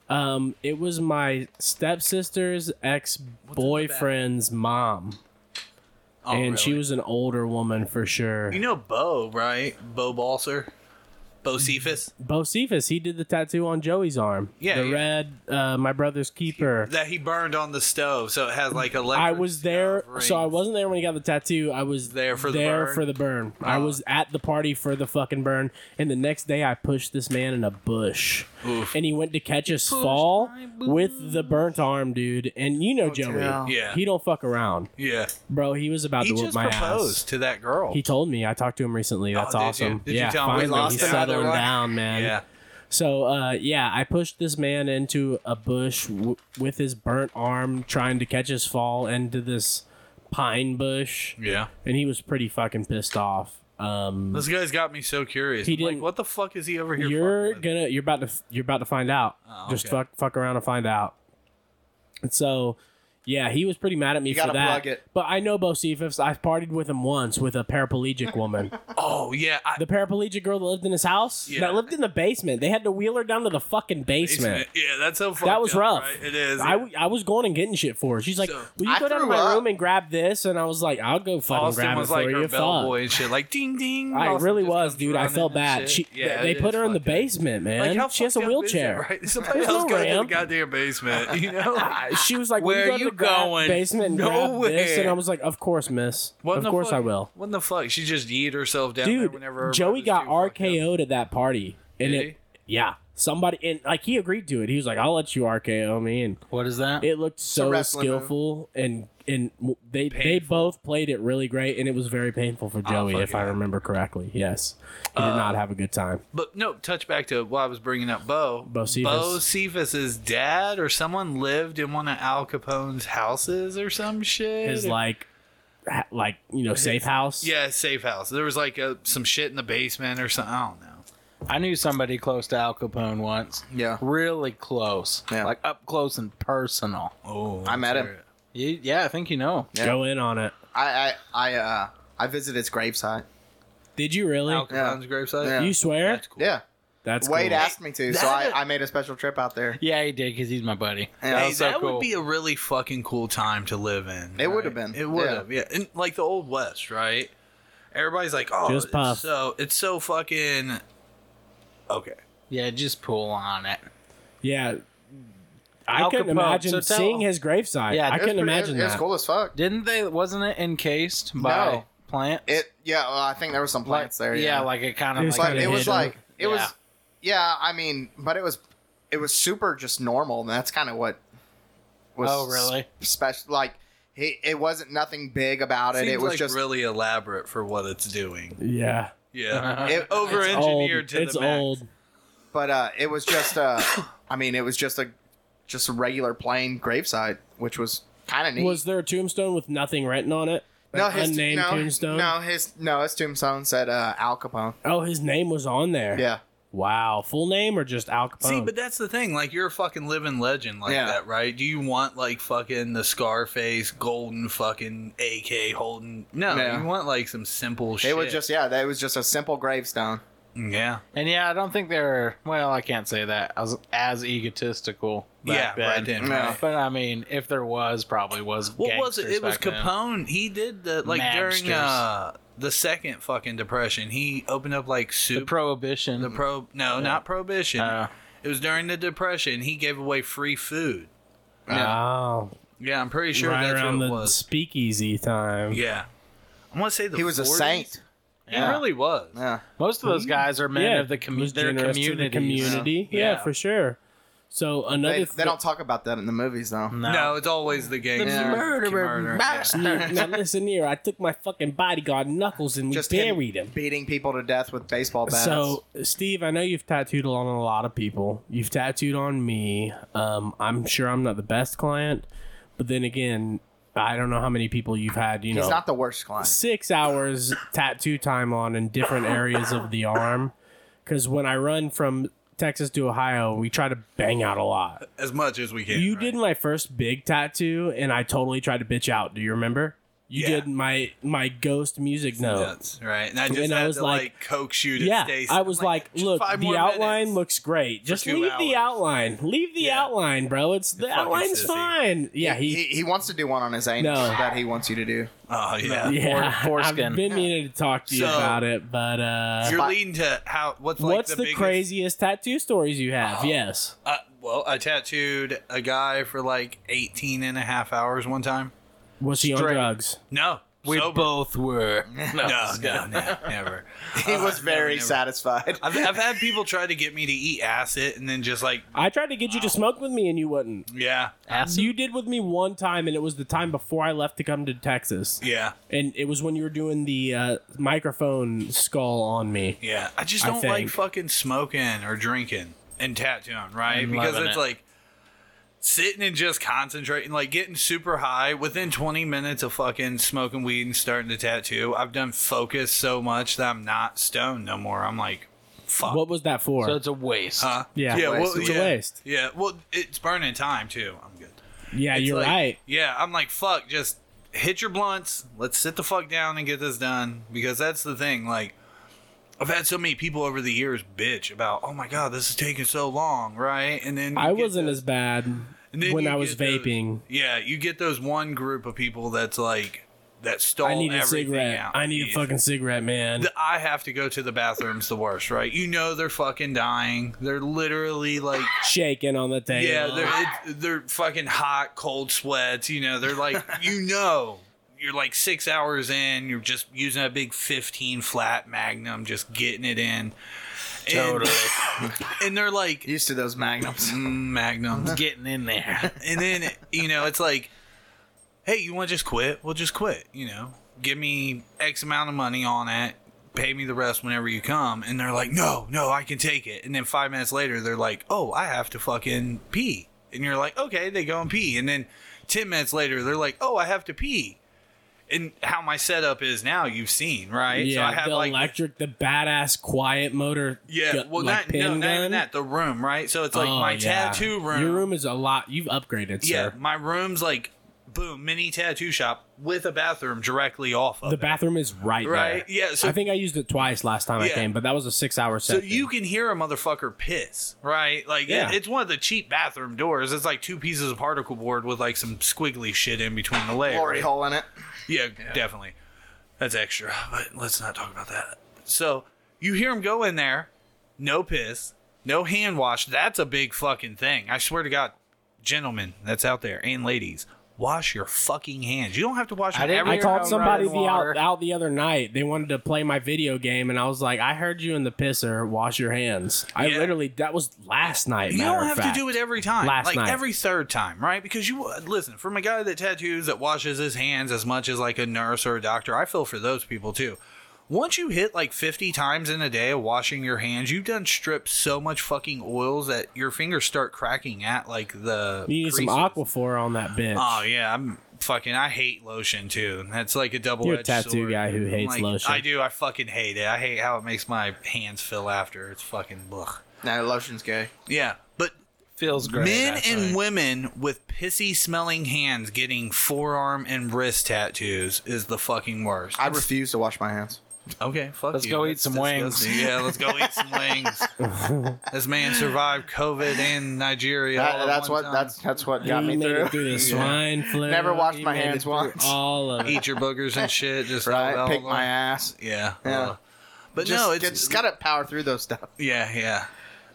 [SPEAKER 4] Um, it was my stepsister's ex boyfriend's mom.
[SPEAKER 2] Oh,
[SPEAKER 4] and
[SPEAKER 2] really?
[SPEAKER 4] she was an older woman for sure.
[SPEAKER 2] You know Bo, right? Bo Balser, Bo Cephas.
[SPEAKER 4] Bo Cephas, he did the tattoo on Joey's arm.
[SPEAKER 2] Yeah,
[SPEAKER 4] the
[SPEAKER 2] yeah.
[SPEAKER 4] red, uh, my brother's keeper.
[SPEAKER 2] that he burned on the stove, so it has like electric.
[SPEAKER 4] I was there,
[SPEAKER 2] stove
[SPEAKER 4] so I
[SPEAKER 2] rings.
[SPEAKER 4] wasn't there when he got the tattoo. I was
[SPEAKER 2] There for the
[SPEAKER 4] there
[SPEAKER 2] burn? Oh.
[SPEAKER 4] for the burn. I was at the party for the fucking burn, and the next day I pushed this man in a bush,
[SPEAKER 2] Oof.
[SPEAKER 4] and he went to catch his fall with the burnt arm, dude. And you know Joey,
[SPEAKER 5] damn.
[SPEAKER 2] Yeah.
[SPEAKER 4] he don't fuck around,
[SPEAKER 2] Yeah,
[SPEAKER 4] bro. He was about
[SPEAKER 2] he
[SPEAKER 4] to whip
[SPEAKER 2] just
[SPEAKER 4] my
[SPEAKER 2] proposed
[SPEAKER 4] ass.
[SPEAKER 2] to that girl.
[SPEAKER 4] He told me. I talked to him recently. That's
[SPEAKER 2] did you?
[SPEAKER 4] awesome.
[SPEAKER 2] Did you
[SPEAKER 4] yeah,
[SPEAKER 2] tell him we
[SPEAKER 4] finally
[SPEAKER 5] lost
[SPEAKER 4] he's
[SPEAKER 5] another
[SPEAKER 4] settling
[SPEAKER 5] one?
[SPEAKER 4] down, man.
[SPEAKER 2] yeah,
[SPEAKER 4] So uh, yeah, I pushed this man into a bush w- with his burnt arm, trying to catch his fall into this pine bush,
[SPEAKER 2] yeah.
[SPEAKER 4] and he was pretty fucking pissed off. Um,
[SPEAKER 2] This guy's got me so curious.
[SPEAKER 4] He
[SPEAKER 2] I'm like,
[SPEAKER 4] didn't-
[SPEAKER 2] what the fuck is he over here?
[SPEAKER 4] you're
[SPEAKER 2] fucking with?
[SPEAKER 4] gonna you're about to f- you're about to find out.
[SPEAKER 2] Oh,
[SPEAKER 4] Just
[SPEAKER 2] okay.
[SPEAKER 4] fuck fuck around and find out. And so yeah, he was pretty mad at me for
[SPEAKER 5] gotta
[SPEAKER 4] that.
[SPEAKER 5] plug it.
[SPEAKER 4] But I know Bo Cephas. I've partied with him once with a paraplegic woman.
[SPEAKER 2] Oh yeah, I,
[SPEAKER 4] the paraplegic girl that lived in his house,
[SPEAKER 2] Yeah.
[SPEAKER 4] that lived in the basement. They had to wheel her down to the fucking basement.
[SPEAKER 2] yeah, that's so.
[SPEAKER 4] That
[SPEAKER 2] fucked
[SPEAKER 4] was
[SPEAKER 2] up,
[SPEAKER 4] rough.
[SPEAKER 2] right? It is.
[SPEAKER 4] I, w- I was going and getting shit for her. She's like,
[SPEAKER 2] So-
[SPEAKER 4] "Will you
[SPEAKER 5] I
[SPEAKER 4] go down to
[SPEAKER 5] threw
[SPEAKER 4] my
[SPEAKER 5] up.
[SPEAKER 4] room and grab this?" And I was like, "I'll go fucking
[SPEAKER 2] Austin
[SPEAKER 4] grab
[SPEAKER 2] was
[SPEAKER 4] it
[SPEAKER 2] like
[SPEAKER 4] for
[SPEAKER 2] her
[SPEAKER 4] you." Fuck.
[SPEAKER 2] bellboy and shit, like ding ding.
[SPEAKER 4] I
[SPEAKER 2] Austin
[SPEAKER 4] really
[SPEAKER 2] just
[SPEAKER 4] was,
[SPEAKER 2] comes
[SPEAKER 4] dude. I
[SPEAKER 2] running
[SPEAKER 4] felt
[SPEAKER 2] and
[SPEAKER 4] bad.
[SPEAKER 2] shit.
[SPEAKER 4] She,
[SPEAKER 2] Yeah,
[SPEAKER 4] they
[SPEAKER 2] it
[SPEAKER 4] put her
[SPEAKER 2] is
[SPEAKER 4] in the
[SPEAKER 2] fucked up.
[SPEAKER 4] basement, man.
[SPEAKER 2] Like, how
[SPEAKER 4] she has a
[SPEAKER 2] fucked up is it,
[SPEAKER 4] wheelchair.
[SPEAKER 2] right? Somebody
[SPEAKER 4] There's
[SPEAKER 2] else
[SPEAKER 4] no
[SPEAKER 2] goes to the
[SPEAKER 4] ramp.
[SPEAKER 2] goddamn basement. You know,
[SPEAKER 4] She was like, "Will you, go
[SPEAKER 2] Where are
[SPEAKER 4] to
[SPEAKER 2] you
[SPEAKER 4] the gra-
[SPEAKER 2] going?
[SPEAKER 4] Basement and grab this?"
[SPEAKER 2] Nowhere.
[SPEAKER 4] And I was like, "Of course, miss.
[SPEAKER 2] What
[SPEAKER 4] of
[SPEAKER 2] the
[SPEAKER 4] course,
[SPEAKER 2] fuck?
[SPEAKER 4] I will."
[SPEAKER 2] What the fuck? She just yeet herself down there
[SPEAKER 4] Dude,
[SPEAKER 2] whenever her
[SPEAKER 4] Joey
[SPEAKER 2] brother's
[SPEAKER 4] got
[SPEAKER 2] too fucked up.
[SPEAKER 4] RKO'd at that party, and
[SPEAKER 2] Did
[SPEAKER 4] it, yeah, somebody and like he agreed to it. He was like, "I'll let you RKO me," and
[SPEAKER 3] what is that?
[SPEAKER 4] It looked
[SPEAKER 5] a
[SPEAKER 4] so
[SPEAKER 5] wrestling move.
[SPEAKER 4] skillful and and w- they they
[SPEAKER 2] Painful. Oh,
[SPEAKER 4] both played it really great and it was very painful for Joey
[SPEAKER 2] fuck
[SPEAKER 4] if I
[SPEAKER 2] yeah. Uh,
[SPEAKER 4] remember correctly. Yes. He did not have a good time.
[SPEAKER 2] But no, touch back to what I was bringing up. Bo,
[SPEAKER 4] Bo Cephas.
[SPEAKER 2] Bo Cephas's dad or someone lived in one of Al Capone's houses or some shit.
[SPEAKER 4] His like ha- like, you know, safe house.
[SPEAKER 2] yeah, safe house. There was like a, some shit in the basement or something. I don't know.
[SPEAKER 3] I knew somebody close to Al Capone once.
[SPEAKER 5] Yeah.
[SPEAKER 3] Really close.
[SPEAKER 5] Yeah.
[SPEAKER 3] Like up close and personal.
[SPEAKER 2] Oh,
[SPEAKER 5] I met him.
[SPEAKER 3] You, yeah, I think you know.
[SPEAKER 5] Yeah.
[SPEAKER 4] Go in on it.
[SPEAKER 5] I, I, I, uh, I visited his gravesite.
[SPEAKER 4] Did you really?
[SPEAKER 2] Al Capone's gravesite.
[SPEAKER 5] Yeah.
[SPEAKER 4] You swear?
[SPEAKER 2] cool.
[SPEAKER 5] Yeah,
[SPEAKER 4] That's
[SPEAKER 5] Wade
[SPEAKER 4] cool.
[SPEAKER 5] asked me to, so I,
[SPEAKER 2] That-
[SPEAKER 5] I made a special trip out there.
[SPEAKER 3] Yeah, he did because he's my buddy.
[SPEAKER 5] Yeah,
[SPEAKER 2] Hey,
[SPEAKER 3] was so
[SPEAKER 2] that
[SPEAKER 3] cool.
[SPEAKER 2] would be a really fucking cool time to live in.
[SPEAKER 5] It would have been.
[SPEAKER 2] It would
[SPEAKER 5] Yeah.
[SPEAKER 2] have, yeah. And like the old west, right? Everybody's like, oh,
[SPEAKER 4] Just puff.
[SPEAKER 2] it's so it's so fucking okay.
[SPEAKER 3] Yeah, just pull on it.
[SPEAKER 4] Yeah. I
[SPEAKER 3] Al
[SPEAKER 4] couldn't
[SPEAKER 3] Capone,
[SPEAKER 4] imagine
[SPEAKER 3] so tell-
[SPEAKER 4] seeing his gravesite.
[SPEAKER 3] Yeah,
[SPEAKER 4] I
[SPEAKER 3] it was
[SPEAKER 4] couldn't
[SPEAKER 5] pretty-
[SPEAKER 4] imagine
[SPEAKER 5] it, It was
[SPEAKER 4] that.
[SPEAKER 5] cool as fuck.
[SPEAKER 3] Didn't they? Wasn't it encased by
[SPEAKER 5] No.
[SPEAKER 3] plants?
[SPEAKER 5] It, yeah. Well, I think there were some plants there.
[SPEAKER 3] Yeah, like it kind
[SPEAKER 4] It
[SPEAKER 3] of.
[SPEAKER 4] was
[SPEAKER 3] like,
[SPEAKER 5] but
[SPEAKER 4] kinda
[SPEAKER 5] it was
[SPEAKER 4] hidden.
[SPEAKER 5] like it
[SPEAKER 3] Yeah.
[SPEAKER 5] was. Yeah, I mean, but it was, it was super just normal, and that's kind of what was
[SPEAKER 3] Oh, really?
[SPEAKER 5] s- special. Like He, it wasn't nothing big about it.
[SPEAKER 2] Seems
[SPEAKER 5] it was
[SPEAKER 2] like
[SPEAKER 5] just
[SPEAKER 2] really elaborate for what it's doing.
[SPEAKER 4] Yeah.
[SPEAKER 2] Yeah,
[SPEAKER 5] it,
[SPEAKER 2] over engineered to
[SPEAKER 4] it's
[SPEAKER 2] the max.
[SPEAKER 4] old.
[SPEAKER 5] but uh, it was just uh, I mean, it was just a just a regular plain gravesite, which was kind of neat.
[SPEAKER 4] Was there a tombstone with nothing written on it?
[SPEAKER 5] no,
[SPEAKER 4] Like
[SPEAKER 5] his
[SPEAKER 4] unnamed
[SPEAKER 5] no,
[SPEAKER 4] tombstone.
[SPEAKER 5] No, his no, his tombstone said uh, Al Capone.
[SPEAKER 4] Oh, his name was on there.
[SPEAKER 5] Yeah,
[SPEAKER 4] Wow. Full name or just Al Capone?
[SPEAKER 2] See, but that's the thing. Like, you're a fucking living legend like
[SPEAKER 5] Yeah.
[SPEAKER 2] that, right? Do you want, like, fucking the Scarface, golden fucking AK holding? No,
[SPEAKER 5] No.
[SPEAKER 2] you want, like, some simple shit.
[SPEAKER 5] it was just yeah, that was just a simple gravestone.
[SPEAKER 2] Yeah.
[SPEAKER 3] And yeah, I don't think they're well. I can't say that I was as egotistical. Back
[SPEAKER 2] yeah,
[SPEAKER 3] then.
[SPEAKER 2] right then.
[SPEAKER 5] No.
[SPEAKER 2] right.
[SPEAKER 3] But I mean, if there was, probably was.
[SPEAKER 2] What was it?
[SPEAKER 3] gangsters
[SPEAKER 2] It was
[SPEAKER 3] back then.
[SPEAKER 2] Capone. He did the, like, during
[SPEAKER 3] Mobsters.
[SPEAKER 2] uh, the second fucking depression, he opened up, like, soup.
[SPEAKER 3] The prohibition.
[SPEAKER 2] the pro- no, not prohibition.
[SPEAKER 3] Uh,
[SPEAKER 2] it was during the depression. He gave away free food.
[SPEAKER 4] wow.
[SPEAKER 2] Yeah, I'm pretty sure
[SPEAKER 4] right
[SPEAKER 2] that's
[SPEAKER 4] around
[SPEAKER 2] what it
[SPEAKER 4] the
[SPEAKER 2] was.
[SPEAKER 4] speakeasy time.
[SPEAKER 2] Yeah. I want to say the
[SPEAKER 5] He was a
[SPEAKER 2] 40s.
[SPEAKER 5] saint.
[SPEAKER 2] He
[SPEAKER 3] Yeah.
[SPEAKER 2] really was.
[SPEAKER 5] Yeah,
[SPEAKER 3] most of those guys are men of the
[SPEAKER 4] it
[SPEAKER 3] commu-
[SPEAKER 4] was
[SPEAKER 3] their
[SPEAKER 4] generous to
[SPEAKER 3] community.
[SPEAKER 4] the community. Yeah.
[SPEAKER 2] Yeah.
[SPEAKER 4] for sure. So another
[SPEAKER 5] they,
[SPEAKER 4] th-
[SPEAKER 5] they don't talk about that in the movies though.
[SPEAKER 3] No.
[SPEAKER 2] No, it's always the gangster.
[SPEAKER 5] The murderer,
[SPEAKER 2] murderer.
[SPEAKER 4] now listen here. I took my fucking bodyguard Knuckles and we
[SPEAKER 5] Just him
[SPEAKER 4] buried him.
[SPEAKER 5] beating people to death with baseball bats.
[SPEAKER 4] So, Steve, I know you've tattooed on a lot of people. You've tattooed on me. Um, I'm sure I'm not the best client, but then again, I don't know how many people you've had. You
[SPEAKER 5] he's
[SPEAKER 4] know,
[SPEAKER 5] not the worst client.
[SPEAKER 4] six hours tattoo time on in different areas of the arm. Because when I run from Texas to Ohio, we try to bang out a lot.
[SPEAKER 2] As much as we can.
[SPEAKER 4] You
[SPEAKER 2] right?
[SPEAKER 4] did my first big tattoo, and I totally tried to bitch out. Do you remember? You
[SPEAKER 2] Yeah.
[SPEAKER 4] did my my ghost music note.
[SPEAKER 2] Nuts, right? And I just
[SPEAKER 4] And
[SPEAKER 2] had
[SPEAKER 4] I was
[SPEAKER 2] to
[SPEAKER 4] like-
[SPEAKER 2] like, coax you to
[SPEAKER 4] yeah,
[SPEAKER 2] stay.
[SPEAKER 4] I was
[SPEAKER 2] I'm
[SPEAKER 4] like,
[SPEAKER 2] "Just
[SPEAKER 4] look,
[SPEAKER 2] five
[SPEAKER 4] the
[SPEAKER 2] more
[SPEAKER 4] outline
[SPEAKER 2] minutes."
[SPEAKER 4] looks great. Just
[SPEAKER 2] two
[SPEAKER 4] leave the
[SPEAKER 2] hours."
[SPEAKER 4] outline. Leave the
[SPEAKER 2] Yeah.
[SPEAKER 4] outline, bro. It's the
[SPEAKER 2] fucking
[SPEAKER 4] outline's
[SPEAKER 2] sissy.
[SPEAKER 4] fine. Yeah,
[SPEAKER 5] He,
[SPEAKER 4] he.
[SPEAKER 5] he wants to do one on his anus
[SPEAKER 4] No.
[SPEAKER 5] that he wants you to do.
[SPEAKER 2] Oh yeah.
[SPEAKER 4] yeah,
[SPEAKER 3] Fore- foreskin.
[SPEAKER 4] I've been meaning to talk to you
[SPEAKER 2] So-
[SPEAKER 4] about it, but uh,
[SPEAKER 2] You're leading to how? What's like
[SPEAKER 4] what's
[SPEAKER 2] the,
[SPEAKER 4] the,
[SPEAKER 2] biggest,
[SPEAKER 4] craziest tattoo stories you have? Yes.
[SPEAKER 2] Uh, well, I tattooed a guy for like 18 and a half hours one time.
[SPEAKER 4] Was he on
[SPEAKER 3] Straight.
[SPEAKER 4] drugs?
[SPEAKER 2] No,
[SPEAKER 3] We
[SPEAKER 2] sober.
[SPEAKER 3] both were. No,
[SPEAKER 2] No, no, no, never. Uh,
[SPEAKER 5] He was very
[SPEAKER 2] never.
[SPEAKER 5] satisfied.
[SPEAKER 2] I've, I've had people try to get me to eat acid and then just like,
[SPEAKER 4] I tried to get you to smoke with me and you wouldn't.
[SPEAKER 2] yeah,
[SPEAKER 3] Acid?
[SPEAKER 4] You did with me one time, and it was the time before I left to come to Texas.
[SPEAKER 2] yeah,
[SPEAKER 4] And it was when you were doing the uh, microphone skull on me.
[SPEAKER 2] yeah. I just
[SPEAKER 4] I
[SPEAKER 2] don't like
[SPEAKER 4] think.
[SPEAKER 2] fucking smoking or drinking and tattooing, right?
[SPEAKER 3] I'm
[SPEAKER 2] because
[SPEAKER 3] loving
[SPEAKER 2] it's
[SPEAKER 3] it.
[SPEAKER 2] like sitting and just concentrating, like getting super high within 20 minutes of fucking smoking weed and starting to tattoo. I've done focus so much that I'm not stoned no more. I'm like, fuck.
[SPEAKER 4] What was that for?
[SPEAKER 3] So it's a waste.
[SPEAKER 2] Huh?
[SPEAKER 4] Yeah.
[SPEAKER 2] yeah,
[SPEAKER 5] Waste.
[SPEAKER 2] well,
[SPEAKER 4] It's a
[SPEAKER 2] yeah,
[SPEAKER 4] waste.
[SPEAKER 2] Yeah, well, it's burning time too. I'm good.
[SPEAKER 4] yeah,
[SPEAKER 2] It's
[SPEAKER 4] you're
[SPEAKER 2] like-
[SPEAKER 4] right.
[SPEAKER 2] Yeah, I'm like, fuck, just hit your blunts. Let's sit the fuck down and get this done because that's the thing. Like, I've had so many people over the years bitch about, oh my god, this is taking so long, right? And then you
[SPEAKER 4] I
[SPEAKER 2] get
[SPEAKER 4] wasn't
[SPEAKER 2] those-
[SPEAKER 4] as bad
[SPEAKER 2] and then
[SPEAKER 4] when
[SPEAKER 2] you
[SPEAKER 4] I was
[SPEAKER 2] get those-
[SPEAKER 4] vaping.
[SPEAKER 2] yeah, you get those one group of people that's like that stall
[SPEAKER 4] I need a
[SPEAKER 2] everything
[SPEAKER 4] cigarette.
[SPEAKER 2] out.
[SPEAKER 4] I need a
[SPEAKER 2] Yeah.
[SPEAKER 4] fucking cigarette, man.
[SPEAKER 2] The- I have to go to the bathrooms the worst, right? You know they're fucking dying. They're literally like
[SPEAKER 4] Shaking on the table.
[SPEAKER 2] Yeah, they're it, they're fucking hot, cold sweats. You know, they're like you know, you're like six hours in. You're just using a big fifteen flat Magnum, just getting it in. Totally. And, and they're like
[SPEAKER 5] Used to those magnums.
[SPEAKER 2] mm, Magnums,
[SPEAKER 3] Getting in there.
[SPEAKER 2] and then you know it's like, hey, you want to just quit? Well, just quit. You know, give me X amount of money on it. Pay me the rest whenever you come, and they're like, "No, no, I can take it." And then five minutes later, they're like, "Oh, I have to fucking pee," and you're like, "Okay." They go and pee, and then ten minutes later, they're like, "Oh, I have to pee," and how my setup is now, you've seen, right?
[SPEAKER 4] Yeah,
[SPEAKER 2] I had,
[SPEAKER 4] the electric, the badass quiet motor.
[SPEAKER 2] yeah,
[SPEAKER 4] gu-
[SPEAKER 2] well,
[SPEAKER 4] like,
[SPEAKER 2] not, no,
[SPEAKER 4] pin
[SPEAKER 2] not even
[SPEAKER 4] gun.
[SPEAKER 2] that. The room, right? So it's like
[SPEAKER 4] Oh,
[SPEAKER 2] my
[SPEAKER 4] yeah.
[SPEAKER 2] tattoo
[SPEAKER 4] Your room is a lot. You've upgraded,
[SPEAKER 2] Yeah,
[SPEAKER 4] sir.
[SPEAKER 2] my room's like boom, mini tattoo shop with a bathroom directly off of
[SPEAKER 4] The
[SPEAKER 2] it.
[SPEAKER 4] bathroom is right,
[SPEAKER 2] Right,
[SPEAKER 4] there.
[SPEAKER 2] yeah, so-
[SPEAKER 4] I think I used it twice last time I
[SPEAKER 2] Yeah.
[SPEAKER 4] came, but that was a six-hour
[SPEAKER 2] So
[SPEAKER 4] session.
[SPEAKER 2] you can hear a motherfucker piss, right? Like it-
[SPEAKER 4] Yeah.
[SPEAKER 2] it's one of the cheap bathroom doors. It's like two pieces of particle board with like some squiggly shit in between the layers.
[SPEAKER 5] Glory hole in it.
[SPEAKER 2] Yeah, definitely. That's extra, but let's not talk about that. So you hear him go in there, no piss, no hand wash. That's a big fucking thing. I swear to God, gentlemen that's out there and ladies, wash your fucking hands. You don't have to wash
[SPEAKER 3] I
[SPEAKER 2] them
[SPEAKER 3] didn't-
[SPEAKER 2] every
[SPEAKER 4] I
[SPEAKER 3] Your
[SPEAKER 4] called
[SPEAKER 3] own
[SPEAKER 4] somebody
[SPEAKER 3] running
[SPEAKER 4] the out,
[SPEAKER 3] water.
[SPEAKER 4] out the other night. They wanted to play my video game, and I was like, "I heard you in the pisser. Wash your hands." I
[SPEAKER 2] Yeah.
[SPEAKER 4] literally that was last night.
[SPEAKER 2] You
[SPEAKER 4] matter
[SPEAKER 2] don't
[SPEAKER 4] of
[SPEAKER 2] have
[SPEAKER 4] fact.
[SPEAKER 2] to do it every time.
[SPEAKER 4] Last
[SPEAKER 2] like
[SPEAKER 4] night.
[SPEAKER 2] every third time, right? Because you listen, from a guy that tattoos that washes his hands as much as like a nurse or a doctor, I feel for those people too. Once you hit like 50 times in a day of washing your hands, you've done stripped so much fucking oils that your fingers start cracking at like the
[SPEAKER 4] You need some
[SPEAKER 2] creases.
[SPEAKER 4] Aquaphor on that bitch.
[SPEAKER 2] Oh yeah, I'm fucking. I hate lotion too. That's like a double.
[SPEAKER 4] You're a tattoo guy who hates lotion.
[SPEAKER 2] I do. I fucking hate it. I hate how it makes my hands feel after. It's fucking ugh.
[SPEAKER 5] Nah, lotion's gay.
[SPEAKER 2] Yeah, but
[SPEAKER 3] Feels great.
[SPEAKER 2] men
[SPEAKER 3] that's
[SPEAKER 2] and
[SPEAKER 3] right.
[SPEAKER 2] women with pissy smelling hands getting forearm and wrist tattoos is the fucking worst.
[SPEAKER 5] I refuse to wash my hands.
[SPEAKER 2] okay, fuck
[SPEAKER 3] Let's
[SPEAKER 2] you.
[SPEAKER 3] go eat
[SPEAKER 2] That's
[SPEAKER 3] some wings.
[SPEAKER 2] disgusting. Yeah, let's go eat some wings. this man survived COVID and Nigeria. all
[SPEAKER 5] That,
[SPEAKER 2] at
[SPEAKER 5] that's
[SPEAKER 2] one
[SPEAKER 5] what
[SPEAKER 2] time.
[SPEAKER 5] that's that's what got
[SPEAKER 4] he
[SPEAKER 5] me
[SPEAKER 4] made
[SPEAKER 5] through.
[SPEAKER 4] it through the swine flu.
[SPEAKER 5] Never washed
[SPEAKER 4] He
[SPEAKER 5] my
[SPEAKER 4] made it
[SPEAKER 5] hands
[SPEAKER 4] through
[SPEAKER 5] once.
[SPEAKER 4] All of it.
[SPEAKER 2] Eat your boogers and shit. Just all-
[SPEAKER 5] Right,
[SPEAKER 2] all
[SPEAKER 5] pick my
[SPEAKER 2] along.
[SPEAKER 5] ass.
[SPEAKER 2] Yeah.
[SPEAKER 5] Yeah.
[SPEAKER 2] uh, but
[SPEAKER 5] Just,
[SPEAKER 2] no, it's
[SPEAKER 5] just gotta power through those stuff.
[SPEAKER 2] yeah, yeah.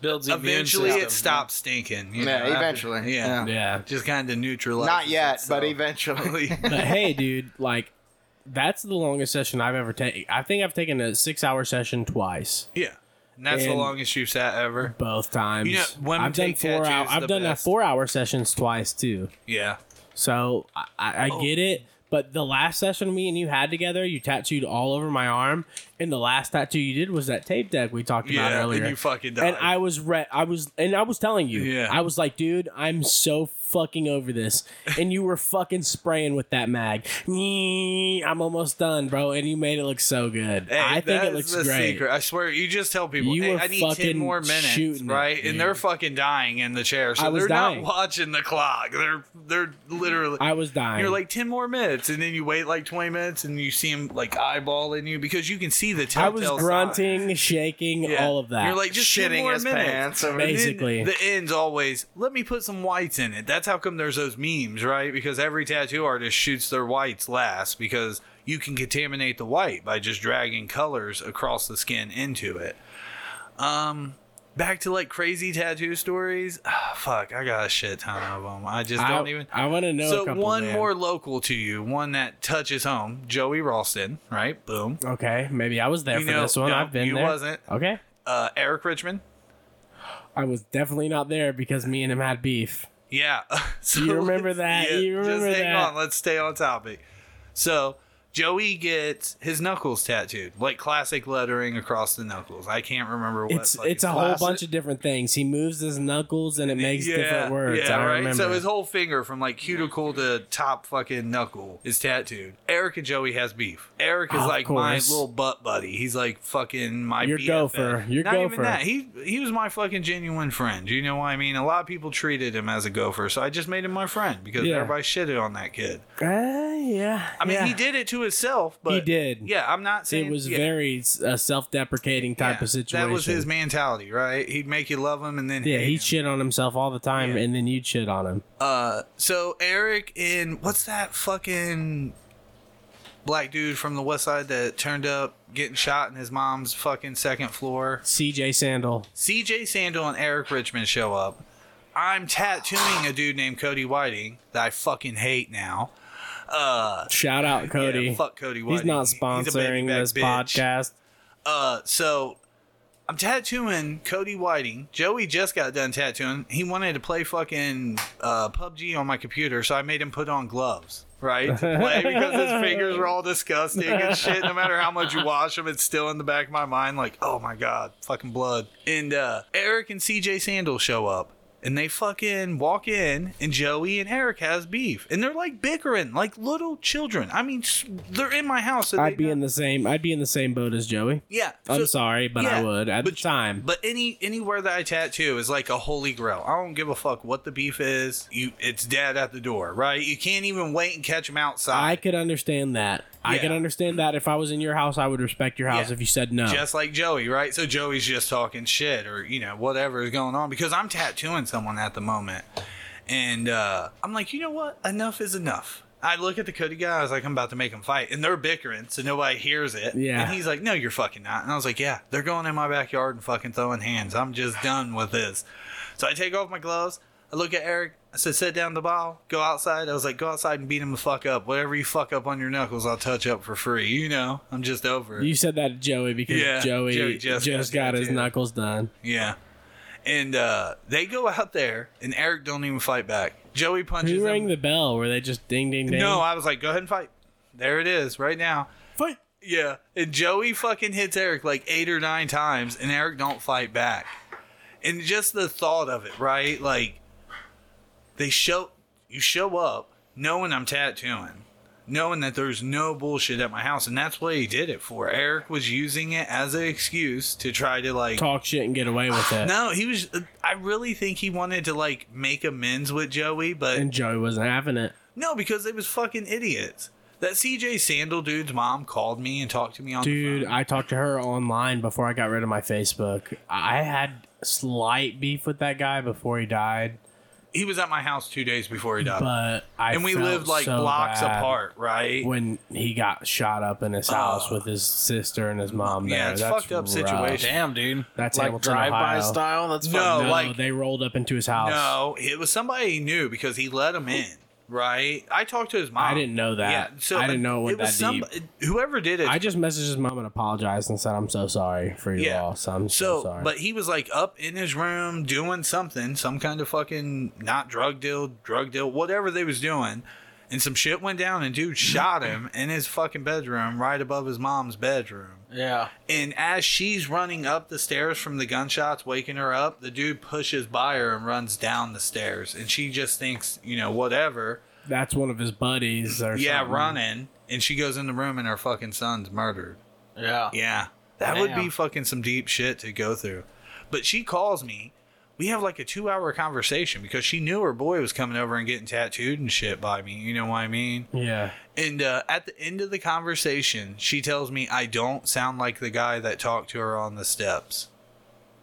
[SPEAKER 3] builds the immune
[SPEAKER 2] Eventually,
[SPEAKER 3] system.
[SPEAKER 2] it stops stinking. you
[SPEAKER 5] Yeah,
[SPEAKER 2] know, after-
[SPEAKER 5] eventually. Yeah.
[SPEAKER 2] yeah.
[SPEAKER 4] Yeah.
[SPEAKER 2] Just kind of neutralizes.
[SPEAKER 5] Not yet, but
[SPEAKER 2] itself.
[SPEAKER 5] eventually.
[SPEAKER 4] But hey, dude, like that's the longest session I've ever taken. I think I've taken a six-hour session twice.
[SPEAKER 2] yeah. And that's the
[SPEAKER 4] And-
[SPEAKER 2] longest you've sat ever.
[SPEAKER 4] Both times.
[SPEAKER 2] You know, women
[SPEAKER 4] I've done
[SPEAKER 2] take
[SPEAKER 4] four hour.
[SPEAKER 2] tattoos the
[SPEAKER 4] I've done a
[SPEAKER 2] best.
[SPEAKER 4] four-hour sessions twice too.
[SPEAKER 2] Yeah.
[SPEAKER 4] So I, I,
[SPEAKER 2] Oh.
[SPEAKER 4] I get it. But the last session me and you had together, you tattooed all over my arm, and the last tattoo you did was that tape deck we talked about
[SPEAKER 2] Yeah, and
[SPEAKER 4] earlier.
[SPEAKER 2] you fucking
[SPEAKER 4] And
[SPEAKER 2] died.
[SPEAKER 4] I was re- I was and I was telling you,
[SPEAKER 2] Yeah.
[SPEAKER 4] I was like, dude, I'm so fucking over this. And you were fucking spraying with that mag. Nyeh, I'm almost done, bro. And you made it look so good.
[SPEAKER 2] Hey,
[SPEAKER 4] I think
[SPEAKER 2] that
[SPEAKER 4] it
[SPEAKER 2] is
[SPEAKER 4] looks
[SPEAKER 2] the
[SPEAKER 4] great.
[SPEAKER 2] secret. I swear, you just tell people,
[SPEAKER 4] You
[SPEAKER 2] hey,
[SPEAKER 4] were
[SPEAKER 2] I need 10
[SPEAKER 4] fucking
[SPEAKER 2] more minutes,
[SPEAKER 4] shooting it,
[SPEAKER 2] right?
[SPEAKER 4] dude.
[SPEAKER 2] and they're fucking dying in the chair. So
[SPEAKER 4] I was
[SPEAKER 2] they're
[SPEAKER 4] dying.
[SPEAKER 2] not watching the clock. They're they're literally.
[SPEAKER 4] I was dying.
[SPEAKER 2] you're like 10 more minutes, and then you wait like 20 minutes, and you see them like eyeballing you because you can see the
[SPEAKER 4] I was
[SPEAKER 2] telltale signs.
[SPEAKER 4] grunting, shaking,
[SPEAKER 2] Yeah.
[SPEAKER 4] all of that.
[SPEAKER 2] You're like just ten
[SPEAKER 5] shitting
[SPEAKER 2] more
[SPEAKER 5] his
[SPEAKER 2] minutes.
[SPEAKER 5] pants over-
[SPEAKER 2] And then
[SPEAKER 4] Basically.
[SPEAKER 2] the end's always let me put some whites in it. That's how come there's those memes, right? Because every tattoo artist shoots their whites last because you can contaminate the white by just dragging colors across the skin into it. Um, back to like crazy tattoo stories. Ah, fuck, I got a shit ton of them. I just
[SPEAKER 4] I
[SPEAKER 2] don't even.
[SPEAKER 4] I want to know. a
[SPEAKER 2] so
[SPEAKER 4] couple,
[SPEAKER 2] one
[SPEAKER 4] man.
[SPEAKER 2] more local to you, one that touches home, Joey Ralston, right? Boom.
[SPEAKER 4] Okay, maybe I was there
[SPEAKER 2] You
[SPEAKER 4] for
[SPEAKER 2] know,
[SPEAKER 4] this one.
[SPEAKER 2] no,
[SPEAKER 4] I've been
[SPEAKER 2] you
[SPEAKER 4] there.
[SPEAKER 2] wasn't.
[SPEAKER 4] Okay,
[SPEAKER 2] Uh, Eric Richmond.
[SPEAKER 4] I was definitely not there because me and him had beef.
[SPEAKER 2] Yeah. So
[SPEAKER 4] You remember
[SPEAKER 2] let's-
[SPEAKER 4] that. You remember
[SPEAKER 2] just hang
[SPEAKER 4] that.
[SPEAKER 2] on. Let's stay on topic. So Joey gets his knuckles tattooed, like classic lettering across the knuckles. I can't remember what.
[SPEAKER 4] It's
[SPEAKER 2] fucking
[SPEAKER 4] it's a
[SPEAKER 2] class-
[SPEAKER 4] whole bunch of different things. He moves his knuckles and it makes different words.
[SPEAKER 2] Yeah,
[SPEAKER 4] I
[SPEAKER 2] right.
[SPEAKER 4] remember.
[SPEAKER 2] So his whole finger from like cuticle to top fucking knuckle is tattooed. Eric and Joey has beef. Eric is
[SPEAKER 4] Of
[SPEAKER 2] like my
[SPEAKER 4] course.
[SPEAKER 2] little butt buddy. He's like fucking my
[SPEAKER 4] Your
[SPEAKER 2] BFF.
[SPEAKER 4] gopher. Your
[SPEAKER 2] Not
[SPEAKER 4] gopher.
[SPEAKER 2] even that. He he was my fucking genuine friend. You know what I mean? A lot of people treated him as a gopher, so I just made him my friend because
[SPEAKER 4] Yeah.
[SPEAKER 2] everybody shitted on that kid.
[SPEAKER 4] Ah, yeah.
[SPEAKER 2] I mean,
[SPEAKER 4] yeah.
[SPEAKER 2] he did it to himself, but
[SPEAKER 4] He did.
[SPEAKER 2] Yeah, I'm not saying
[SPEAKER 4] It was
[SPEAKER 2] yeah,
[SPEAKER 4] very uh, self-deprecating type
[SPEAKER 2] yeah,
[SPEAKER 4] of situation.
[SPEAKER 2] That was his mentality, right? He'd make you love him, and then
[SPEAKER 4] Yeah,
[SPEAKER 2] hate
[SPEAKER 4] he'd
[SPEAKER 2] him.
[SPEAKER 4] shit on himself all the time,
[SPEAKER 2] Yeah.
[SPEAKER 4] and then you'd shit on him.
[SPEAKER 2] Uh, so Eric and what's that fucking black dude from the West Side that turned up getting shot in his mom's fucking second floor?
[SPEAKER 4] C.J. Sandal.
[SPEAKER 2] CJ Sandel and Eric Richmond show up. I'm tattooing a dude named Cody Whiting that I fucking hate now. Uh,
[SPEAKER 4] Shout out Cody.
[SPEAKER 2] yeah, fuck Cody Whiting.
[SPEAKER 4] He's not
[SPEAKER 2] a baby
[SPEAKER 4] sponsoring
[SPEAKER 2] back
[SPEAKER 4] this
[SPEAKER 2] bitch.
[SPEAKER 4] podcast.
[SPEAKER 2] Uh, so I'm tattooing Cody Whiting. Joey just got done tattooing. He wanted to play fucking uh, PUBG on my computer, so I made him put on gloves, right? To play because his fingers were all disgusting and shit. No matter how much you wash them, it's still in the back of my mind like, oh my God, fucking blood. And uh, Eric and CJ Sandel show up. And they fucking walk in, and Joey and Eric has beef, and they're like bickering, like little children. I mean, s- they're in my house. so they
[SPEAKER 4] I'd be
[SPEAKER 2] know-
[SPEAKER 4] in the same. I'd be in the same boat as Joey.
[SPEAKER 2] yeah.
[SPEAKER 4] I'm
[SPEAKER 2] so-
[SPEAKER 4] sorry, but I
[SPEAKER 2] yeah,
[SPEAKER 4] would at
[SPEAKER 2] but-
[SPEAKER 4] the time.
[SPEAKER 2] But any anywhere that I tattoo is like a holy grail. I don't give a fuck what the beef is. You, it's dead at the door, right? You can't even wait and catch them
[SPEAKER 4] I
[SPEAKER 2] outside.
[SPEAKER 4] could understand that. I
[SPEAKER 2] Yeah.
[SPEAKER 4] could understand that if I was in your house, I would respect your house
[SPEAKER 2] Yeah.
[SPEAKER 4] if you said no.
[SPEAKER 2] just like Joey, right? So Joey's just talking shit or you know whatever is going on because I'm tattooing someone at the moment, and uh, I'm like, you know what? Enough is enough. I look at the Cody guy. I was like, I'm about to make him fight, and they're bickering, so nobody hears it.
[SPEAKER 4] Yeah.
[SPEAKER 2] And he's like, No, you're fucking not. And I was like, Yeah, they're going in my backyard and fucking throwing hands. I'm just done with this. So I take off my gloves. I look at Eric. I said, "Set down the ball. Go outside." I was like, "Go outside and beat him the fuck up. Whatever you fuck up on your knuckles, I'll touch up for free. You know, I'm just over it."
[SPEAKER 4] You said that to Joey because
[SPEAKER 2] Yeah,
[SPEAKER 4] Joey,
[SPEAKER 2] Joey
[SPEAKER 4] just,
[SPEAKER 2] just
[SPEAKER 4] got
[SPEAKER 2] got
[SPEAKER 4] his
[SPEAKER 2] tattooed.
[SPEAKER 4] knuckles done.
[SPEAKER 2] Yeah. And uh, they go out there, and Eric don't even fight back. Joey punches
[SPEAKER 4] Who
[SPEAKER 2] him.
[SPEAKER 4] rang the bell? Were they just ding ding ding?
[SPEAKER 2] no, I was like, go ahead and fight. There it is, right now.
[SPEAKER 4] fight.
[SPEAKER 2] Yeah. And Joey fucking hits Eric like eight or nine times, and Eric don't fight back. And just the thought of it, right? Like, they show, you show up knowing I'm tattooing, knowing that there's no bullshit at my house. And that's what he did it for. Eric was using it as an excuse to try to, like,
[SPEAKER 4] Talk shit and get away with it.
[SPEAKER 2] no, he was. I really think he wanted to like make amends with Joey, but
[SPEAKER 4] And Joey wasn't having it.
[SPEAKER 2] no, because they was fucking idiots. That CJ Sandal dude's mom called me and talked to me on
[SPEAKER 4] Dude,
[SPEAKER 2] the phone.
[SPEAKER 4] I talked to her online before I got rid of my Facebook. I had slight beef with that guy before he died,
[SPEAKER 2] He was at my house two days before he died,
[SPEAKER 4] but I
[SPEAKER 2] and we
[SPEAKER 4] felt
[SPEAKER 2] lived like
[SPEAKER 4] so
[SPEAKER 2] blocks
[SPEAKER 4] bad
[SPEAKER 2] apart, right?
[SPEAKER 4] when he got shot up in his house with his sister and his mom.
[SPEAKER 2] Yeah,
[SPEAKER 4] there.
[SPEAKER 2] it's
[SPEAKER 4] That's
[SPEAKER 2] fucked up
[SPEAKER 4] rough.
[SPEAKER 2] situation.
[SPEAKER 3] Damn, dude.
[SPEAKER 4] That's
[SPEAKER 3] like
[SPEAKER 4] Hamilton,
[SPEAKER 3] drive by
[SPEAKER 4] Ohio.
[SPEAKER 3] style. That's
[SPEAKER 2] No,
[SPEAKER 3] fucked
[SPEAKER 4] No,
[SPEAKER 3] up.
[SPEAKER 2] like-
[SPEAKER 4] they rolled up into his house.
[SPEAKER 2] No, it was somebody he knew because he let him in, right? I talked to his mom.
[SPEAKER 4] I didn't know that.
[SPEAKER 2] uh,
[SPEAKER 4] I didn't know it went that
[SPEAKER 2] deep. Whoever did it,
[SPEAKER 4] I just messaged his mom and apologized and said, I'm so sorry for your
[SPEAKER 2] Yeah.
[SPEAKER 4] loss. I'm so,
[SPEAKER 2] So,
[SPEAKER 4] sorry.
[SPEAKER 2] but he was like up in his room doing something, some kind of fucking not drug deal, drug deal, whatever they was doing, and some shit went down, and dude shot him in his fucking bedroom, right above his mom's bedroom.
[SPEAKER 3] yeah.
[SPEAKER 2] And as she's running up the stairs from the gunshots, waking her up, the dude pushes by her and runs down the stairs, and she just thinks, you know, whatever.
[SPEAKER 4] That's one of his buddies or
[SPEAKER 2] Yeah,
[SPEAKER 4] something.
[SPEAKER 2] running, and she goes in the room, and her fucking son's murdered.
[SPEAKER 3] Yeah.
[SPEAKER 2] Yeah. That would be
[SPEAKER 3] Damn.
[SPEAKER 2] fucking some deep shit to go through. But she calls me. We have like a two hour conversation because she knew her boy was coming over and getting tattooed and shit by me. You know what I mean?
[SPEAKER 4] Yeah.
[SPEAKER 2] And uh, at the end of the conversation, she tells me I don't sound like the guy that talked to her on the steps.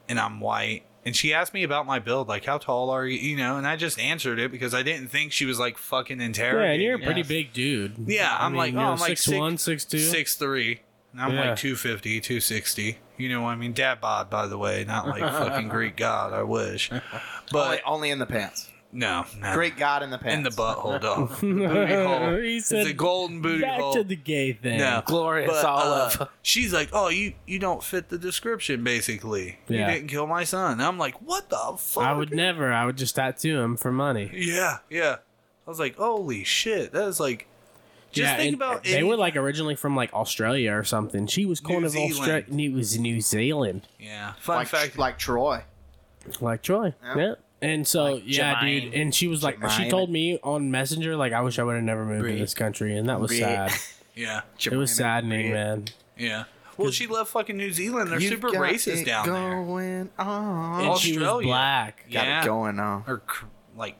[SPEAKER 2] And I'm white. And she asked me about my build, like, how tall are you? You know, and I just answered it because I didn't think she was like fucking
[SPEAKER 4] Yeah,
[SPEAKER 2] interrogating.
[SPEAKER 4] and you're a
[SPEAKER 2] me.
[SPEAKER 4] pretty
[SPEAKER 3] Yes.
[SPEAKER 4] big dude.
[SPEAKER 2] Yeah,
[SPEAKER 4] I
[SPEAKER 2] I'm like,
[SPEAKER 4] mean,
[SPEAKER 2] oh,
[SPEAKER 4] you're
[SPEAKER 2] I'm like
[SPEAKER 4] six one, six two.
[SPEAKER 2] six three. And I'm
[SPEAKER 4] Yeah.
[SPEAKER 2] like 250, 260. You know what I mean? Dad bod, by the way, not like fucking Greek god. I wish,
[SPEAKER 5] Only,
[SPEAKER 2] but
[SPEAKER 5] only in the pants.
[SPEAKER 2] no, no.
[SPEAKER 5] Great God in the pants.
[SPEAKER 2] uh, in the butthole, dog. The booty hole.
[SPEAKER 4] He
[SPEAKER 2] It's
[SPEAKER 4] said,
[SPEAKER 2] a golden booty
[SPEAKER 4] Back
[SPEAKER 2] hole.
[SPEAKER 4] to the gay thing.
[SPEAKER 2] no,
[SPEAKER 3] Glorious
[SPEAKER 2] but,
[SPEAKER 3] olive.
[SPEAKER 2] uh, she's like, "Oh, you you don't fit the description. Basically,
[SPEAKER 4] Yeah.
[SPEAKER 2] you didn't kill my son." And I'm like, "What the fuck?"
[SPEAKER 4] I would never. I would just tattoo him for money.
[SPEAKER 2] Yeah, yeah. I was like, "Holy shit!" That is like, just
[SPEAKER 4] Yeah,
[SPEAKER 2] think
[SPEAKER 4] and
[SPEAKER 2] about
[SPEAKER 4] They
[SPEAKER 2] any-
[SPEAKER 4] were like originally from like Australia or something. She was
[SPEAKER 2] New
[SPEAKER 4] kind of Australia.
[SPEAKER 2] Zealand.
[SPEAKER 4] It was New Zealand,
[SPEAKER 2] yeah. Fun
[SPEAKER 5] like,
[SPEAKER 2] fact,
[SPEAKER 5] like Troy.
[SPEAKER 4] like Troy. Yeah.
[SPEAKER 5] Yeah.
[SPEAKER 4] And so yeah, dude.
[SPEAKER 3] Jemima.
[SPEAKER 4] And she was like, she
[SPEAKER 5] Jemima.
[SPEAKER 4] told me on Messenger, like, I wish I would have never moved to
[SPEAKER 5] Brie.
[SPEAKER 4] this country, and that was
[SPEAKER 5] Brie.
[SPEAKER 4] sad.
[SPEAKER 2] yeah,
[SPEAKER 4] It was saddening,
[SPEAKER 5] Brie.
[SPEAKER 4] man.
[SPEAKER 2] yeah. Well, she left fucking New Zealand. They're
[SPEAKER 5] You've
[SPEAKER 2] super
[SPEAKER 5] got
[SPEAKER 2] racist
[SPEAKER 5] it
[SPEAKER 2] down there.
[SPEAKER 5] going on.
[SPEAKER 4] And she was
[SPEAKER 2] Australia.
[SPEAKER 4] black.
[SPEAKER 5] Got
[SPEAKER 2] Yeah.
[SPEAKER 5] it going on.
[SPEAKER 2] or cr- like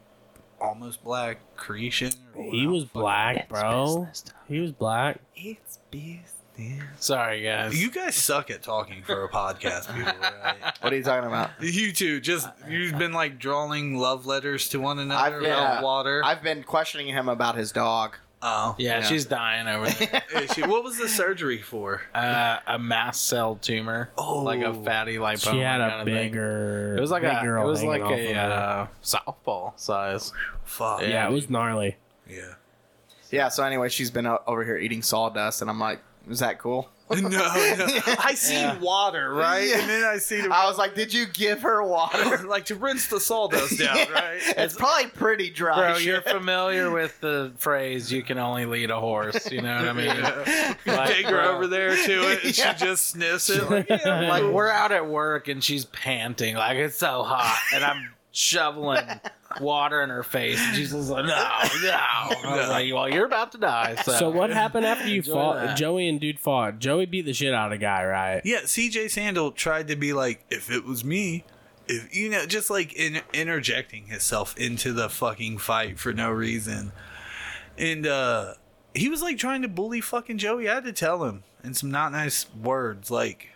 [SPEAKER 2] almost black Cretan. or
[SPEAKER 4] He
[SPEAKER 2] whatever.
[SPEAKER 4] was black, bro. He was black.
[SPEAKER 5] It's business.
[SPEAKER 3] Sorry, guys.
[SPEAKER 2] You guys suck at talking for a podcast, people. Right?
[SPEAKER 5] What are you talking about?
[SPEAKER 2] You two just you've been like drawing love letters to one another
[SPEAKER 5] I've-
[SPEAKER 2] about
[SPEAKER 5] yeah.
[SPEAKER 2] water.
[SPEAKER 5] I've been questioning him about his dog.
[SPEAKER 2] oh,
[SPEAKER 3] yeah,
[SPEAKER 5] Yeah.
[SPEAKER 3] she's dying over there.
[SPEAKER 2] Is she- what was the surgery for?
[SPEAKER 3] uh, a mast cell tumor.
[SPEAKER 2] Oh.
[SPEAKER 3] like a fatty lipoma.
[SPEAKER 4] She had
[SPEAKER 3] kind
[SPEAKER 4] a
[SPEAKER 3] of thing.
[SPEAKER 4] bigger.
[SPEAKER 3] It was like
[SPEAKER 4] big
[SPEAKER 3] a. It
[SPEAKER 4] girl
[SPEAKER 3] was
[SPEAKER 4] hanging
[SPEAKER 3] like
[SPEAKER 4] off of
[SPEAKER 3] a
[SPEAKER 4] her.
[SPEAKER 3] uh, softball size.
[SPEAKER 2] Fuck
[SPEAKER 3] Yeah.
[SPEAKER 4] yeah, it was gnarly.
[SPEAKER 2] yeah.
[SPEAKER 5] Yeah. So anyway, she's been o- over here eating sawdust, and I'm like, "Is that cool?"
[SPEAKER 2] No, no. I seen water right,
[SPEAKER 5] Yeah.
[SPEAKER 2] and then I seen
[SPEAKER 5] I was like, "Did you give her water?"
[SPEAKER 2] like to rinse the sawdust down,
[SPEAKER 5] Yeah,
[SPEAKER 2] right?
[SPEAKER 5] It's probably pretty dry.
[SPEAKER 3] Bro,
[SPEAKER 5] shit.
[SPEAKER 3] you're familiar with the phrase "you can only lead a horse." You know what I mean? Like,
[SPEAKER 2] Take her
[SPEAKER 3] bro,
[SPEAKER 2] over there to it, and
[SPEAKER 5] Yeah.
[SPEAKER 2] she just sniffs it. Like, yeah,
[SPEAKER 3] Like we're out at work and she's panting, like it's so hot, and I'm shoveling water in her face, and she's just like, "No, no." I was
[SPEAKER 2] No.
[SPEAKER 3] like, "Well, you're about to die." So,
[SPEAKER 4] So what happened after you
[SPEAKER 3] Enjoy
[SPEAKER 4] fought?
[SPEAKER 3] that.
[SPEAKER 4] Joey and dude fought. Joey beat the shit out of guy, right?
[SPEAKER 2] Yeah, CJ Sandel tried to be like, if it was me, if you know, just like in, interjecting himself into the fucking fight for no reason. And uh he was like trying to bully fucking Joey. I had to tell him in some not nice words, like,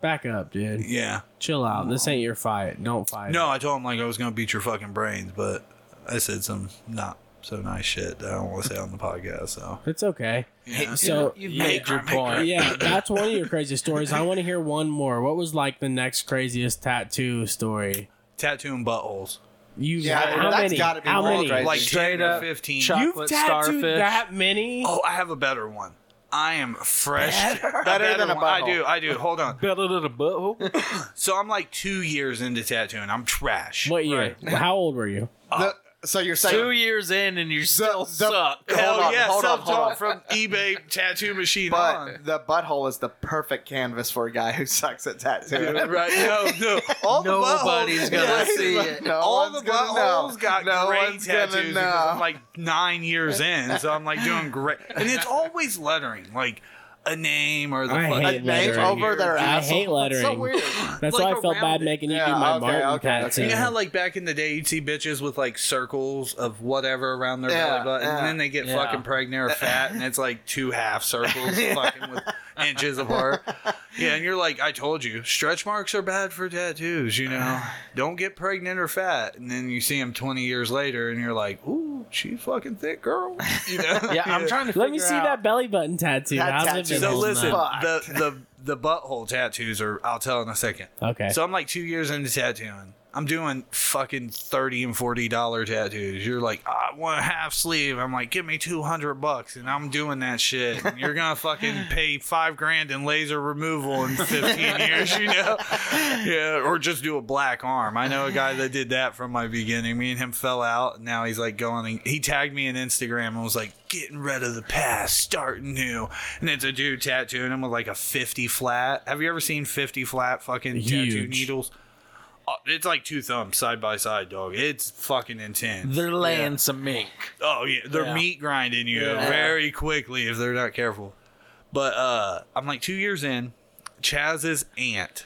[SPEAKER 4] Back up, dude.
[SPEAKER 2] yeah.
[SPEAKER 4] Chill out. This ain't your fight. Don't fight.
[SPEAKER 2] No, I told him like I was gonna beat your fucking brains, but I said some not so nice shit that I don't want to say on the podcast. So
[SPEAKER 4] it's okay.
[SPEAKER 2] yeah.
[SPEAKER 4] So
[SPEAKER 3] You
[SPEAKER 4] yeah,
[SPEAKER 3] made your point.
[SPEAKER 4] yeah, that's one of your crazy stories. I want to hear one more. What was like the next craziest tattoo story?
[SPEAKER 2] tattooing buttholes.
[SPEAKER 4] You
[SPEAKER 5] Yeah,
[SPEAKER 4] how
[SPEAKER 5] that's
[SPEAKER 4] many?
[SPEAKER 5] gotta be
[SPEAKER 4] how
[SPEAKER 5] wrong,
[SPEAKER 4] many?
[SPEAKER 5] right?
[SPEAKER 2] like
[SPEAKER 3] Straight
[SPEAKER 2] 10 or
[SPEAKER 3] up
[SPEAKER 2] 15.
[SPEAKER 3] chuck-
[SPEAKER 4] You've
[SPEAKER 3] chocolate
[SPEAKER 4] tattooed
[SPEAKER 3] starfish.
[SPEAKER 4] that many?
[SPEAKER 2] Oh, I have a better one. I am fresh. Better,
[SPEAKER 5] than a
[SPEAKER 2] one. I do.
[SPEAKER 5] butthole.
[SPEAKER 2] I do. Hold on.
[SPEAKER 3] Better than a butthole.
[SPEAKER 2] So I'm like two years into tattooing. I'm trash.
[SPEAKER 4] what year?
[SPEAKER 2] Right?
[SPEAKER 4] How old were you?
[SPEAKER 5] The- so you're saying
[SPEAKER 3] Two years in and you
[SPEAKER 5] the-
[SPEAKER 3] still suck.
[SPEAKER 2] Hell
[SPEAKER 5] Hold on,
[SPEAKER 2] Oh, yeah,
[SPEAKER 5] hold on, hold
[SPEAKER 2] self-taught
[SPEAKER 5] on.
[SPEAKER 2] from eBay tattoo machine
[SPEAKER 5] But
[SPEAKER 2] on.
[SPEAKER 5] the butthole is the perfect canvas for a guy who sucks at tattooing.
[SPEAKER 2] right? No, no. All the buttholes-
[SPEAKER 3] Nobody's gonna
[SPEAKER 2] Yeah,
[SPEAKER 3] see
[SPEAKER 2] but
[SPEAKER 3] it.
[SPEAKER 5] No
[SPEAKER 2] all the
[SPEAKER 5] one's gonna
[SPEAKER 2] buttholes
[SPEAKER 5] know.
[SPEAKER 2] got
[SPEAKER 5] No
[SPEAKER 2] great
[SPEAKER 5] one's gonna
[SPEAKER 2] tattoos. because
[SPEAKER 5] know.
[SPEAKER 2] I'm like nine years in, so I'm like doing great, and it's always lettering, like a name or the
[SPEAKER 4] I
[SPEAKER 2] fucking
[SPEAKER 4] hate
[SPEAKER 5] A name
[SPEAKER 4] lettering.
[SPEAKER 5] over their
[SPEAKER 4] I
[SPEAKER 5] asshole.
[SPEAKER 4] hate lettering.
[SPEAKER 5] That's so weird.
[SPEAKER 4] That's
[SPEAKER 2] like
[SPEAKER 4] why I felt
[SPEAKER 2] around
[SPEAKER 4] bad
[SPEAKER 2] it.
[SPEAKER 4] making you do
[SPEAKER 5] Yeah,
[SPEAKER 4] my
[SPEAKER 5] okay,
[SPEAKER 4] Martin
[SPEAKER 5] okay, okay.
[SPEAKER 4] tattoo.
[SPEAKER 2] You know how like back in the day you'd see bitches with like circles of whatever around their
[SPEAKER 5] Yeah,
[SPEAKER 2] belly button,
[SPEAKER 5] yeah.
[SPEAKER 2] and then they get
[SPEAKER 3] Yeah.
[SPEAKER 2] fucking pregnant or fat, and it's like two half circles fucking with inches apart. Yeah, and you're like, I told you, stretch marks are bad for tattoos. You know, don't get pregnant or fat. And then you see them 20 years later, and you're like, ooh, she's fucking thick, girl. You know?
[SPEAKER 3] Yeah, I'm trying to.
[SPEAKER 4] Let me see
[SPEAKER 3] out.
[SPEAKER 4] that belly button tattoo.
[SPEAKER 5] That
[SPEAKER 4] How's it
[SPEAKER 5] tattoo
[SPEAKER 4] been
[SPEAKER 5] is
[SPEAKER 2] So
[SPEAKER 4] holding
[SPEAKER 2] listen,
[SPEAKER 4] up?
[SPEAKER 5] Fuck.
[SPEAKER 2] the the the butthole tattoos are. I'll tell in a second.
[SPEAKER 4] Okay.
[SPEAKER 2] So I'm like two years into tattooing. I'm doing fucking thirty and forty dollar tattoos. You're like, I want a half sleeve. I'm like, give me two hundred bucks, and I'm doing that shit. And you're gonna fucking pay five grand in laser removal in fifteen years, you know? Yeah, or just do a black arm. I know a guy that did that from my beginning. Me and him fell out. and Now he's like going. And he tagged me in Instagram and was like, getting rid of the past, starting new. And it's a dude tattooing him with like a fifty flat. Have you ever seen fifty flat fucking tattoo
[SPEAKER 4] Huge.
[SPEAKER 2] needles? Oh, it's like two thumbs side by side, dog. It's fucking intense.
[SPEAKER 3] They're laying some mink.
[SPEAKER 2] oh yeah, they're
[SPEAKER 3] Yeah.
[SPEAKER 2] meat grinding you
[SPEAKER 3] Yeah.
[SPEAKER 2] very quickly if they're not careful. But uh I'm like two years in. Chaz's aunt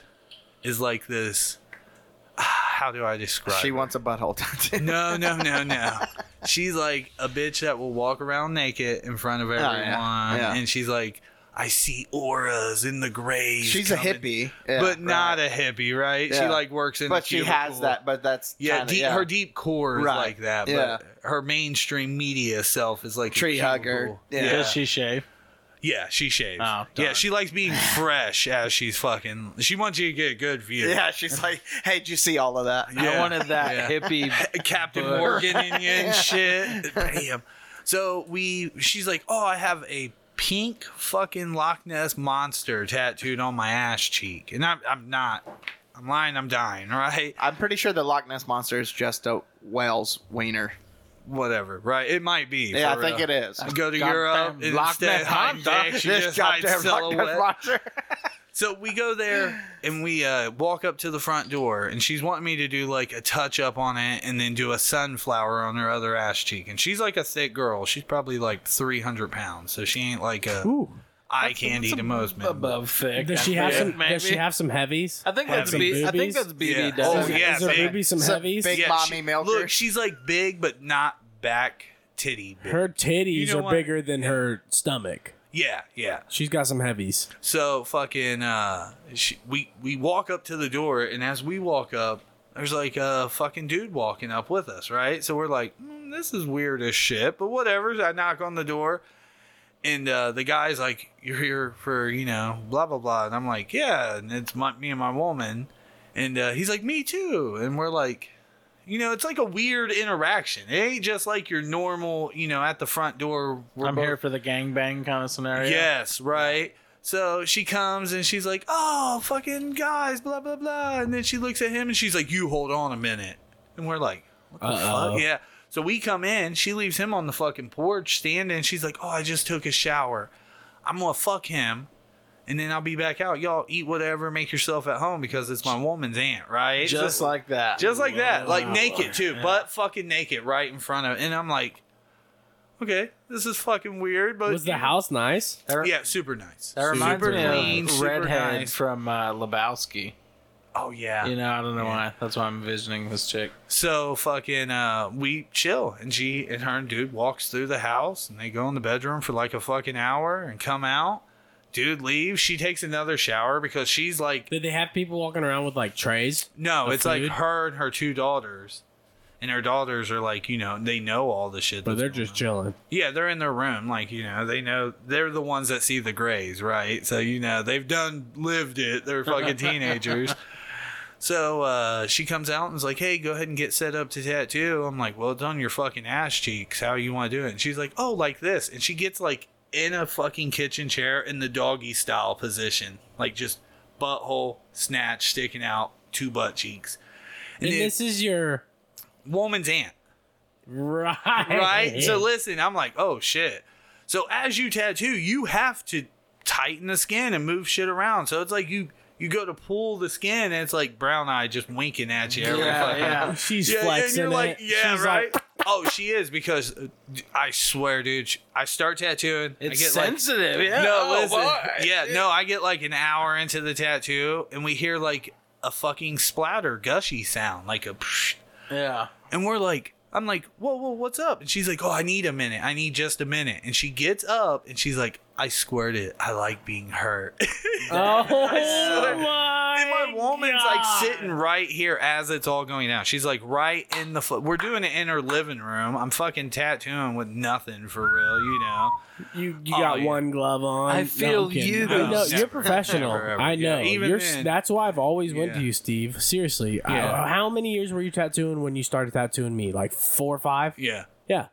[SPEAKER 2] is like this. How do I describe?
[SPEAKER 5] She
[SPEAKER 2] her?
[SPEAKER 5] wants a butthole tattoo.
[SPEAKER 2] No, no, no, no. she's like a bitch that will walk around naked in front of everyone,
[SPEAKER 5] Oh, yeah. Yeah.
[SPEAKER 2] and she's like, "I see auras in the graves."
[SPEAKER 5] She's a
[SPEAKER 2] coming."
[SPEAKER 5] hippie, Yeah,
[SPEAKER 2] but not
[SPEAKER 5] right.
[SPEAKER 2] a hippie, right? She
[SPEAKER 5] Yeah.
[SPEAKER 2] like works in. a
[SPEAKER 5] But she has
[SPEAKER 2] cubicle.
[SPEAKER 5] that. But that's
[SPEAKER 2] Yeah,
[SPEAKER 5] kinda-
[SPEAKER 2] deep, her deep core is
[SPEAKER 5] Right.
[SPEAKER 2] like that, but
[SPEAKER 5] Yeah.
[SPEAKER 2] her mainstream media self is like a
[SPEAKER 5] Tree hugger.
[SPEAKER 2] cubicle.
[SPEAKER 5] Yeah.
[SPEAKER 3] Does she shave?
[SPEAKER 2] Yeah, she shaves.
[SPEAKER 3] Oh,
[SPEAKER 2] yeah,
[SPEAKER 3] darn.
[SPEAKER 2] she likes being fresh as she's fucking. She wants you to get a good view.
[SPEAKER 5] Yeah, she's like, hey, did you see all of that?
[SPEAKER 2] Yeah.
[SPEAKER 3] I wanted
[SPEAKER 2] Yeah.
[SPEAKER 3] that hippie.
[SPEAKER 2] Captain
[SPEAKER 3] But-
[SPEAKER 2] Morgan in you and shit. Bam. So we, she's like, oh, I have a pink fucking Loch Ness monster tattooed on my ass cheek, and I'm, I'm not, I'm lying, I'm dying, right?
[SPEAKER 5] I'm pretty sure the Loch Ness monster is just a whale's wiener.
[SPEAKER 2] Whatever, right? It might be.
[SPEAKER 5] Yeah,
[SPEAKER 2] for
[SPEAKER 5] I think
[SPEAKER 2] real.
[SPEAKER 5] it is.
[SPEAKER 2] Go to
[SPEAKER 3] Goddamn
[SPEAKER 2] Europe and
[SPEAKER 3] Loch
[SPEAKER 2] instead
[SPEAKER 3] Ness
[SPEAKER 2] hide
[SPEAKER 3] monster.
[SPEAKER 2] dick, she
[SPEAKER 5] This
[SPEAKER 2] just hides
[SPEAKER 5] goddamn Loch Ness
[SPEAKER 2] silhouette.
[SPEAKER 5] monster.
[SPEAKER 2] So we go there and we uh, walk up to the front door, and she's wanting me to do like a touch up on it and then do a sunflower on her other ass cheek. And she's like a thick girl. She's probably like 300 pounds, so she ain't like a
[SPEAKER 4] Ooh.
[SPEAKER 2] eye candy to most men.
[SPEAKER 3] Above thick.
[SPEAKER 4] Does she
[SPEAKER 3] I
[SPEAKER 4] have
[SPEAKER 3] think,
[SPEAKER 4] some? Does she have some heavies?
[SPEAKER 3] I think that's
[SPEAKER 4] Some
[SPEAKER 3] B. I think
[SPEAKER 4] boobies?
[SPEAKER 3] that's BD.
[SPEAKER 2] Yeah.
[SPEAKER 3] Does
[SPEAKER 2] Oh,
[SPEAKER 4] Is
[SPEAKER 3] it?
[SPEAKER 4] there-
[SPEAKER 2] yeah,
[SPEAKER 4] Is there
[SPEAKER 2] big-
[SPEAKER 4] maybe some
[SPEAKER 5] some
[SPEAKER 4] heavies?
[SPEAKER 5] big- mommy
[SPEAKER 2] she-
[SPEAKER 5] milker.
[SPEAKER 2] Look, she's like big, but not back titty big.
[SPEAKER 4] Her titties
[SPEAKER 2] You know
[SPEAKER 4] are
[SPEAKER 2] what?
[SPEAKER 4] bigger than her stomach.
[SPEAKER 2] yeah, yeah.
[SPEAKER 4] She's got some heavies.
[SPEAKER 2] So fucking uh she, we we walk up to the door and as we walk up there's like a fucking dude walking up with us, right? So we're like, mm, this is weird as shit, but whatever. I knock on the door and uh, the guy's like, you're here for, you know, blah, blah, blah. And I'm like, yeah. And it's my, me and my woman. And uh, he's like, me too. And we're like, you know, it's like a weird interaction. It ain't just like your normal, you know, at the front door. we're
[SPEAKER 3] I'm
[SPEAKER 2] both-
[SPEAKER 3] here for the gangbang kind of scenario.
[SPEAKER 2] Yes, right. So she comes and she's like, "Oh, fucking guys, blah blah blah," and then she looks at him and she's like, "You hold on a minute," and we're like, "What the
[SPEAKER 4] Uh-oh.
[SPEAKER 2] fuck?" Yeah. So we come in. She leaves him on the fucking porch standing. She's like, "Oh, I just took a shower. I'm gonna fuck him." And then I'll be back out. Y'all eat whatever, make yourself at home because it's my woman's aunt, right?
[SPEAKER 3] Just
[SPEAKER 2] So-
[SPEAKER 3] like that.
[SPEAKER 2] just like that, like
[SPEAKER 3] Wow.
[SPEAKER 2] naked too, but fucking naked right in front of. And I'm like, okay, this is fucking weird. But
[SPEAKER 4] Was the house nice?
[SPEAKER 3] That,
[SPEAKER 2] yeah, super nice.
[SPEAKER 3] That reminds
[SPEAKER 2] super
[SPEAKER 3] me
[SPEAKER 2] clean,
[SPEAKER 3] of
[SPEAKER 2] super
[SPEAKER 3] redhead
[SPEAKER 2] nice.
[SPEAKER 3] from uh, Lebowski.
[SPEAKER 2] Oh yeah.
[SPEAKER 3] You know, I don't know why. That's why I'm envisioning this chick.
[SPEAKER 2] So fucking uh we chill and she and her dude walks through the house and they go in the bedroom for like a fucking hour and come out. Dude leaves. She takes another shower because she's like
[SPEAKER 4] Did they have people walking around with like trays?
[SPEAKER 2] no,
[SPEAKER 4] The
[SPEAKER 2] it's
[SPEAKER 4] food?
[SPEAKER 2] like her and her two daughters. And her daughters are like, you know, they know all the shit.
[SPEAKER 4] But
[SPEAKER 2] that's
[SPEAKER 4] they're
[SPEAKER 2] going
[SPEAKER 4] just chilling.
[SPEAKER 2] Yeah, they're in their room. Like, you know, they know they're the ones that see the grays, right? So, you know, they've done lived it. They're fucking teenagers. So uh, she comes out and is like, "Hey, go ahead and get set up to tattoo." I'm like, "Well, it's on your fucking ass cheeks. How you want to do it?" And she's like, "Oh, like this." And she gets like in a fucking kitchen chair in the doggy style position, like just butthole snatch sticking out, two butt cheeks.
[SPEAKER 4] And
[SPEAKER 2] And it-
[SPEAKER 4] this is your
[SPEAKER 2] woman's aunt
[SPEAKER 4] right.
[SPEAKER 2] right? So listen, I'm like, oh shit. So as you tattoo, you have to tighten the skin and move shit around. So it's like you you go to pull the skin and it's like brown eye just winking at you. every
[SPEAKER 3] Yeah,
[SPEAKER 2] fucking-
[SPEAKER 3] yeah.
[SPEAKER 4] she's
[SPEAKER 2] yeah,
[SPEAKER 4] flexing
[SPEAKER 2] and you're
[SPEAKER 4] it.
[SPEAKER 2] like, yeah,
[SPEAKER 4] She's
[SPEAKER 2] right. oh, she is because uh, d- I swear, dude, sh- I start tattooing.
[SPEAKER 3] It's
[SPEAKER 2] I get like
[SPEAKER 3] sensitive. yeah.
[SPEAKER 2] no,
[SPEAKER 3] Oh,
[SPEAKER 2] listen.
[SPEAKER 3] boy.
[SPEAKER 2] Yeah, no, I get like an hour into the tattoo and we hear like a fucking splatter gushy sound, like a psh,
[SPEAKER 3] Yeah.
[SPEAKER 2] and we're like, I'm like, whoa, whoa, what's up? And she's like, oh, I need a minute. I need just a minute. And she gets up and she's like, I squared it. I like being hurt.
[SPEAKER 4] Like, oh
[SPEAKER 2] swear.
[SPEAKER 4] my!
[SPEAKER 2] and my woman's like
[SPEAKER 4] God.
[SPEAKER 2] sitting right here as it's all going down. She's like right in the. Fl- we're doing it in her living room. I'm fucking tattooing with nothing for real, you know.
[SPEAKER 4] You you
[SPEAKER 2] Oh,
[SPEAKER 4] got
[SPEAKER 2] yeah.
[SPEAKER 4] one glove on.
[SPEAKER 3] I
[SPEAKER 4] No, I'm
[SPEAKER 3] feel
[SPEAKER 4] kidding.
[SPEAKER 3] you,
[SPEAKER 4] I know
[SPEAKER 2] though.
[SPEAKER 4] you're professional.
[SPEAKER 2] Never, ever.
[SPEAKER 4] I
[SPEAKER 2] Yeah,
[SPEAKER 4] know.
[SPEAKER 2] even
[SPEAKER 4] You're-
[SPEAKER 2] then.
[SPEAKER 4] that's why I've always went
[SPEAKER 2] Yeah.
[SPEAKER 4] to you, Steve. Seriously. I-
[SPEAKER 2] Yeah.
[SPEAKER 4] how many years were you tattooing when you started tattooing me? Like four or five?
[SPEAKER 2] Yeah.
[SPEAKER 4] Yeah.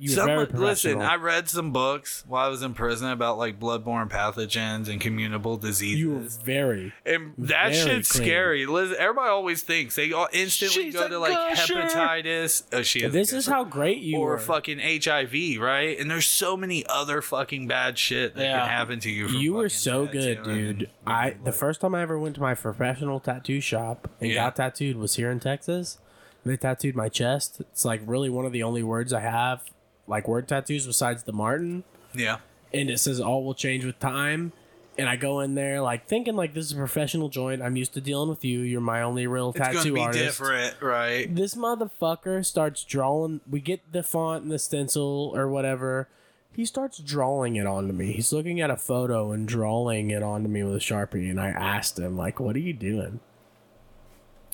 [SPEAKER 4] You were
[SPEAKER 2] Some-
[SPEAKER 4] very
[SPEAKER 2] listen,
[SPEAKER 4] professional.
[SPEAKER 2] I read some books while I was in prison about like bloodborne pathogens and communicable diseases.
[SPEAKER 4] you were very.
[SPEAKER 2] And that
[SPEAKER 4] Very
[SPEAKER 2] shit's
[SPEAKER 4] clean.
[SPEAKER 2] scary. Liz, everybody always thinks they all instantly
[SPEAKER 3] She's
[SPEAKER 2] go
[SPEAKER 3] a
[SPEAKER 2] to like
[SPEAKER 3] gusher.
[SPEAKER 2] hepatitis. Oh, she is. a
[SPEAKER 4] This is
[SPEAKER 2] gusher.
[SPEAKER 4] how great you
[SPEAKER 2] Or
[SPEAKER 4] were.
[SPEAKER 2] fucking HIV, right? And there's so many other fucking bad shit that
[SPEAKER 3] Yeah.
[SPEAKER 2] can happen to you. From
[SPEAKER 4] you were
[SPEAKER 2] fucking
[SPEAKER 4] so good,
[SPEAKER 2] tattooing.
[SPEAKER 4] dude. I the first time I ever went to my professional tattoo shop and
[SPEAKER 2] Yeah.
[SPEAKER 4] got tattooed was here in Texas. They tattooed my chest. It's like really one of the only words I have, like word tattoos besides the Martin.
[SPEAKER 2] Yeah.
[SPEAKER 4] and it says all will change with time and i go in there like thinking like this is a professional joint i'm used to dealing with you you're my only real
[SPEAKER 2] It's going to
[SPEAKER 4] tattoo
[SPEAKER 2] be
[SPEAKER 4] artist
[SPEAKER 2] different, right?
[SPEAKER 4] this motherfucker starts drawing we get the font and the stencil or whatever he starts drawing it onto me he's looking at a photo and drawing it onto me with a sharpie and i asked him like what are you doing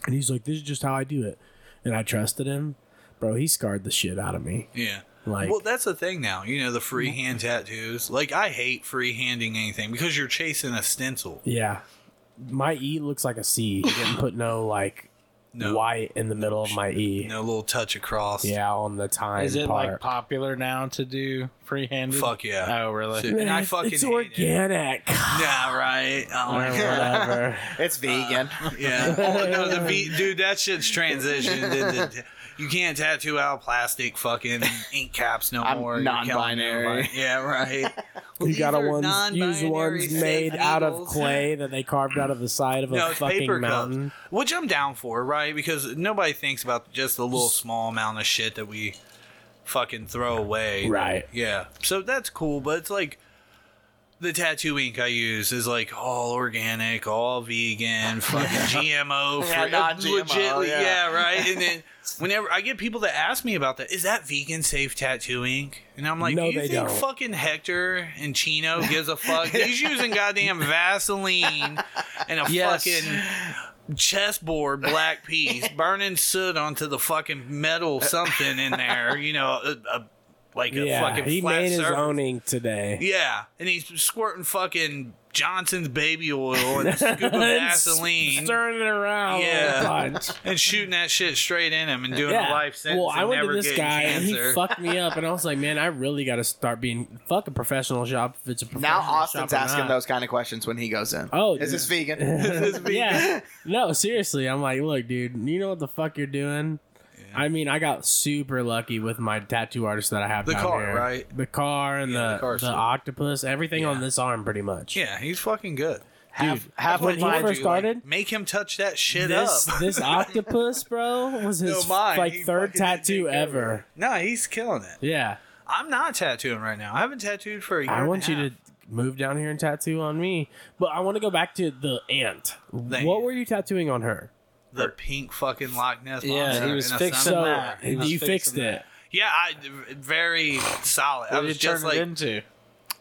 [SPEAKER 4] and he's like this is just how i do it and i trusted him bro he scarred the shit out of me
[SPEAKER 2] Yeah.
[SPEAKER 4] like
[SPEAKER 2] well, that's the thing now. You know, the free hand tattoos. Like, I hate free handing anything because you're chasing a stencil.
[SPEAKER 4] Yeah. My E looks like a C. You didn't put no like
[SPEAKER 2] No.
[SPEAKER 4] white in the middle of my E.
[SPEAKER 2] No little touch across.
[SPEAKER 4] Yeah, on the time
[SPEAKER 3] Is it
[SPEAKER 4] part.
[SPEAKER 3] like popular now to do freehanded?
[SPEAKER 2] Fuck
[SPEAKER 4] Uh,
[SPEAKER 2] yeah.
[SPEAKER 3] Oh, really?
[SPEAKER 2] Dude. and I
[SPEAKER 4] It's-
[SPEAKER 2] fucking
[SPEAKER 4] it's
[SPEAKER 2] hate it.
[SPEAKER 4] organic.
[SPEAKER 2] Yeah, right. Oh,
[SPEAKER 4] or
[SPEAKER 2] my God.
[SPEAKER 4] whatever.
[SPEAKER 5] It's vegan.
[SPEAKER 2] Yeah. Oh, no, the V dude, that shit's transitioned. into, you can't tattoo out plastic fucking ink caps no
[SPEAKER 5] I'm
[SPEAKER 2] more. You're killing
[SPEAKER 5] non-binary.
[SPEAKER 2] everybody. Yeah, right.
[SPEAKER 4] You
[SPEAKER 2] Well, these
[SPEAKER 4] gotta
[SPEAKER 2] are
[SPEAKER 4] ones, use
[SPEAKER 2] non-binary
[SPEAKER 4] ones
[SPEAKER 2] safe
[SPEAKER 4] made out of
[SPEAKER 2] needles.
[SPEAKER 4] clay that they carved out of the side of a
[SPEAKER 2] No, it's paper
[SPEAKER 4] fucking mountain.
[SPEAKER 2] cups, which I'm down for, right? Because nobody thinks about just the little small amount of shit that we fucking throw away.
[SPEAKER 4] Right.
[SPEAKER 2] Yeah. So that's cool, but it's like the tattoo ink I use is like all organic, all vegan, fucking GMO free.
[SPEAKER 5] Yeah, non-GMO,
[SPEAKER 2] legitly,
[SPEAKER 5] yeah.
[SPEAKER 2] right? And then whenever I get people that ask me about that, is that vegan safe tattoo ink? And I'm like,
[SPEAKER 4] No,
[SPEAKER 2] do you
[SPEAKER 4] they
[SPEAKER 2] think
[SPEAKER 4] don't.
[SPEAKER 2] fucking Hector and Chino gives a fuck? He's using goddamn Vaseline and a
[SPEAKER 3] Yes.
[SPEAKER 2] fucking chessboard black piece, burning soot onto the fucking metal something in there, you know, a, a, like a
[SPEAKER 4] Yeah,
[SPEAKER 2] fucking
[SPEAKER 4] he
[SPEAKER 2] flat
[SPEAKER 4] made his
[SPEAKER 2] surface.
[SPEAKER 4] own ink today.
[SPEAKER 2] Yeah, and he's squirting fucking Johnson's baby oil and a scoop of Vaseline
[SPEAKER 4] Stirring it around.
[SPEAKER 2] Yeah.
[SPEAKER 4] Yeah. Punch.
[SPEAKER 2] and shooting that shit straight in him and doing a life sentence.
[SPEAKER 4] Well, I
[SPEAKER 2] and
[SPEAKER 4] went to
[SPEAKER 2] never
[SPEAKER 4] this
[SPEAKER 2] getting
[SPEAKER 4] guy and
[SPEAKER 2] cancer.
[SPEAKER 4] he fucked me up, and I was like, man, I really got to start being fuck a professional shop if it's a professional
[SPEAKER 5] Now Austin's
[SPEAKER 4] shop or
[SPEAKER 5] asking
[SPEAKER 4] not.
[SPEAKER 5] those kind of questions when he goes in.
[SPEAKER 4] Oh,
[SPEAKER 5] is this vegan?
[SPEAKER 4] yeah. No, seriously, I'm like, look, dude, you know what the fuck you're doing. I mean, I got super lucky with my tattoo artist that I have.
[SPEAKER 2] The
[SPEAKER 4] down
[SPEAKER 2] car,
[SPEAKER 4] here.
[SPEAKER 2] right?
[SPEAKER 4] The car and
[SPEAKER 2] Yeah, the
[SPEAKER 4] the
[SPEAKER 2] car
[SPEAKER 4] the
[SPEAKER 2] suit.
[SPEAKER 4] octopus, everything on this arm, pretty much.
[SPEAKER 2] Yeah, he's fucking good.
[SPEAKER 3] Half,
[SPEAKER 4] Dude,
[SPEAKER 3] half
[SPEAKER 4] when
[SPEAKER 3] of
[SPEAKER 4] he
[SPEAKER 3] mine-
[SPEAKER 4] first started,
[SPEAKER 2] Make him touch that shit
[SPEAKER 4] this
[SPEAKER 2] up.
[SPEAKER 4] this octopus, bro, was his
[SPEAKER 2] No, mine,
[SPEAKER 4] like
[SPEAKER 2] he
[SPEAKER 4] third
[SPEAKER 2] fucking did
[SPEAKER 4] tattoo
[SPEAKER 2] take over.
[SPEAKER 4] ever.
[SPEAKER 2] no, he's killing it.
[SPEAKER 4] Yeah,
[SPEAKER 2] I'm not tattooing right now. I haven't tattooed for a year.
[SPEAKER 4] I
[SPEAKER 2] and
[SPEAKER 4] want
[SPEAKER 2] a
[SPEAKER 4] you to
[SPEAKER 2] half.
[SPEAKER 4] move down here and tattoo on me. But I want to go back to the ant. what
[SPEAKER 2] ant.
[SPEAKER 4] were you tattooing on her?
[SPEAKER 2] the pink fucking Loch Ness.
[SPEAKER 3] Yeah,
[SPEAKER 2] monster
[SPEAKER 3] he was
[SPEAKER 2] and a
[SPEAKER 3] fixing
[SPEAKER 2] sun-
[SPEAKER 4] So
[SPEAKER 3] that. He was
[SPEAKER 4] you fixed
[SPEAKER 3] fixing
[SPEAKER 4] it.
[SPEAKER 3] that.
[SPEAKER 2] Yeah, I very solid. I
[SPEAKER 3] What did
[SPEAKER 2] was
[SPEAKER 3] you turn
[SPEAKER 2] just like
[SPEAKER 3] it into?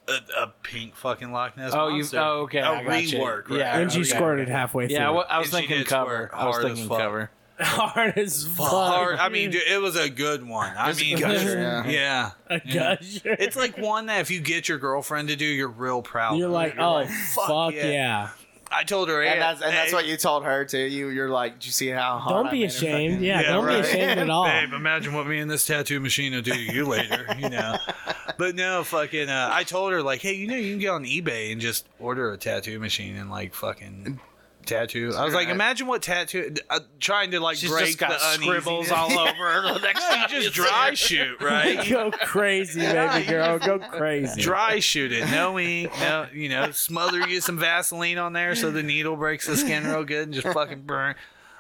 [SPEAKER 2] a, a pink fucking Loch Ness.
[SPEAKER 3] Oh, you-
[SPEAKER 2] monster.
[SPEAKER 3] oh, okay,
[SPEAKER 2] A
[SPEAKER 3] I got you.
[SPEAKER 2] rework.
[SPEAKER 3] Yeah,
[SPEAKER 2] right?
[SPEAKER 4] And she
[SPEAKER 3] Okay.
[SPEAKER 4] squirted halfway
[SPEAKER 3] Yeah, I
[SPEAKER 4] through.
[SPEAKER 3] wa- I was
[SPEAKER 2] And she
[SPEAKER 3] thinking
[SPEAKER 2] did
[SPEAKER 3] cover.
[SPEAKER 2] squirt
[SPEAKER 3] I was
[SPEAKER 2] hard as
[SPEAKER 3] thinking
[SPEAKER 2] fuck.
[SPEAKER 3] cover.
[SPEAKER 4] hard as fuck.
[SPEAKER 2] Hard. I mean, dude, it was a good one. I
[SPEAKER 3] It's a
[SPEAKER 2] mean,
[SPEAKER 3] gusher.
[SPEAKER 5] Yeah.
[SPEAKER 2] yeah.
[SPEAKER 4] a gusher.
[SPEAKER 2] It's like one that if you get your girlfriend to do, you're real proud.
[SPEAKER 4] You're
[SPEAKER 2] of.
[SPEAKER 4] like, oh fuck,
[SPEAKER 2] yeah."
[SPEAKER 4] yeah.
[SPEAKER 2] I told her,
[SPEAKER 5] And
[SPEAKER 2] "Hey,
[SPEAKER 5] that's and that's
[SPEAKER 2] hey,
[SPEAKER 5] what you told her too. You you're like, did you see how hard
[SPEAKER 4] Don't
[SPEAKER 5] I
[SPEAKER 4] be
[SPEAKER 5] made her
[SPEAKER 4] ashamed.
[SPEAKER 5] fucking-"
[SPEAKER 4] Yeah,
[SPEAKER 2] Yeah,
[SPEAKER 4] don't
[SPEAKER 2] right.
[SPEAKER 4] be ashamed at all.
[SPEAKER 2] Babe, imagine what me and this tattoo machine will do to you later, you know. But no, fucking. Uh, I told her like, hey, you know, you can get on eBay and just order a tattoo machine and like fucking tattoo. I was like,
[SPEAKER 5] Right.
[SPEAKER 2] imagine what tattoo. Uh, trying to like
[SPEAKER 3] She's
[SPEAKER 2] break
[SPEAKER 3] just got
[SPEAKER 2] the
[SPEAKER 3] scribbles
[SPEAKER 2] uneasiness.
[SPEAKER 3] all over her. The next
[SPEAKER 2] No, you
[SPEAKER 3] time
[SPEAKER 2] just
[SPEAKER 3] you see
[SPEAKER 2] dry
[SPEAKER 3] her.
[SPEAKER 2] shoot, right? You
[SPEAKER 4] Go crazy,
[SPEAKER 2] Yeah,
[SPEAKER 4] baby
[SPEAKER 2] you
[SPEAKER 4] girl. Go crazy.
[SPEAKER 2] dry shoot it, no ink, no, you know, smother you some Vaseline on there so the needle breaks the skin real good and just fucking burn.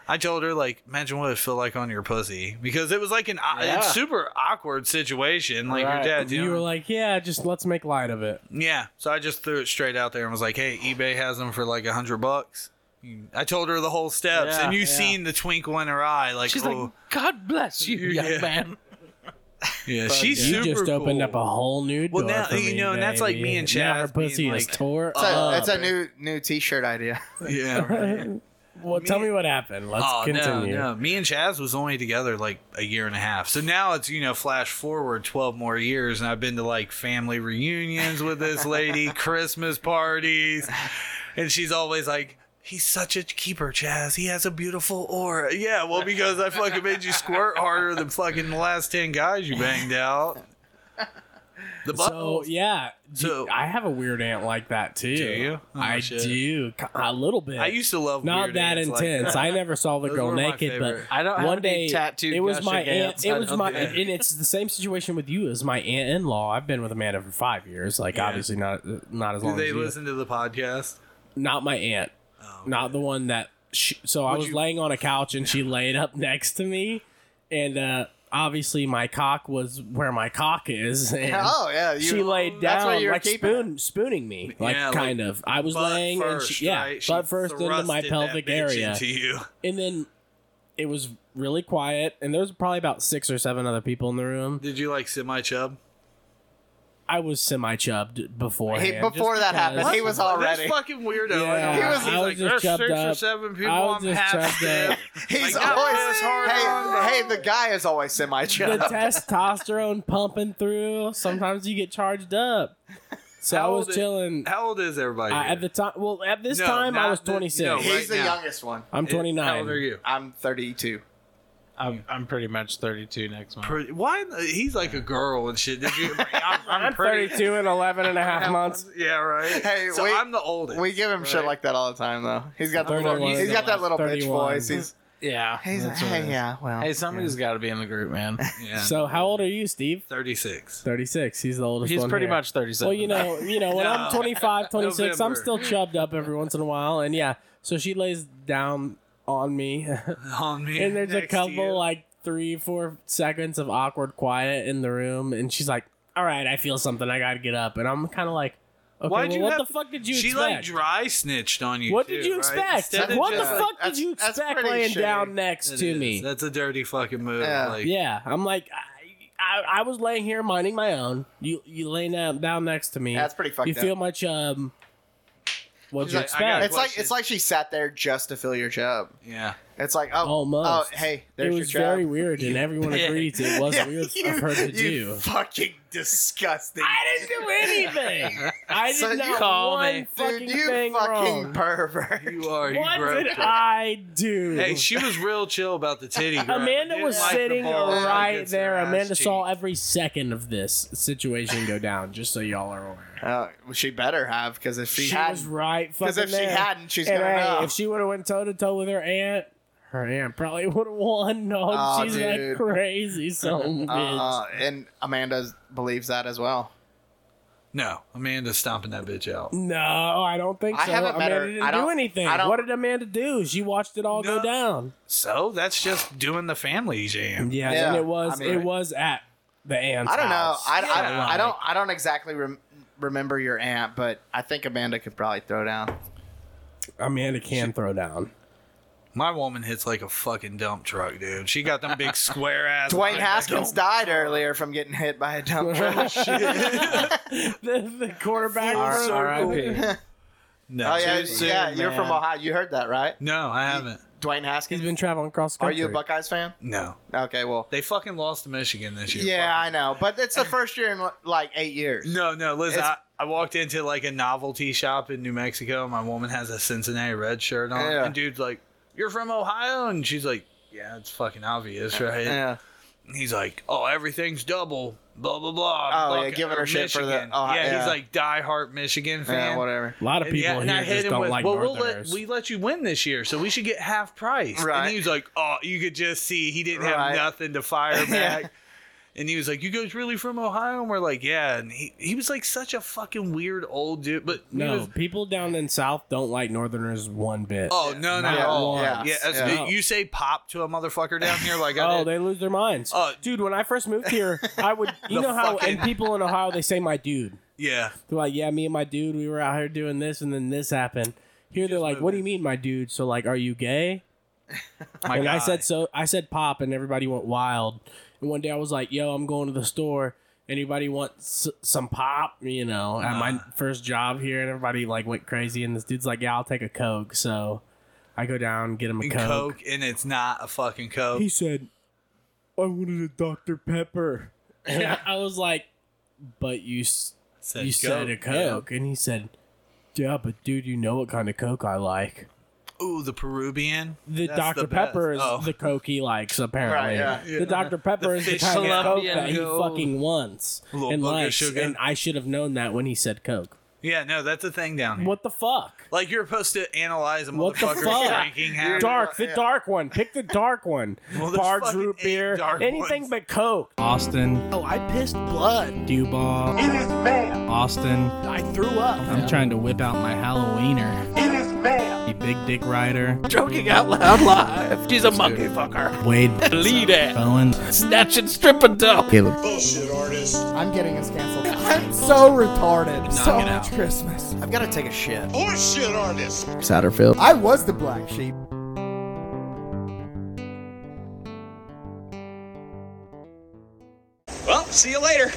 [SPEAKER 2] I told her like, imagine what it felt like on your pussy because it was like an uh,
[SPEAKER 3] Yeah.
[SPEAKER 2] super awkward situation, like
[SPEAKER 3] Right.
[SPEAKER 2] your dad.
[SPEAKER 4] You
[SPEAKER 2] doing-
[SPEAKER 4] were like, yeah, just let's make light of it.
[SPEAKER 2] yeah. So I just threw it straight out there and was like, hey, eBay has them for like a hundred bucks. I told her the whole steps,
[SPEAKER 3] Yeah,
[SPEAKER 2] and you
[SPEAKER 3] yeah.
[SPEAKER 2] seen the twinkle in her eye, like,
[SPEAKER 3] She's
[SPEAKER 2] oh,
[SPEAKER 3] like, God bless you,
[SPEAKER 2] Yeah.
[SPEAKER 3] young man.
[SPEAKER 2] yeah, she's
[SPEAKER 4] You
[SPEAKER 2] super
[SPEAKER 4] just opened
[SPEAKER 2] cool.
[SPEAKER 4] up a whole new door.
[SPEAKER 2] Well, now-
[SPEAKER 4] for
[SPEAKER 2] you
[SPEAKER 4] me,
[SPEAKER 2] know, and that's like
[SPEAKER 4] baby.
[SPEAKER 2] me and
[SPEAKER 4] Now her
[SPEAKER 2] Chaz being
[SPEAKER 4] pussy is
[SPEAKER 2] like,
[SPEAKER 4] tore
[SPEAKER 5] It's a,
[SPEAKER 4] up.
[SPEAKER 5] it's a new new T-shirt idea.
[SPEAKER 2] yeah. right.
[SPEAKER 4] well, tell me what happened. Let's
[SPEAKER 2] Oh
[SPEAKER 4] continue.
[SPEAKER 2] no, no! Me and Chaz was only together like a year and a half. So now it's you know flash forward twelve more years, and I've been to like family reunions with this lady, Christmas parties, and she's always like. He's such a keeper, Chaz. He has a beautiful aura. Yeah, well, because I fucking made you squirt harder than fucking the last ten guys you banged out. The
[SPEAKER 4] So
[SPEAKER 2] buttholes.
[SPEAKER 4] yeah, do-
[SPEAKER 2] So-
[SPEAKER 4] I have a weird aunt like that too.
[SPEAKER 2] Do you? Oh,
[SPEAKER 4] I
[SPEAKER 2] shit.
[SPEAKER 4] do K- a little bit.
[SPEAKER 2] I used to love
[SPEAKER 4] not
[SPEAKER 2] weird
[SPEAKER 4] that
[SPEAKER 2] ants like
[SPEAKER 4] intense.
[SPEAKER 2] that.
[SPEAKER 4] I never saw the
[SPEAKER 2] Those
[SPEAKER 4] girl
[SPEAKER 2] were my
[SPEAKER 4] naked, but
[SPEAKER 2] favorite.
[SPEAKER 3] I don't have
[SPEAKER 4] one day
[SPEAKER 3] any tattooed
[SPEAKER 4] it was
[SPEAKER 3] gushing
[SPEAKER 4] my
[SPEAKER 3] ants.
[SPEAKER 4] aunt. It
[SPEAKER 3] I
[SPEAKER 4] was
[SPEAKER 3] don't
[SPEAKER 4] my
[SPEAKER 3] think-
[SPEAKER 4] and it's the same situation with you as my aunt in law. I've been with Amanda for five years. Like
[SPEAKER 2] Yeah.
[SPEAKER 4] obviously not not as
[SPEAKER 2] Do
[SPEAKER 4] long.
[SPEAKER 2] they
[SPEAKER 4] as you.
[SPEAKER 2] listen to the podcast?
[SPEAKER 4] Not my aunt. Not the one that. She, so I was
[SPEAKER 2] you-
[SPEAKER 4] laying on a couch and she laid up next to me, and uh, obviously my cock was where my cock is. And
[SPEAKER 5] oh yeah, you,
[SPEAKER 4] she laid
[SPEAKER 5] that's where
[SPEAKER 4] down
[SPEAKER 5] you were
[SPEAKER 4] like
[SPEAKER 5] keeping it.
[SPEAKER 4] spoon, spooning me, like
[SPEAKER 2] Yeah, like,
[SPEAKER 4] kind of. I was
[SPEAKER 2] Butt
[SPEAKER 4] laying and
[SPEAKER 2] first,
[SPEAKER 4] she, yeah,
[SPEAKER 2] right? She
[SPEAKER 4] butt first into my
[SPEAKER 2] thrusted that
[SPEAKER 4] pelvic
[SPEAKER 2] bitch
[SPEAKER 4] area,
[SPEAKER 2] Into you.
[SPEAKER 4] and then it was really quiet. And there was probably about six or seven other people in the room.
[SPEAKER 2] Did you like semi chub?
[SPEAKER 4] I was semi chubbed before.
[SPEAKER 5] He- before that happened, he was already.
[SPEAKER 2] This fucking weirdo.
[SPEAKER 4] Yeah,
[SPEAKER 2] I know.
[SPEAKER 5] He was-
[SPEAKER 2] he's
[SPEAKER 4] I was
[SPEAKER 2] like,
[SPEAKER 4] just
[SPEAKER 2] there's six
[SPEAKER 4] chubbed
[SPEAKER 2] or
[SPEAKER 4] up.
[SPEAKER 2] seven people.
[SPEAKER 4] I was
[SPEAKER 2] I'm
[SPEAKER 4] just
[SPEAKER 2] half
[SPEAKER 4] chubbed up.
[SPEAKER 2] dead.
[SPEAKER 5] He's
[SPEAKER 2] Like, that
[SPEAKER 5] always
[SPEAKER 2] was hard on
[SPEAKER 5] hey,
[SPEAKER 2] them.
[SPEAKER 5] hey, the guy is always semi
[SPEAKER 4] the
[SPEAKER 5] chub.
[SPEAKER 4] testosterone pumping through. Sometimes you get charged up. So
[SPEAKER 2] How
[SPEAKER 4] I
[SPEAKER 2] old
[SPEAKER 4] was
[SPEAKER 2] is-
[SPEAKER 4] chilling
[SPEAKER 2] How old is everybody?
[SPEAKER 4] I-
[SPEAKER 2] here?
[SPEAKER 4] at the time. Well, at this
[SPEAKER 2] No,
[SPEAKER 4] time I
[SPEAKER 2] not
[SPEAKER 4] was
[SPEAKER 2] the-
[SPEAKER 4] 26.
[SPEAKER 2] no,
[SPEAKER 5] He's
[SPEAKER 2] right
[SPEAKER 5] the
[SPEAKER 2] now.
[SPEAKER 5] youngest one.
[SPEAKER 4] I'm
[SPEAKER 2] How old are
[SPEAKER 4] 29.
[SPEAKER 2] you?
[SPEAKER 5] I'm 32.
[SPEAKER 3] I'm, I'm pretty much 32 next month.
[SPEAKER 2] Pretty, why? He's like a girl and shit. Did you? I'm, I'm
[SPEAKER 4] I'm
[SPEAKER 2] pretty.
[SPEAKER 4] 32 and 11 and a half months.
[SPEAKER 2] Yeah, right.
[SPEAKER 5] Hey,
[SPEAKER 2] so
[SPEAKER 5] we-
[SPEAKER 2] I'm the oldest.
[SPEAKER 5] We give him shit
[SPEAKER 2] right?
[SPEAKER 5] like that all the time though. He's got the little,
[SPEAKER 4] 31.
[SPEAKER 5] he's got that little bitch
[SPEAKER 4] 31.
[SPEAKER 5] voice. He's,
[SPEAKER 3] Yeah.
[SPEAKER 5] he's
[SPEAKER 3] that's what it
[SPEAKER 5] hey,
[SPEAKER 3] is.
[SPEAKER 5] yeah, well.
[SPEAKER 3] Hey, somebody's got to be in the group, man.
[SPEAKER 2] Yeah.
[SPEAKER 4] So how old are you, Steve?
[SPEAKER 2] 36.
[SPEAKER 4] 36. He's the oldest
[SPEAKER 3] He's
[SPEAKER 4] one
[SPEAKER 3] pretty
[SPEAKER 4] here.
[SPEAKER 3] much 37.
[SPEAKER 4] Well, you know, you know, when I'm
[SPEAKER 2] No.
[SPEAKER 4] 25, 26, I'm
[SPEAKER 2] November.
[SPEAKER 4] still chubbed up every once in a while, and yeah. So she lays down on me, and
[SPEAKER 2] On me.
[SPEAKER 4] there's a
[SPEAKER 2] next to you.
[SPEAKER 4] couple uh, like three, four seconds of awkward quiet in the room, and she's like, "All right, I feel something. I gotta get up," and I'm kind of like, "Okay,
[SPEAKER 2] Why'd
[SPEAKER 4] well,
[SPEAKER 2] you
[SPEAKER 4] what
[SPEAKER 2] have
[SPEAKER 4] the
[SPEAKER 2] to-
[SPEAKER 4] fuck did you
[SPEAKER 2] she like
[SPEAKER 4] expect?
[SPEAKER 2] dry snitched on you.
[SPEAKER 4] what
[SPEAKER 2] too,
[SPEAKER 4] did you
[SPEAKER 2] right?
[SPEAKER 4] expect?
[SPEAKER 2] Instead of
[SPEAKER 4] What the
[SPEAKER 2] just-
[SPEAKER 4] fuck did
[SPEAKER 5] that's-
[SPEAKER 4] you
[SPEAKER 5] that's
[SPEAKER 4] expect
[SPEAKER 5] pretty
[SPEAKER 4] laying
[SPEAKER 5] shitty.
[SPEAKER 4] down next
[SPEAKER 2] It
[SPEAKER 4] to
[SPEAKER 2] is.
[SPEAKER 4] me?"
[SPEAKER 2] That's a dirty fucking move.
[SPEAKER 5] Yeah.
[SPEAKER 2] Like,
[SPEAKER 4] Yeah, I'm like, I, I, I was laying here minding my own. You you lay down, down next to me.
[SPEAKER 5] That's pretty fucked
[SPEAKER 4] You
[SPEAKER 5] up.
[SPEAKER 4] feel my chub. What'd
[SPEAKER 2] She's
[SPEAKER 4] you
[SPEAKER 2] like, I
[SPEAKER 4] expect?
[SPEAKER 2] got
[SPEAKER 5] it's like
[SPEAKER 2] question.
[SPEAKER 5] it's like she sat there just to fill your chub.
[SPEAKER 2] yeah.
[SPEAKER 5] It's like oh,
[SPEAKER 4] Almost.
[SPEAKER 5] oh hey,
[SPEAKER 4] it
[SPEAKER 5] there's
[SPEAKER 4] was
[SPEAKER 5] your chub.
[SPEAKER 4] very weird, and everyone agrees it was
[SPEAKER 5] Yeah,
[SPEAKER 4] weird
[SPEAKER 5] you-
[SPEAKER 4] of her to
[SPEAKER 5] you
[SPEAKER 4] do.
[SPEAKER 5] Fucking disgusting.
[SPEAKER 4] I didn't do anything. I did
[SPEAKER 5] So you-
[SPEAKER 4] not
[SPEAKER 3] Call
[SPEAKER 4] one
[SPEAKER 3] me.
[SPEAKER 4] fucking
[SPEAKER 5] Dude, you
[SPEAKER 4] thing
[SPEAKER 5] fucking
[SPEAKER 4] wrong.
[SPEAKER 5] pervert.
[SPEAKER 2] You are. You
[SPEAKER 4] what
[SPEAKER 2] broke
[SPEAKER 4] did
[SPEAKER 2] it.
[SPEAKER 4] I do?
[SPEAKER 2] Hey, she was real chill about the titty. grab.
[SPEAKER 4] Amanda
[SPEAKER 2] Didn't
[SPEAKER 4] was
[SPEAKER 2] like the
[SPEAKER 4] sitting
[SPEAKER 2] ball that
[SPEAKER 4] right
[SPEAKER 2] gets her
[SPEAKER 4] there.
[SPEAKER 2] ass
[SPEAKER 4] Amanda saw
[SPEAKER 2] cheek.
[SPEAKER 4] every second of this situation go down. Just so y'all are aware.
[SPEAKER 5] Uh, well, she better have, because if she,
[SPEAKER 4] she
[SPEAKER 5] hadn't,
[SPEAKER 4] was right fucking
[SPEAKER 5] because if she
[SPEAKER 4] there.
[SPEAKER 5] hadn't, she's
[SPEAKER 4] and hey,
[SPEAKER 5] gonna know.
[SPEAKER 4] if she would have went toe to toe with her aunt, her aunt probably would have won. No,
[SPEAKER 5] Aw,
[SPEAKER 4] she's
[SPEAKER 5] dude.
[SPEAKER 4] that crazy son of a bitch.
[SPEAKER 5] uh, and Amanda believes that as well.
[SPEAKER 2] No, Amanda's stomping that bitch out.
[SPEAKER 4] No, I don't think
[SPEAKER 5] I
[SPEAKER 4] so.
[SPEAKER 5] haven't met
[SPEAKER 4] Amanda
[SPEAKER 5] her.
[SPEAKER 4] didn't
[SPEAKER 5] I
[SPEAKER 4] do
[SPEAKER 5] don't-
[SPEAKER 4] anything.
[SPEAKER 5] I don't-
[SPEAKER 4] What did Amanda do? She watched it all go
[SPEAKER 2] No.
[SPEAKER 4] down.
[SPEAKER 2] So that's just doing the family jam.
[SPEAKER 4] Yeah,
[SPEAKER 5] Yeah,
[SPEAKER 4] and it was
[SPEAKER 5] I mean-
[SPEAKER 4] it was at the aunt's.
[SPEAKER 5] I don't know.
[SPEAKER 4] house.
[SPEAKER 5] I,
[SPEAKER 2] Yeah.
[SPEAKER 5] I, I don't. I don't exactly rem- remember your aunt, but I think Amanda could probably throw down.
[SPEAKER 4] Amanda can throw down.
[SPEAKER 2] My woman hits like a fucking dump truck, dude. She got them big square ass.
[SPEAKER 5] Dwayne Haskins died earlier from getting hit by a dump truck.
[SPEAKER 4] the, the quarterback.
[SPEAKER 3] R-
[SPEAKER 4] for-
[SPEAKER 3] R.I.P.
[SPEAKER 2] No,
[SPEAKER 5] oh yeah,
[SPEAKER 2] too soon,
[SPEAKER 5] yeah. You're
[SPEAKER 2] man.
[SPEAKER 5] from Ohio. You heard that, right?
[SPEAKER 2] No, I haven't.
[SPEAKER 5] Dwayne
[SPEAKER 4] He's
[SPEAKER 5] Haskins.
[SPEAKER 4] been traveling cross
[SPEAKER 5] Are
[SPEAKER 4] country.
[SPEAKER 5] you a Buckeyes fan?
[SPEAKER 2] No,
[SPEAKER 5] Okay, well.
[SPEAKER 2] they fucking lost to Michigan this year.
[SPEAKER 5] Yeah, I know, but it's the first year in like eight years.
[SPEAKER 2] No, no, listen.
[SPEAKER 5] It's-
[SPEAKER 2] I, I walked into like a novelty shop in New Mexico. My woman has a Cincinnati red shirt on,
[SPEAKER 5] Yeah.
[SPEAKER 2] and dude's like, "You're from Ohio," and she's like, "Yeah, it's fucking obvious, right?"
[SPEAKER 5] Yeah.
[SPEAKER 2] And He's like, "Oh, everything's double." Blah blah blah.
[SPEAKER 5] Oh,
[SPEAKER 2] Buck-
[SPEAKER 5] yeah, giving
[SPEAKER 2] or
[SPEAKER 5] her shit for the-
[SPEAKER 2] Michigan.
[SPEAKER 5] oh,
[SPEAKER 2] yeah,
[SPEAKER 5] yeah.
[SPEAKER 2] he's like diehard Michigan fan.
[SPEAKER 5] Yeah, whatever.
[SPEAKER 4] A lot of
[SPEAKER 2] And,
[SPEAKER 4] people
[SPEAKER 2] yeah, and I
[SPEAKER 4] here
[SPEAKER 2] hit
[SPEAKER 4] just
[SPEAKER 2] him
[SPEAKER 4] don't
[SPEAKER 2] with,
[SPEAKER 4] like
[SPEAKER 2] "Well, we'll let
[SPEAKER 4] Northerners.
[SPEAKER 2] we let you win this year, so we should get half price."
[SPEAKER 5] Right.
[SPEAKER 2] And he was like, "Oh, you could just see he didn't
[SPEAKER 5] Right.
[SPEAKER 2] have nothing to fire
[SPEAKER 5] Yeah.
[SPEAKER 2] back." And he was like, "You guys really from Ohio?" And we're like, "Yeah." And he, he was like such a fucking weird old dude, but he
[SPEAKER 4] no,
[SPEAKER 2] was-
[SPEAKER 4] people down in South don't like Northerners one bit.
[SPEAKER 2] oh no, no,
[SPEAKER 4] Not
[SPEAKER 2] no.
[SPEAKER 4] once.
[SPEAKER 2] yeah. that's-
[SPEAKER 5] Yeah.
[SPEAKER 2] dude, You say pop to a motherfucker down here like, I
[SPEAKER 4] Oh,
[SPEAKER 2] did.
[SPEAKER 4] they lose their minds.
[SPEAKER 2] Uh,
[SPEAKER 4] dude, when I first moved here, I would you
[SPEAKER 2] The
[SPEAKER 4] know how
[SPEAKER 2] fucking-
[SPEAKER 4] and people in Ohio they say my dude.
[SPEAKER 2] yeah,
[SPEAKER 4] They're like, yeah, me and my dude, we were out here doing this, and then this happened. Here they're like, what do you mean, my dude? So like, are you gay?
[SPEAKER 2] my
[SPEAKER 4] and I
[SPEAKER 2] guy.
[SPEAKER 4] said so. I said pop, and everybody went wild. And one day I was like, yo, I'm going to the store. Anybody want s- some pop? You know, at my
[SPEAKER 2] Uh-huh.
[SPEAKER 4] first job here, and everybody like went crazy. And this dude's like, yeah, I'll take a coke. So I go down, get him a
[SPEAKER 2] And
[SPEAKER 4] coke.
[SPEAKER 2] Coke. and it's not a fucking Coke.
[SPEAKER 4] He said, I wanted a Dr Pepper. And I- I was like, but you. S-
[SPEAKER 2] said
[SPEAKER 4] you said a coke and he said yeah but dude you know what kind of coke i like
[SPEAKER 2] Yeah. Ooh, the Peruvian.
[SPEAKER 4] the
[SPEAKER 2] That's
[SPEAKER 4] dr
[SPEAKER 2] the best.
[SPEAKER 4] pepper is
[SPEAKER 2] Oh.
[SPEAKER 4] the coke he likes apparently
[SPEAKER 5] Right, yeah.
[SPEAKER 4] the dr pepper is the
[SPEAKER 2] fish
[SPEAKER 4] kind of coke
[SPEAKER 3] Colombian
[SPEAKER 4] that he
[SPEAKER 3] Coke.
[SPEAKER 4] fucking wants
[SPEAKER 2] Little
[SPEAKER 4] and
[SPEAKER 2] booger
[SPEAKER 4] likes
[SPEAKER 2] sugar.
[SPEAKER 4] and i should have known that when he said coke
[SPEAKER 2] Yeah, no, that's a thing down here.
[SPEAKER 4] what the fuck
[SPEAKER 2] Like you're supposed to analyze a
[SPEAKER 4] What the
[SPEAKER 2] motherfucker's
[SPEAKER 4] fuck?
[SPEAKER 2] drinking habits.
[SPEAKER 4] Dark, the
[SPEAKER 5] yeah.
[SPEAKER 4] dark one. Pick the dark one.
[SPEAKER 2] Well, there's
[SPEAKER 4] Bard's
[SPEAKER 2] fucking
[SPEAKER 4] root
[SPEAKER 2] eight
[SPEAKER 4] beer,
[SPEAKER 2] dark
[SPEAKER 4] anything
[SPEAKER 2] ones.
[SPEAKER 4] but Coke. Austin,
[SPEAKER 1] Oh, I pissed blood.
[SPEAKER 4] dew ball. It is bad. Austin,
[SPEAKER 1] I threw up.
[SPEAKER 4] I'm trying to whip out my Halloweener. It is bad. The big dick rider.
[SPEAKER 1] Joking out loud live. She's a monkey fucker.
[SPEAKER 4] Wade
[SPEAKER 3] Lead it.
[SPEAKER 4] Bowen.
[SPEAKER 3] Snatch and strip and dope.
[SPEAKER 6] I'm getting us canceled. I'm so retarded. so
[SPEAKER 3] it
[SPEAKER 6] much
[SPEAKER 3] out.
[SPEAKER 6] Christmas.
[SPEAKER 5] I've got to take a shit.
[SPEAKER 6] Satterfield. I was the black sheep.
[SPEAKER 7] Well, see you later.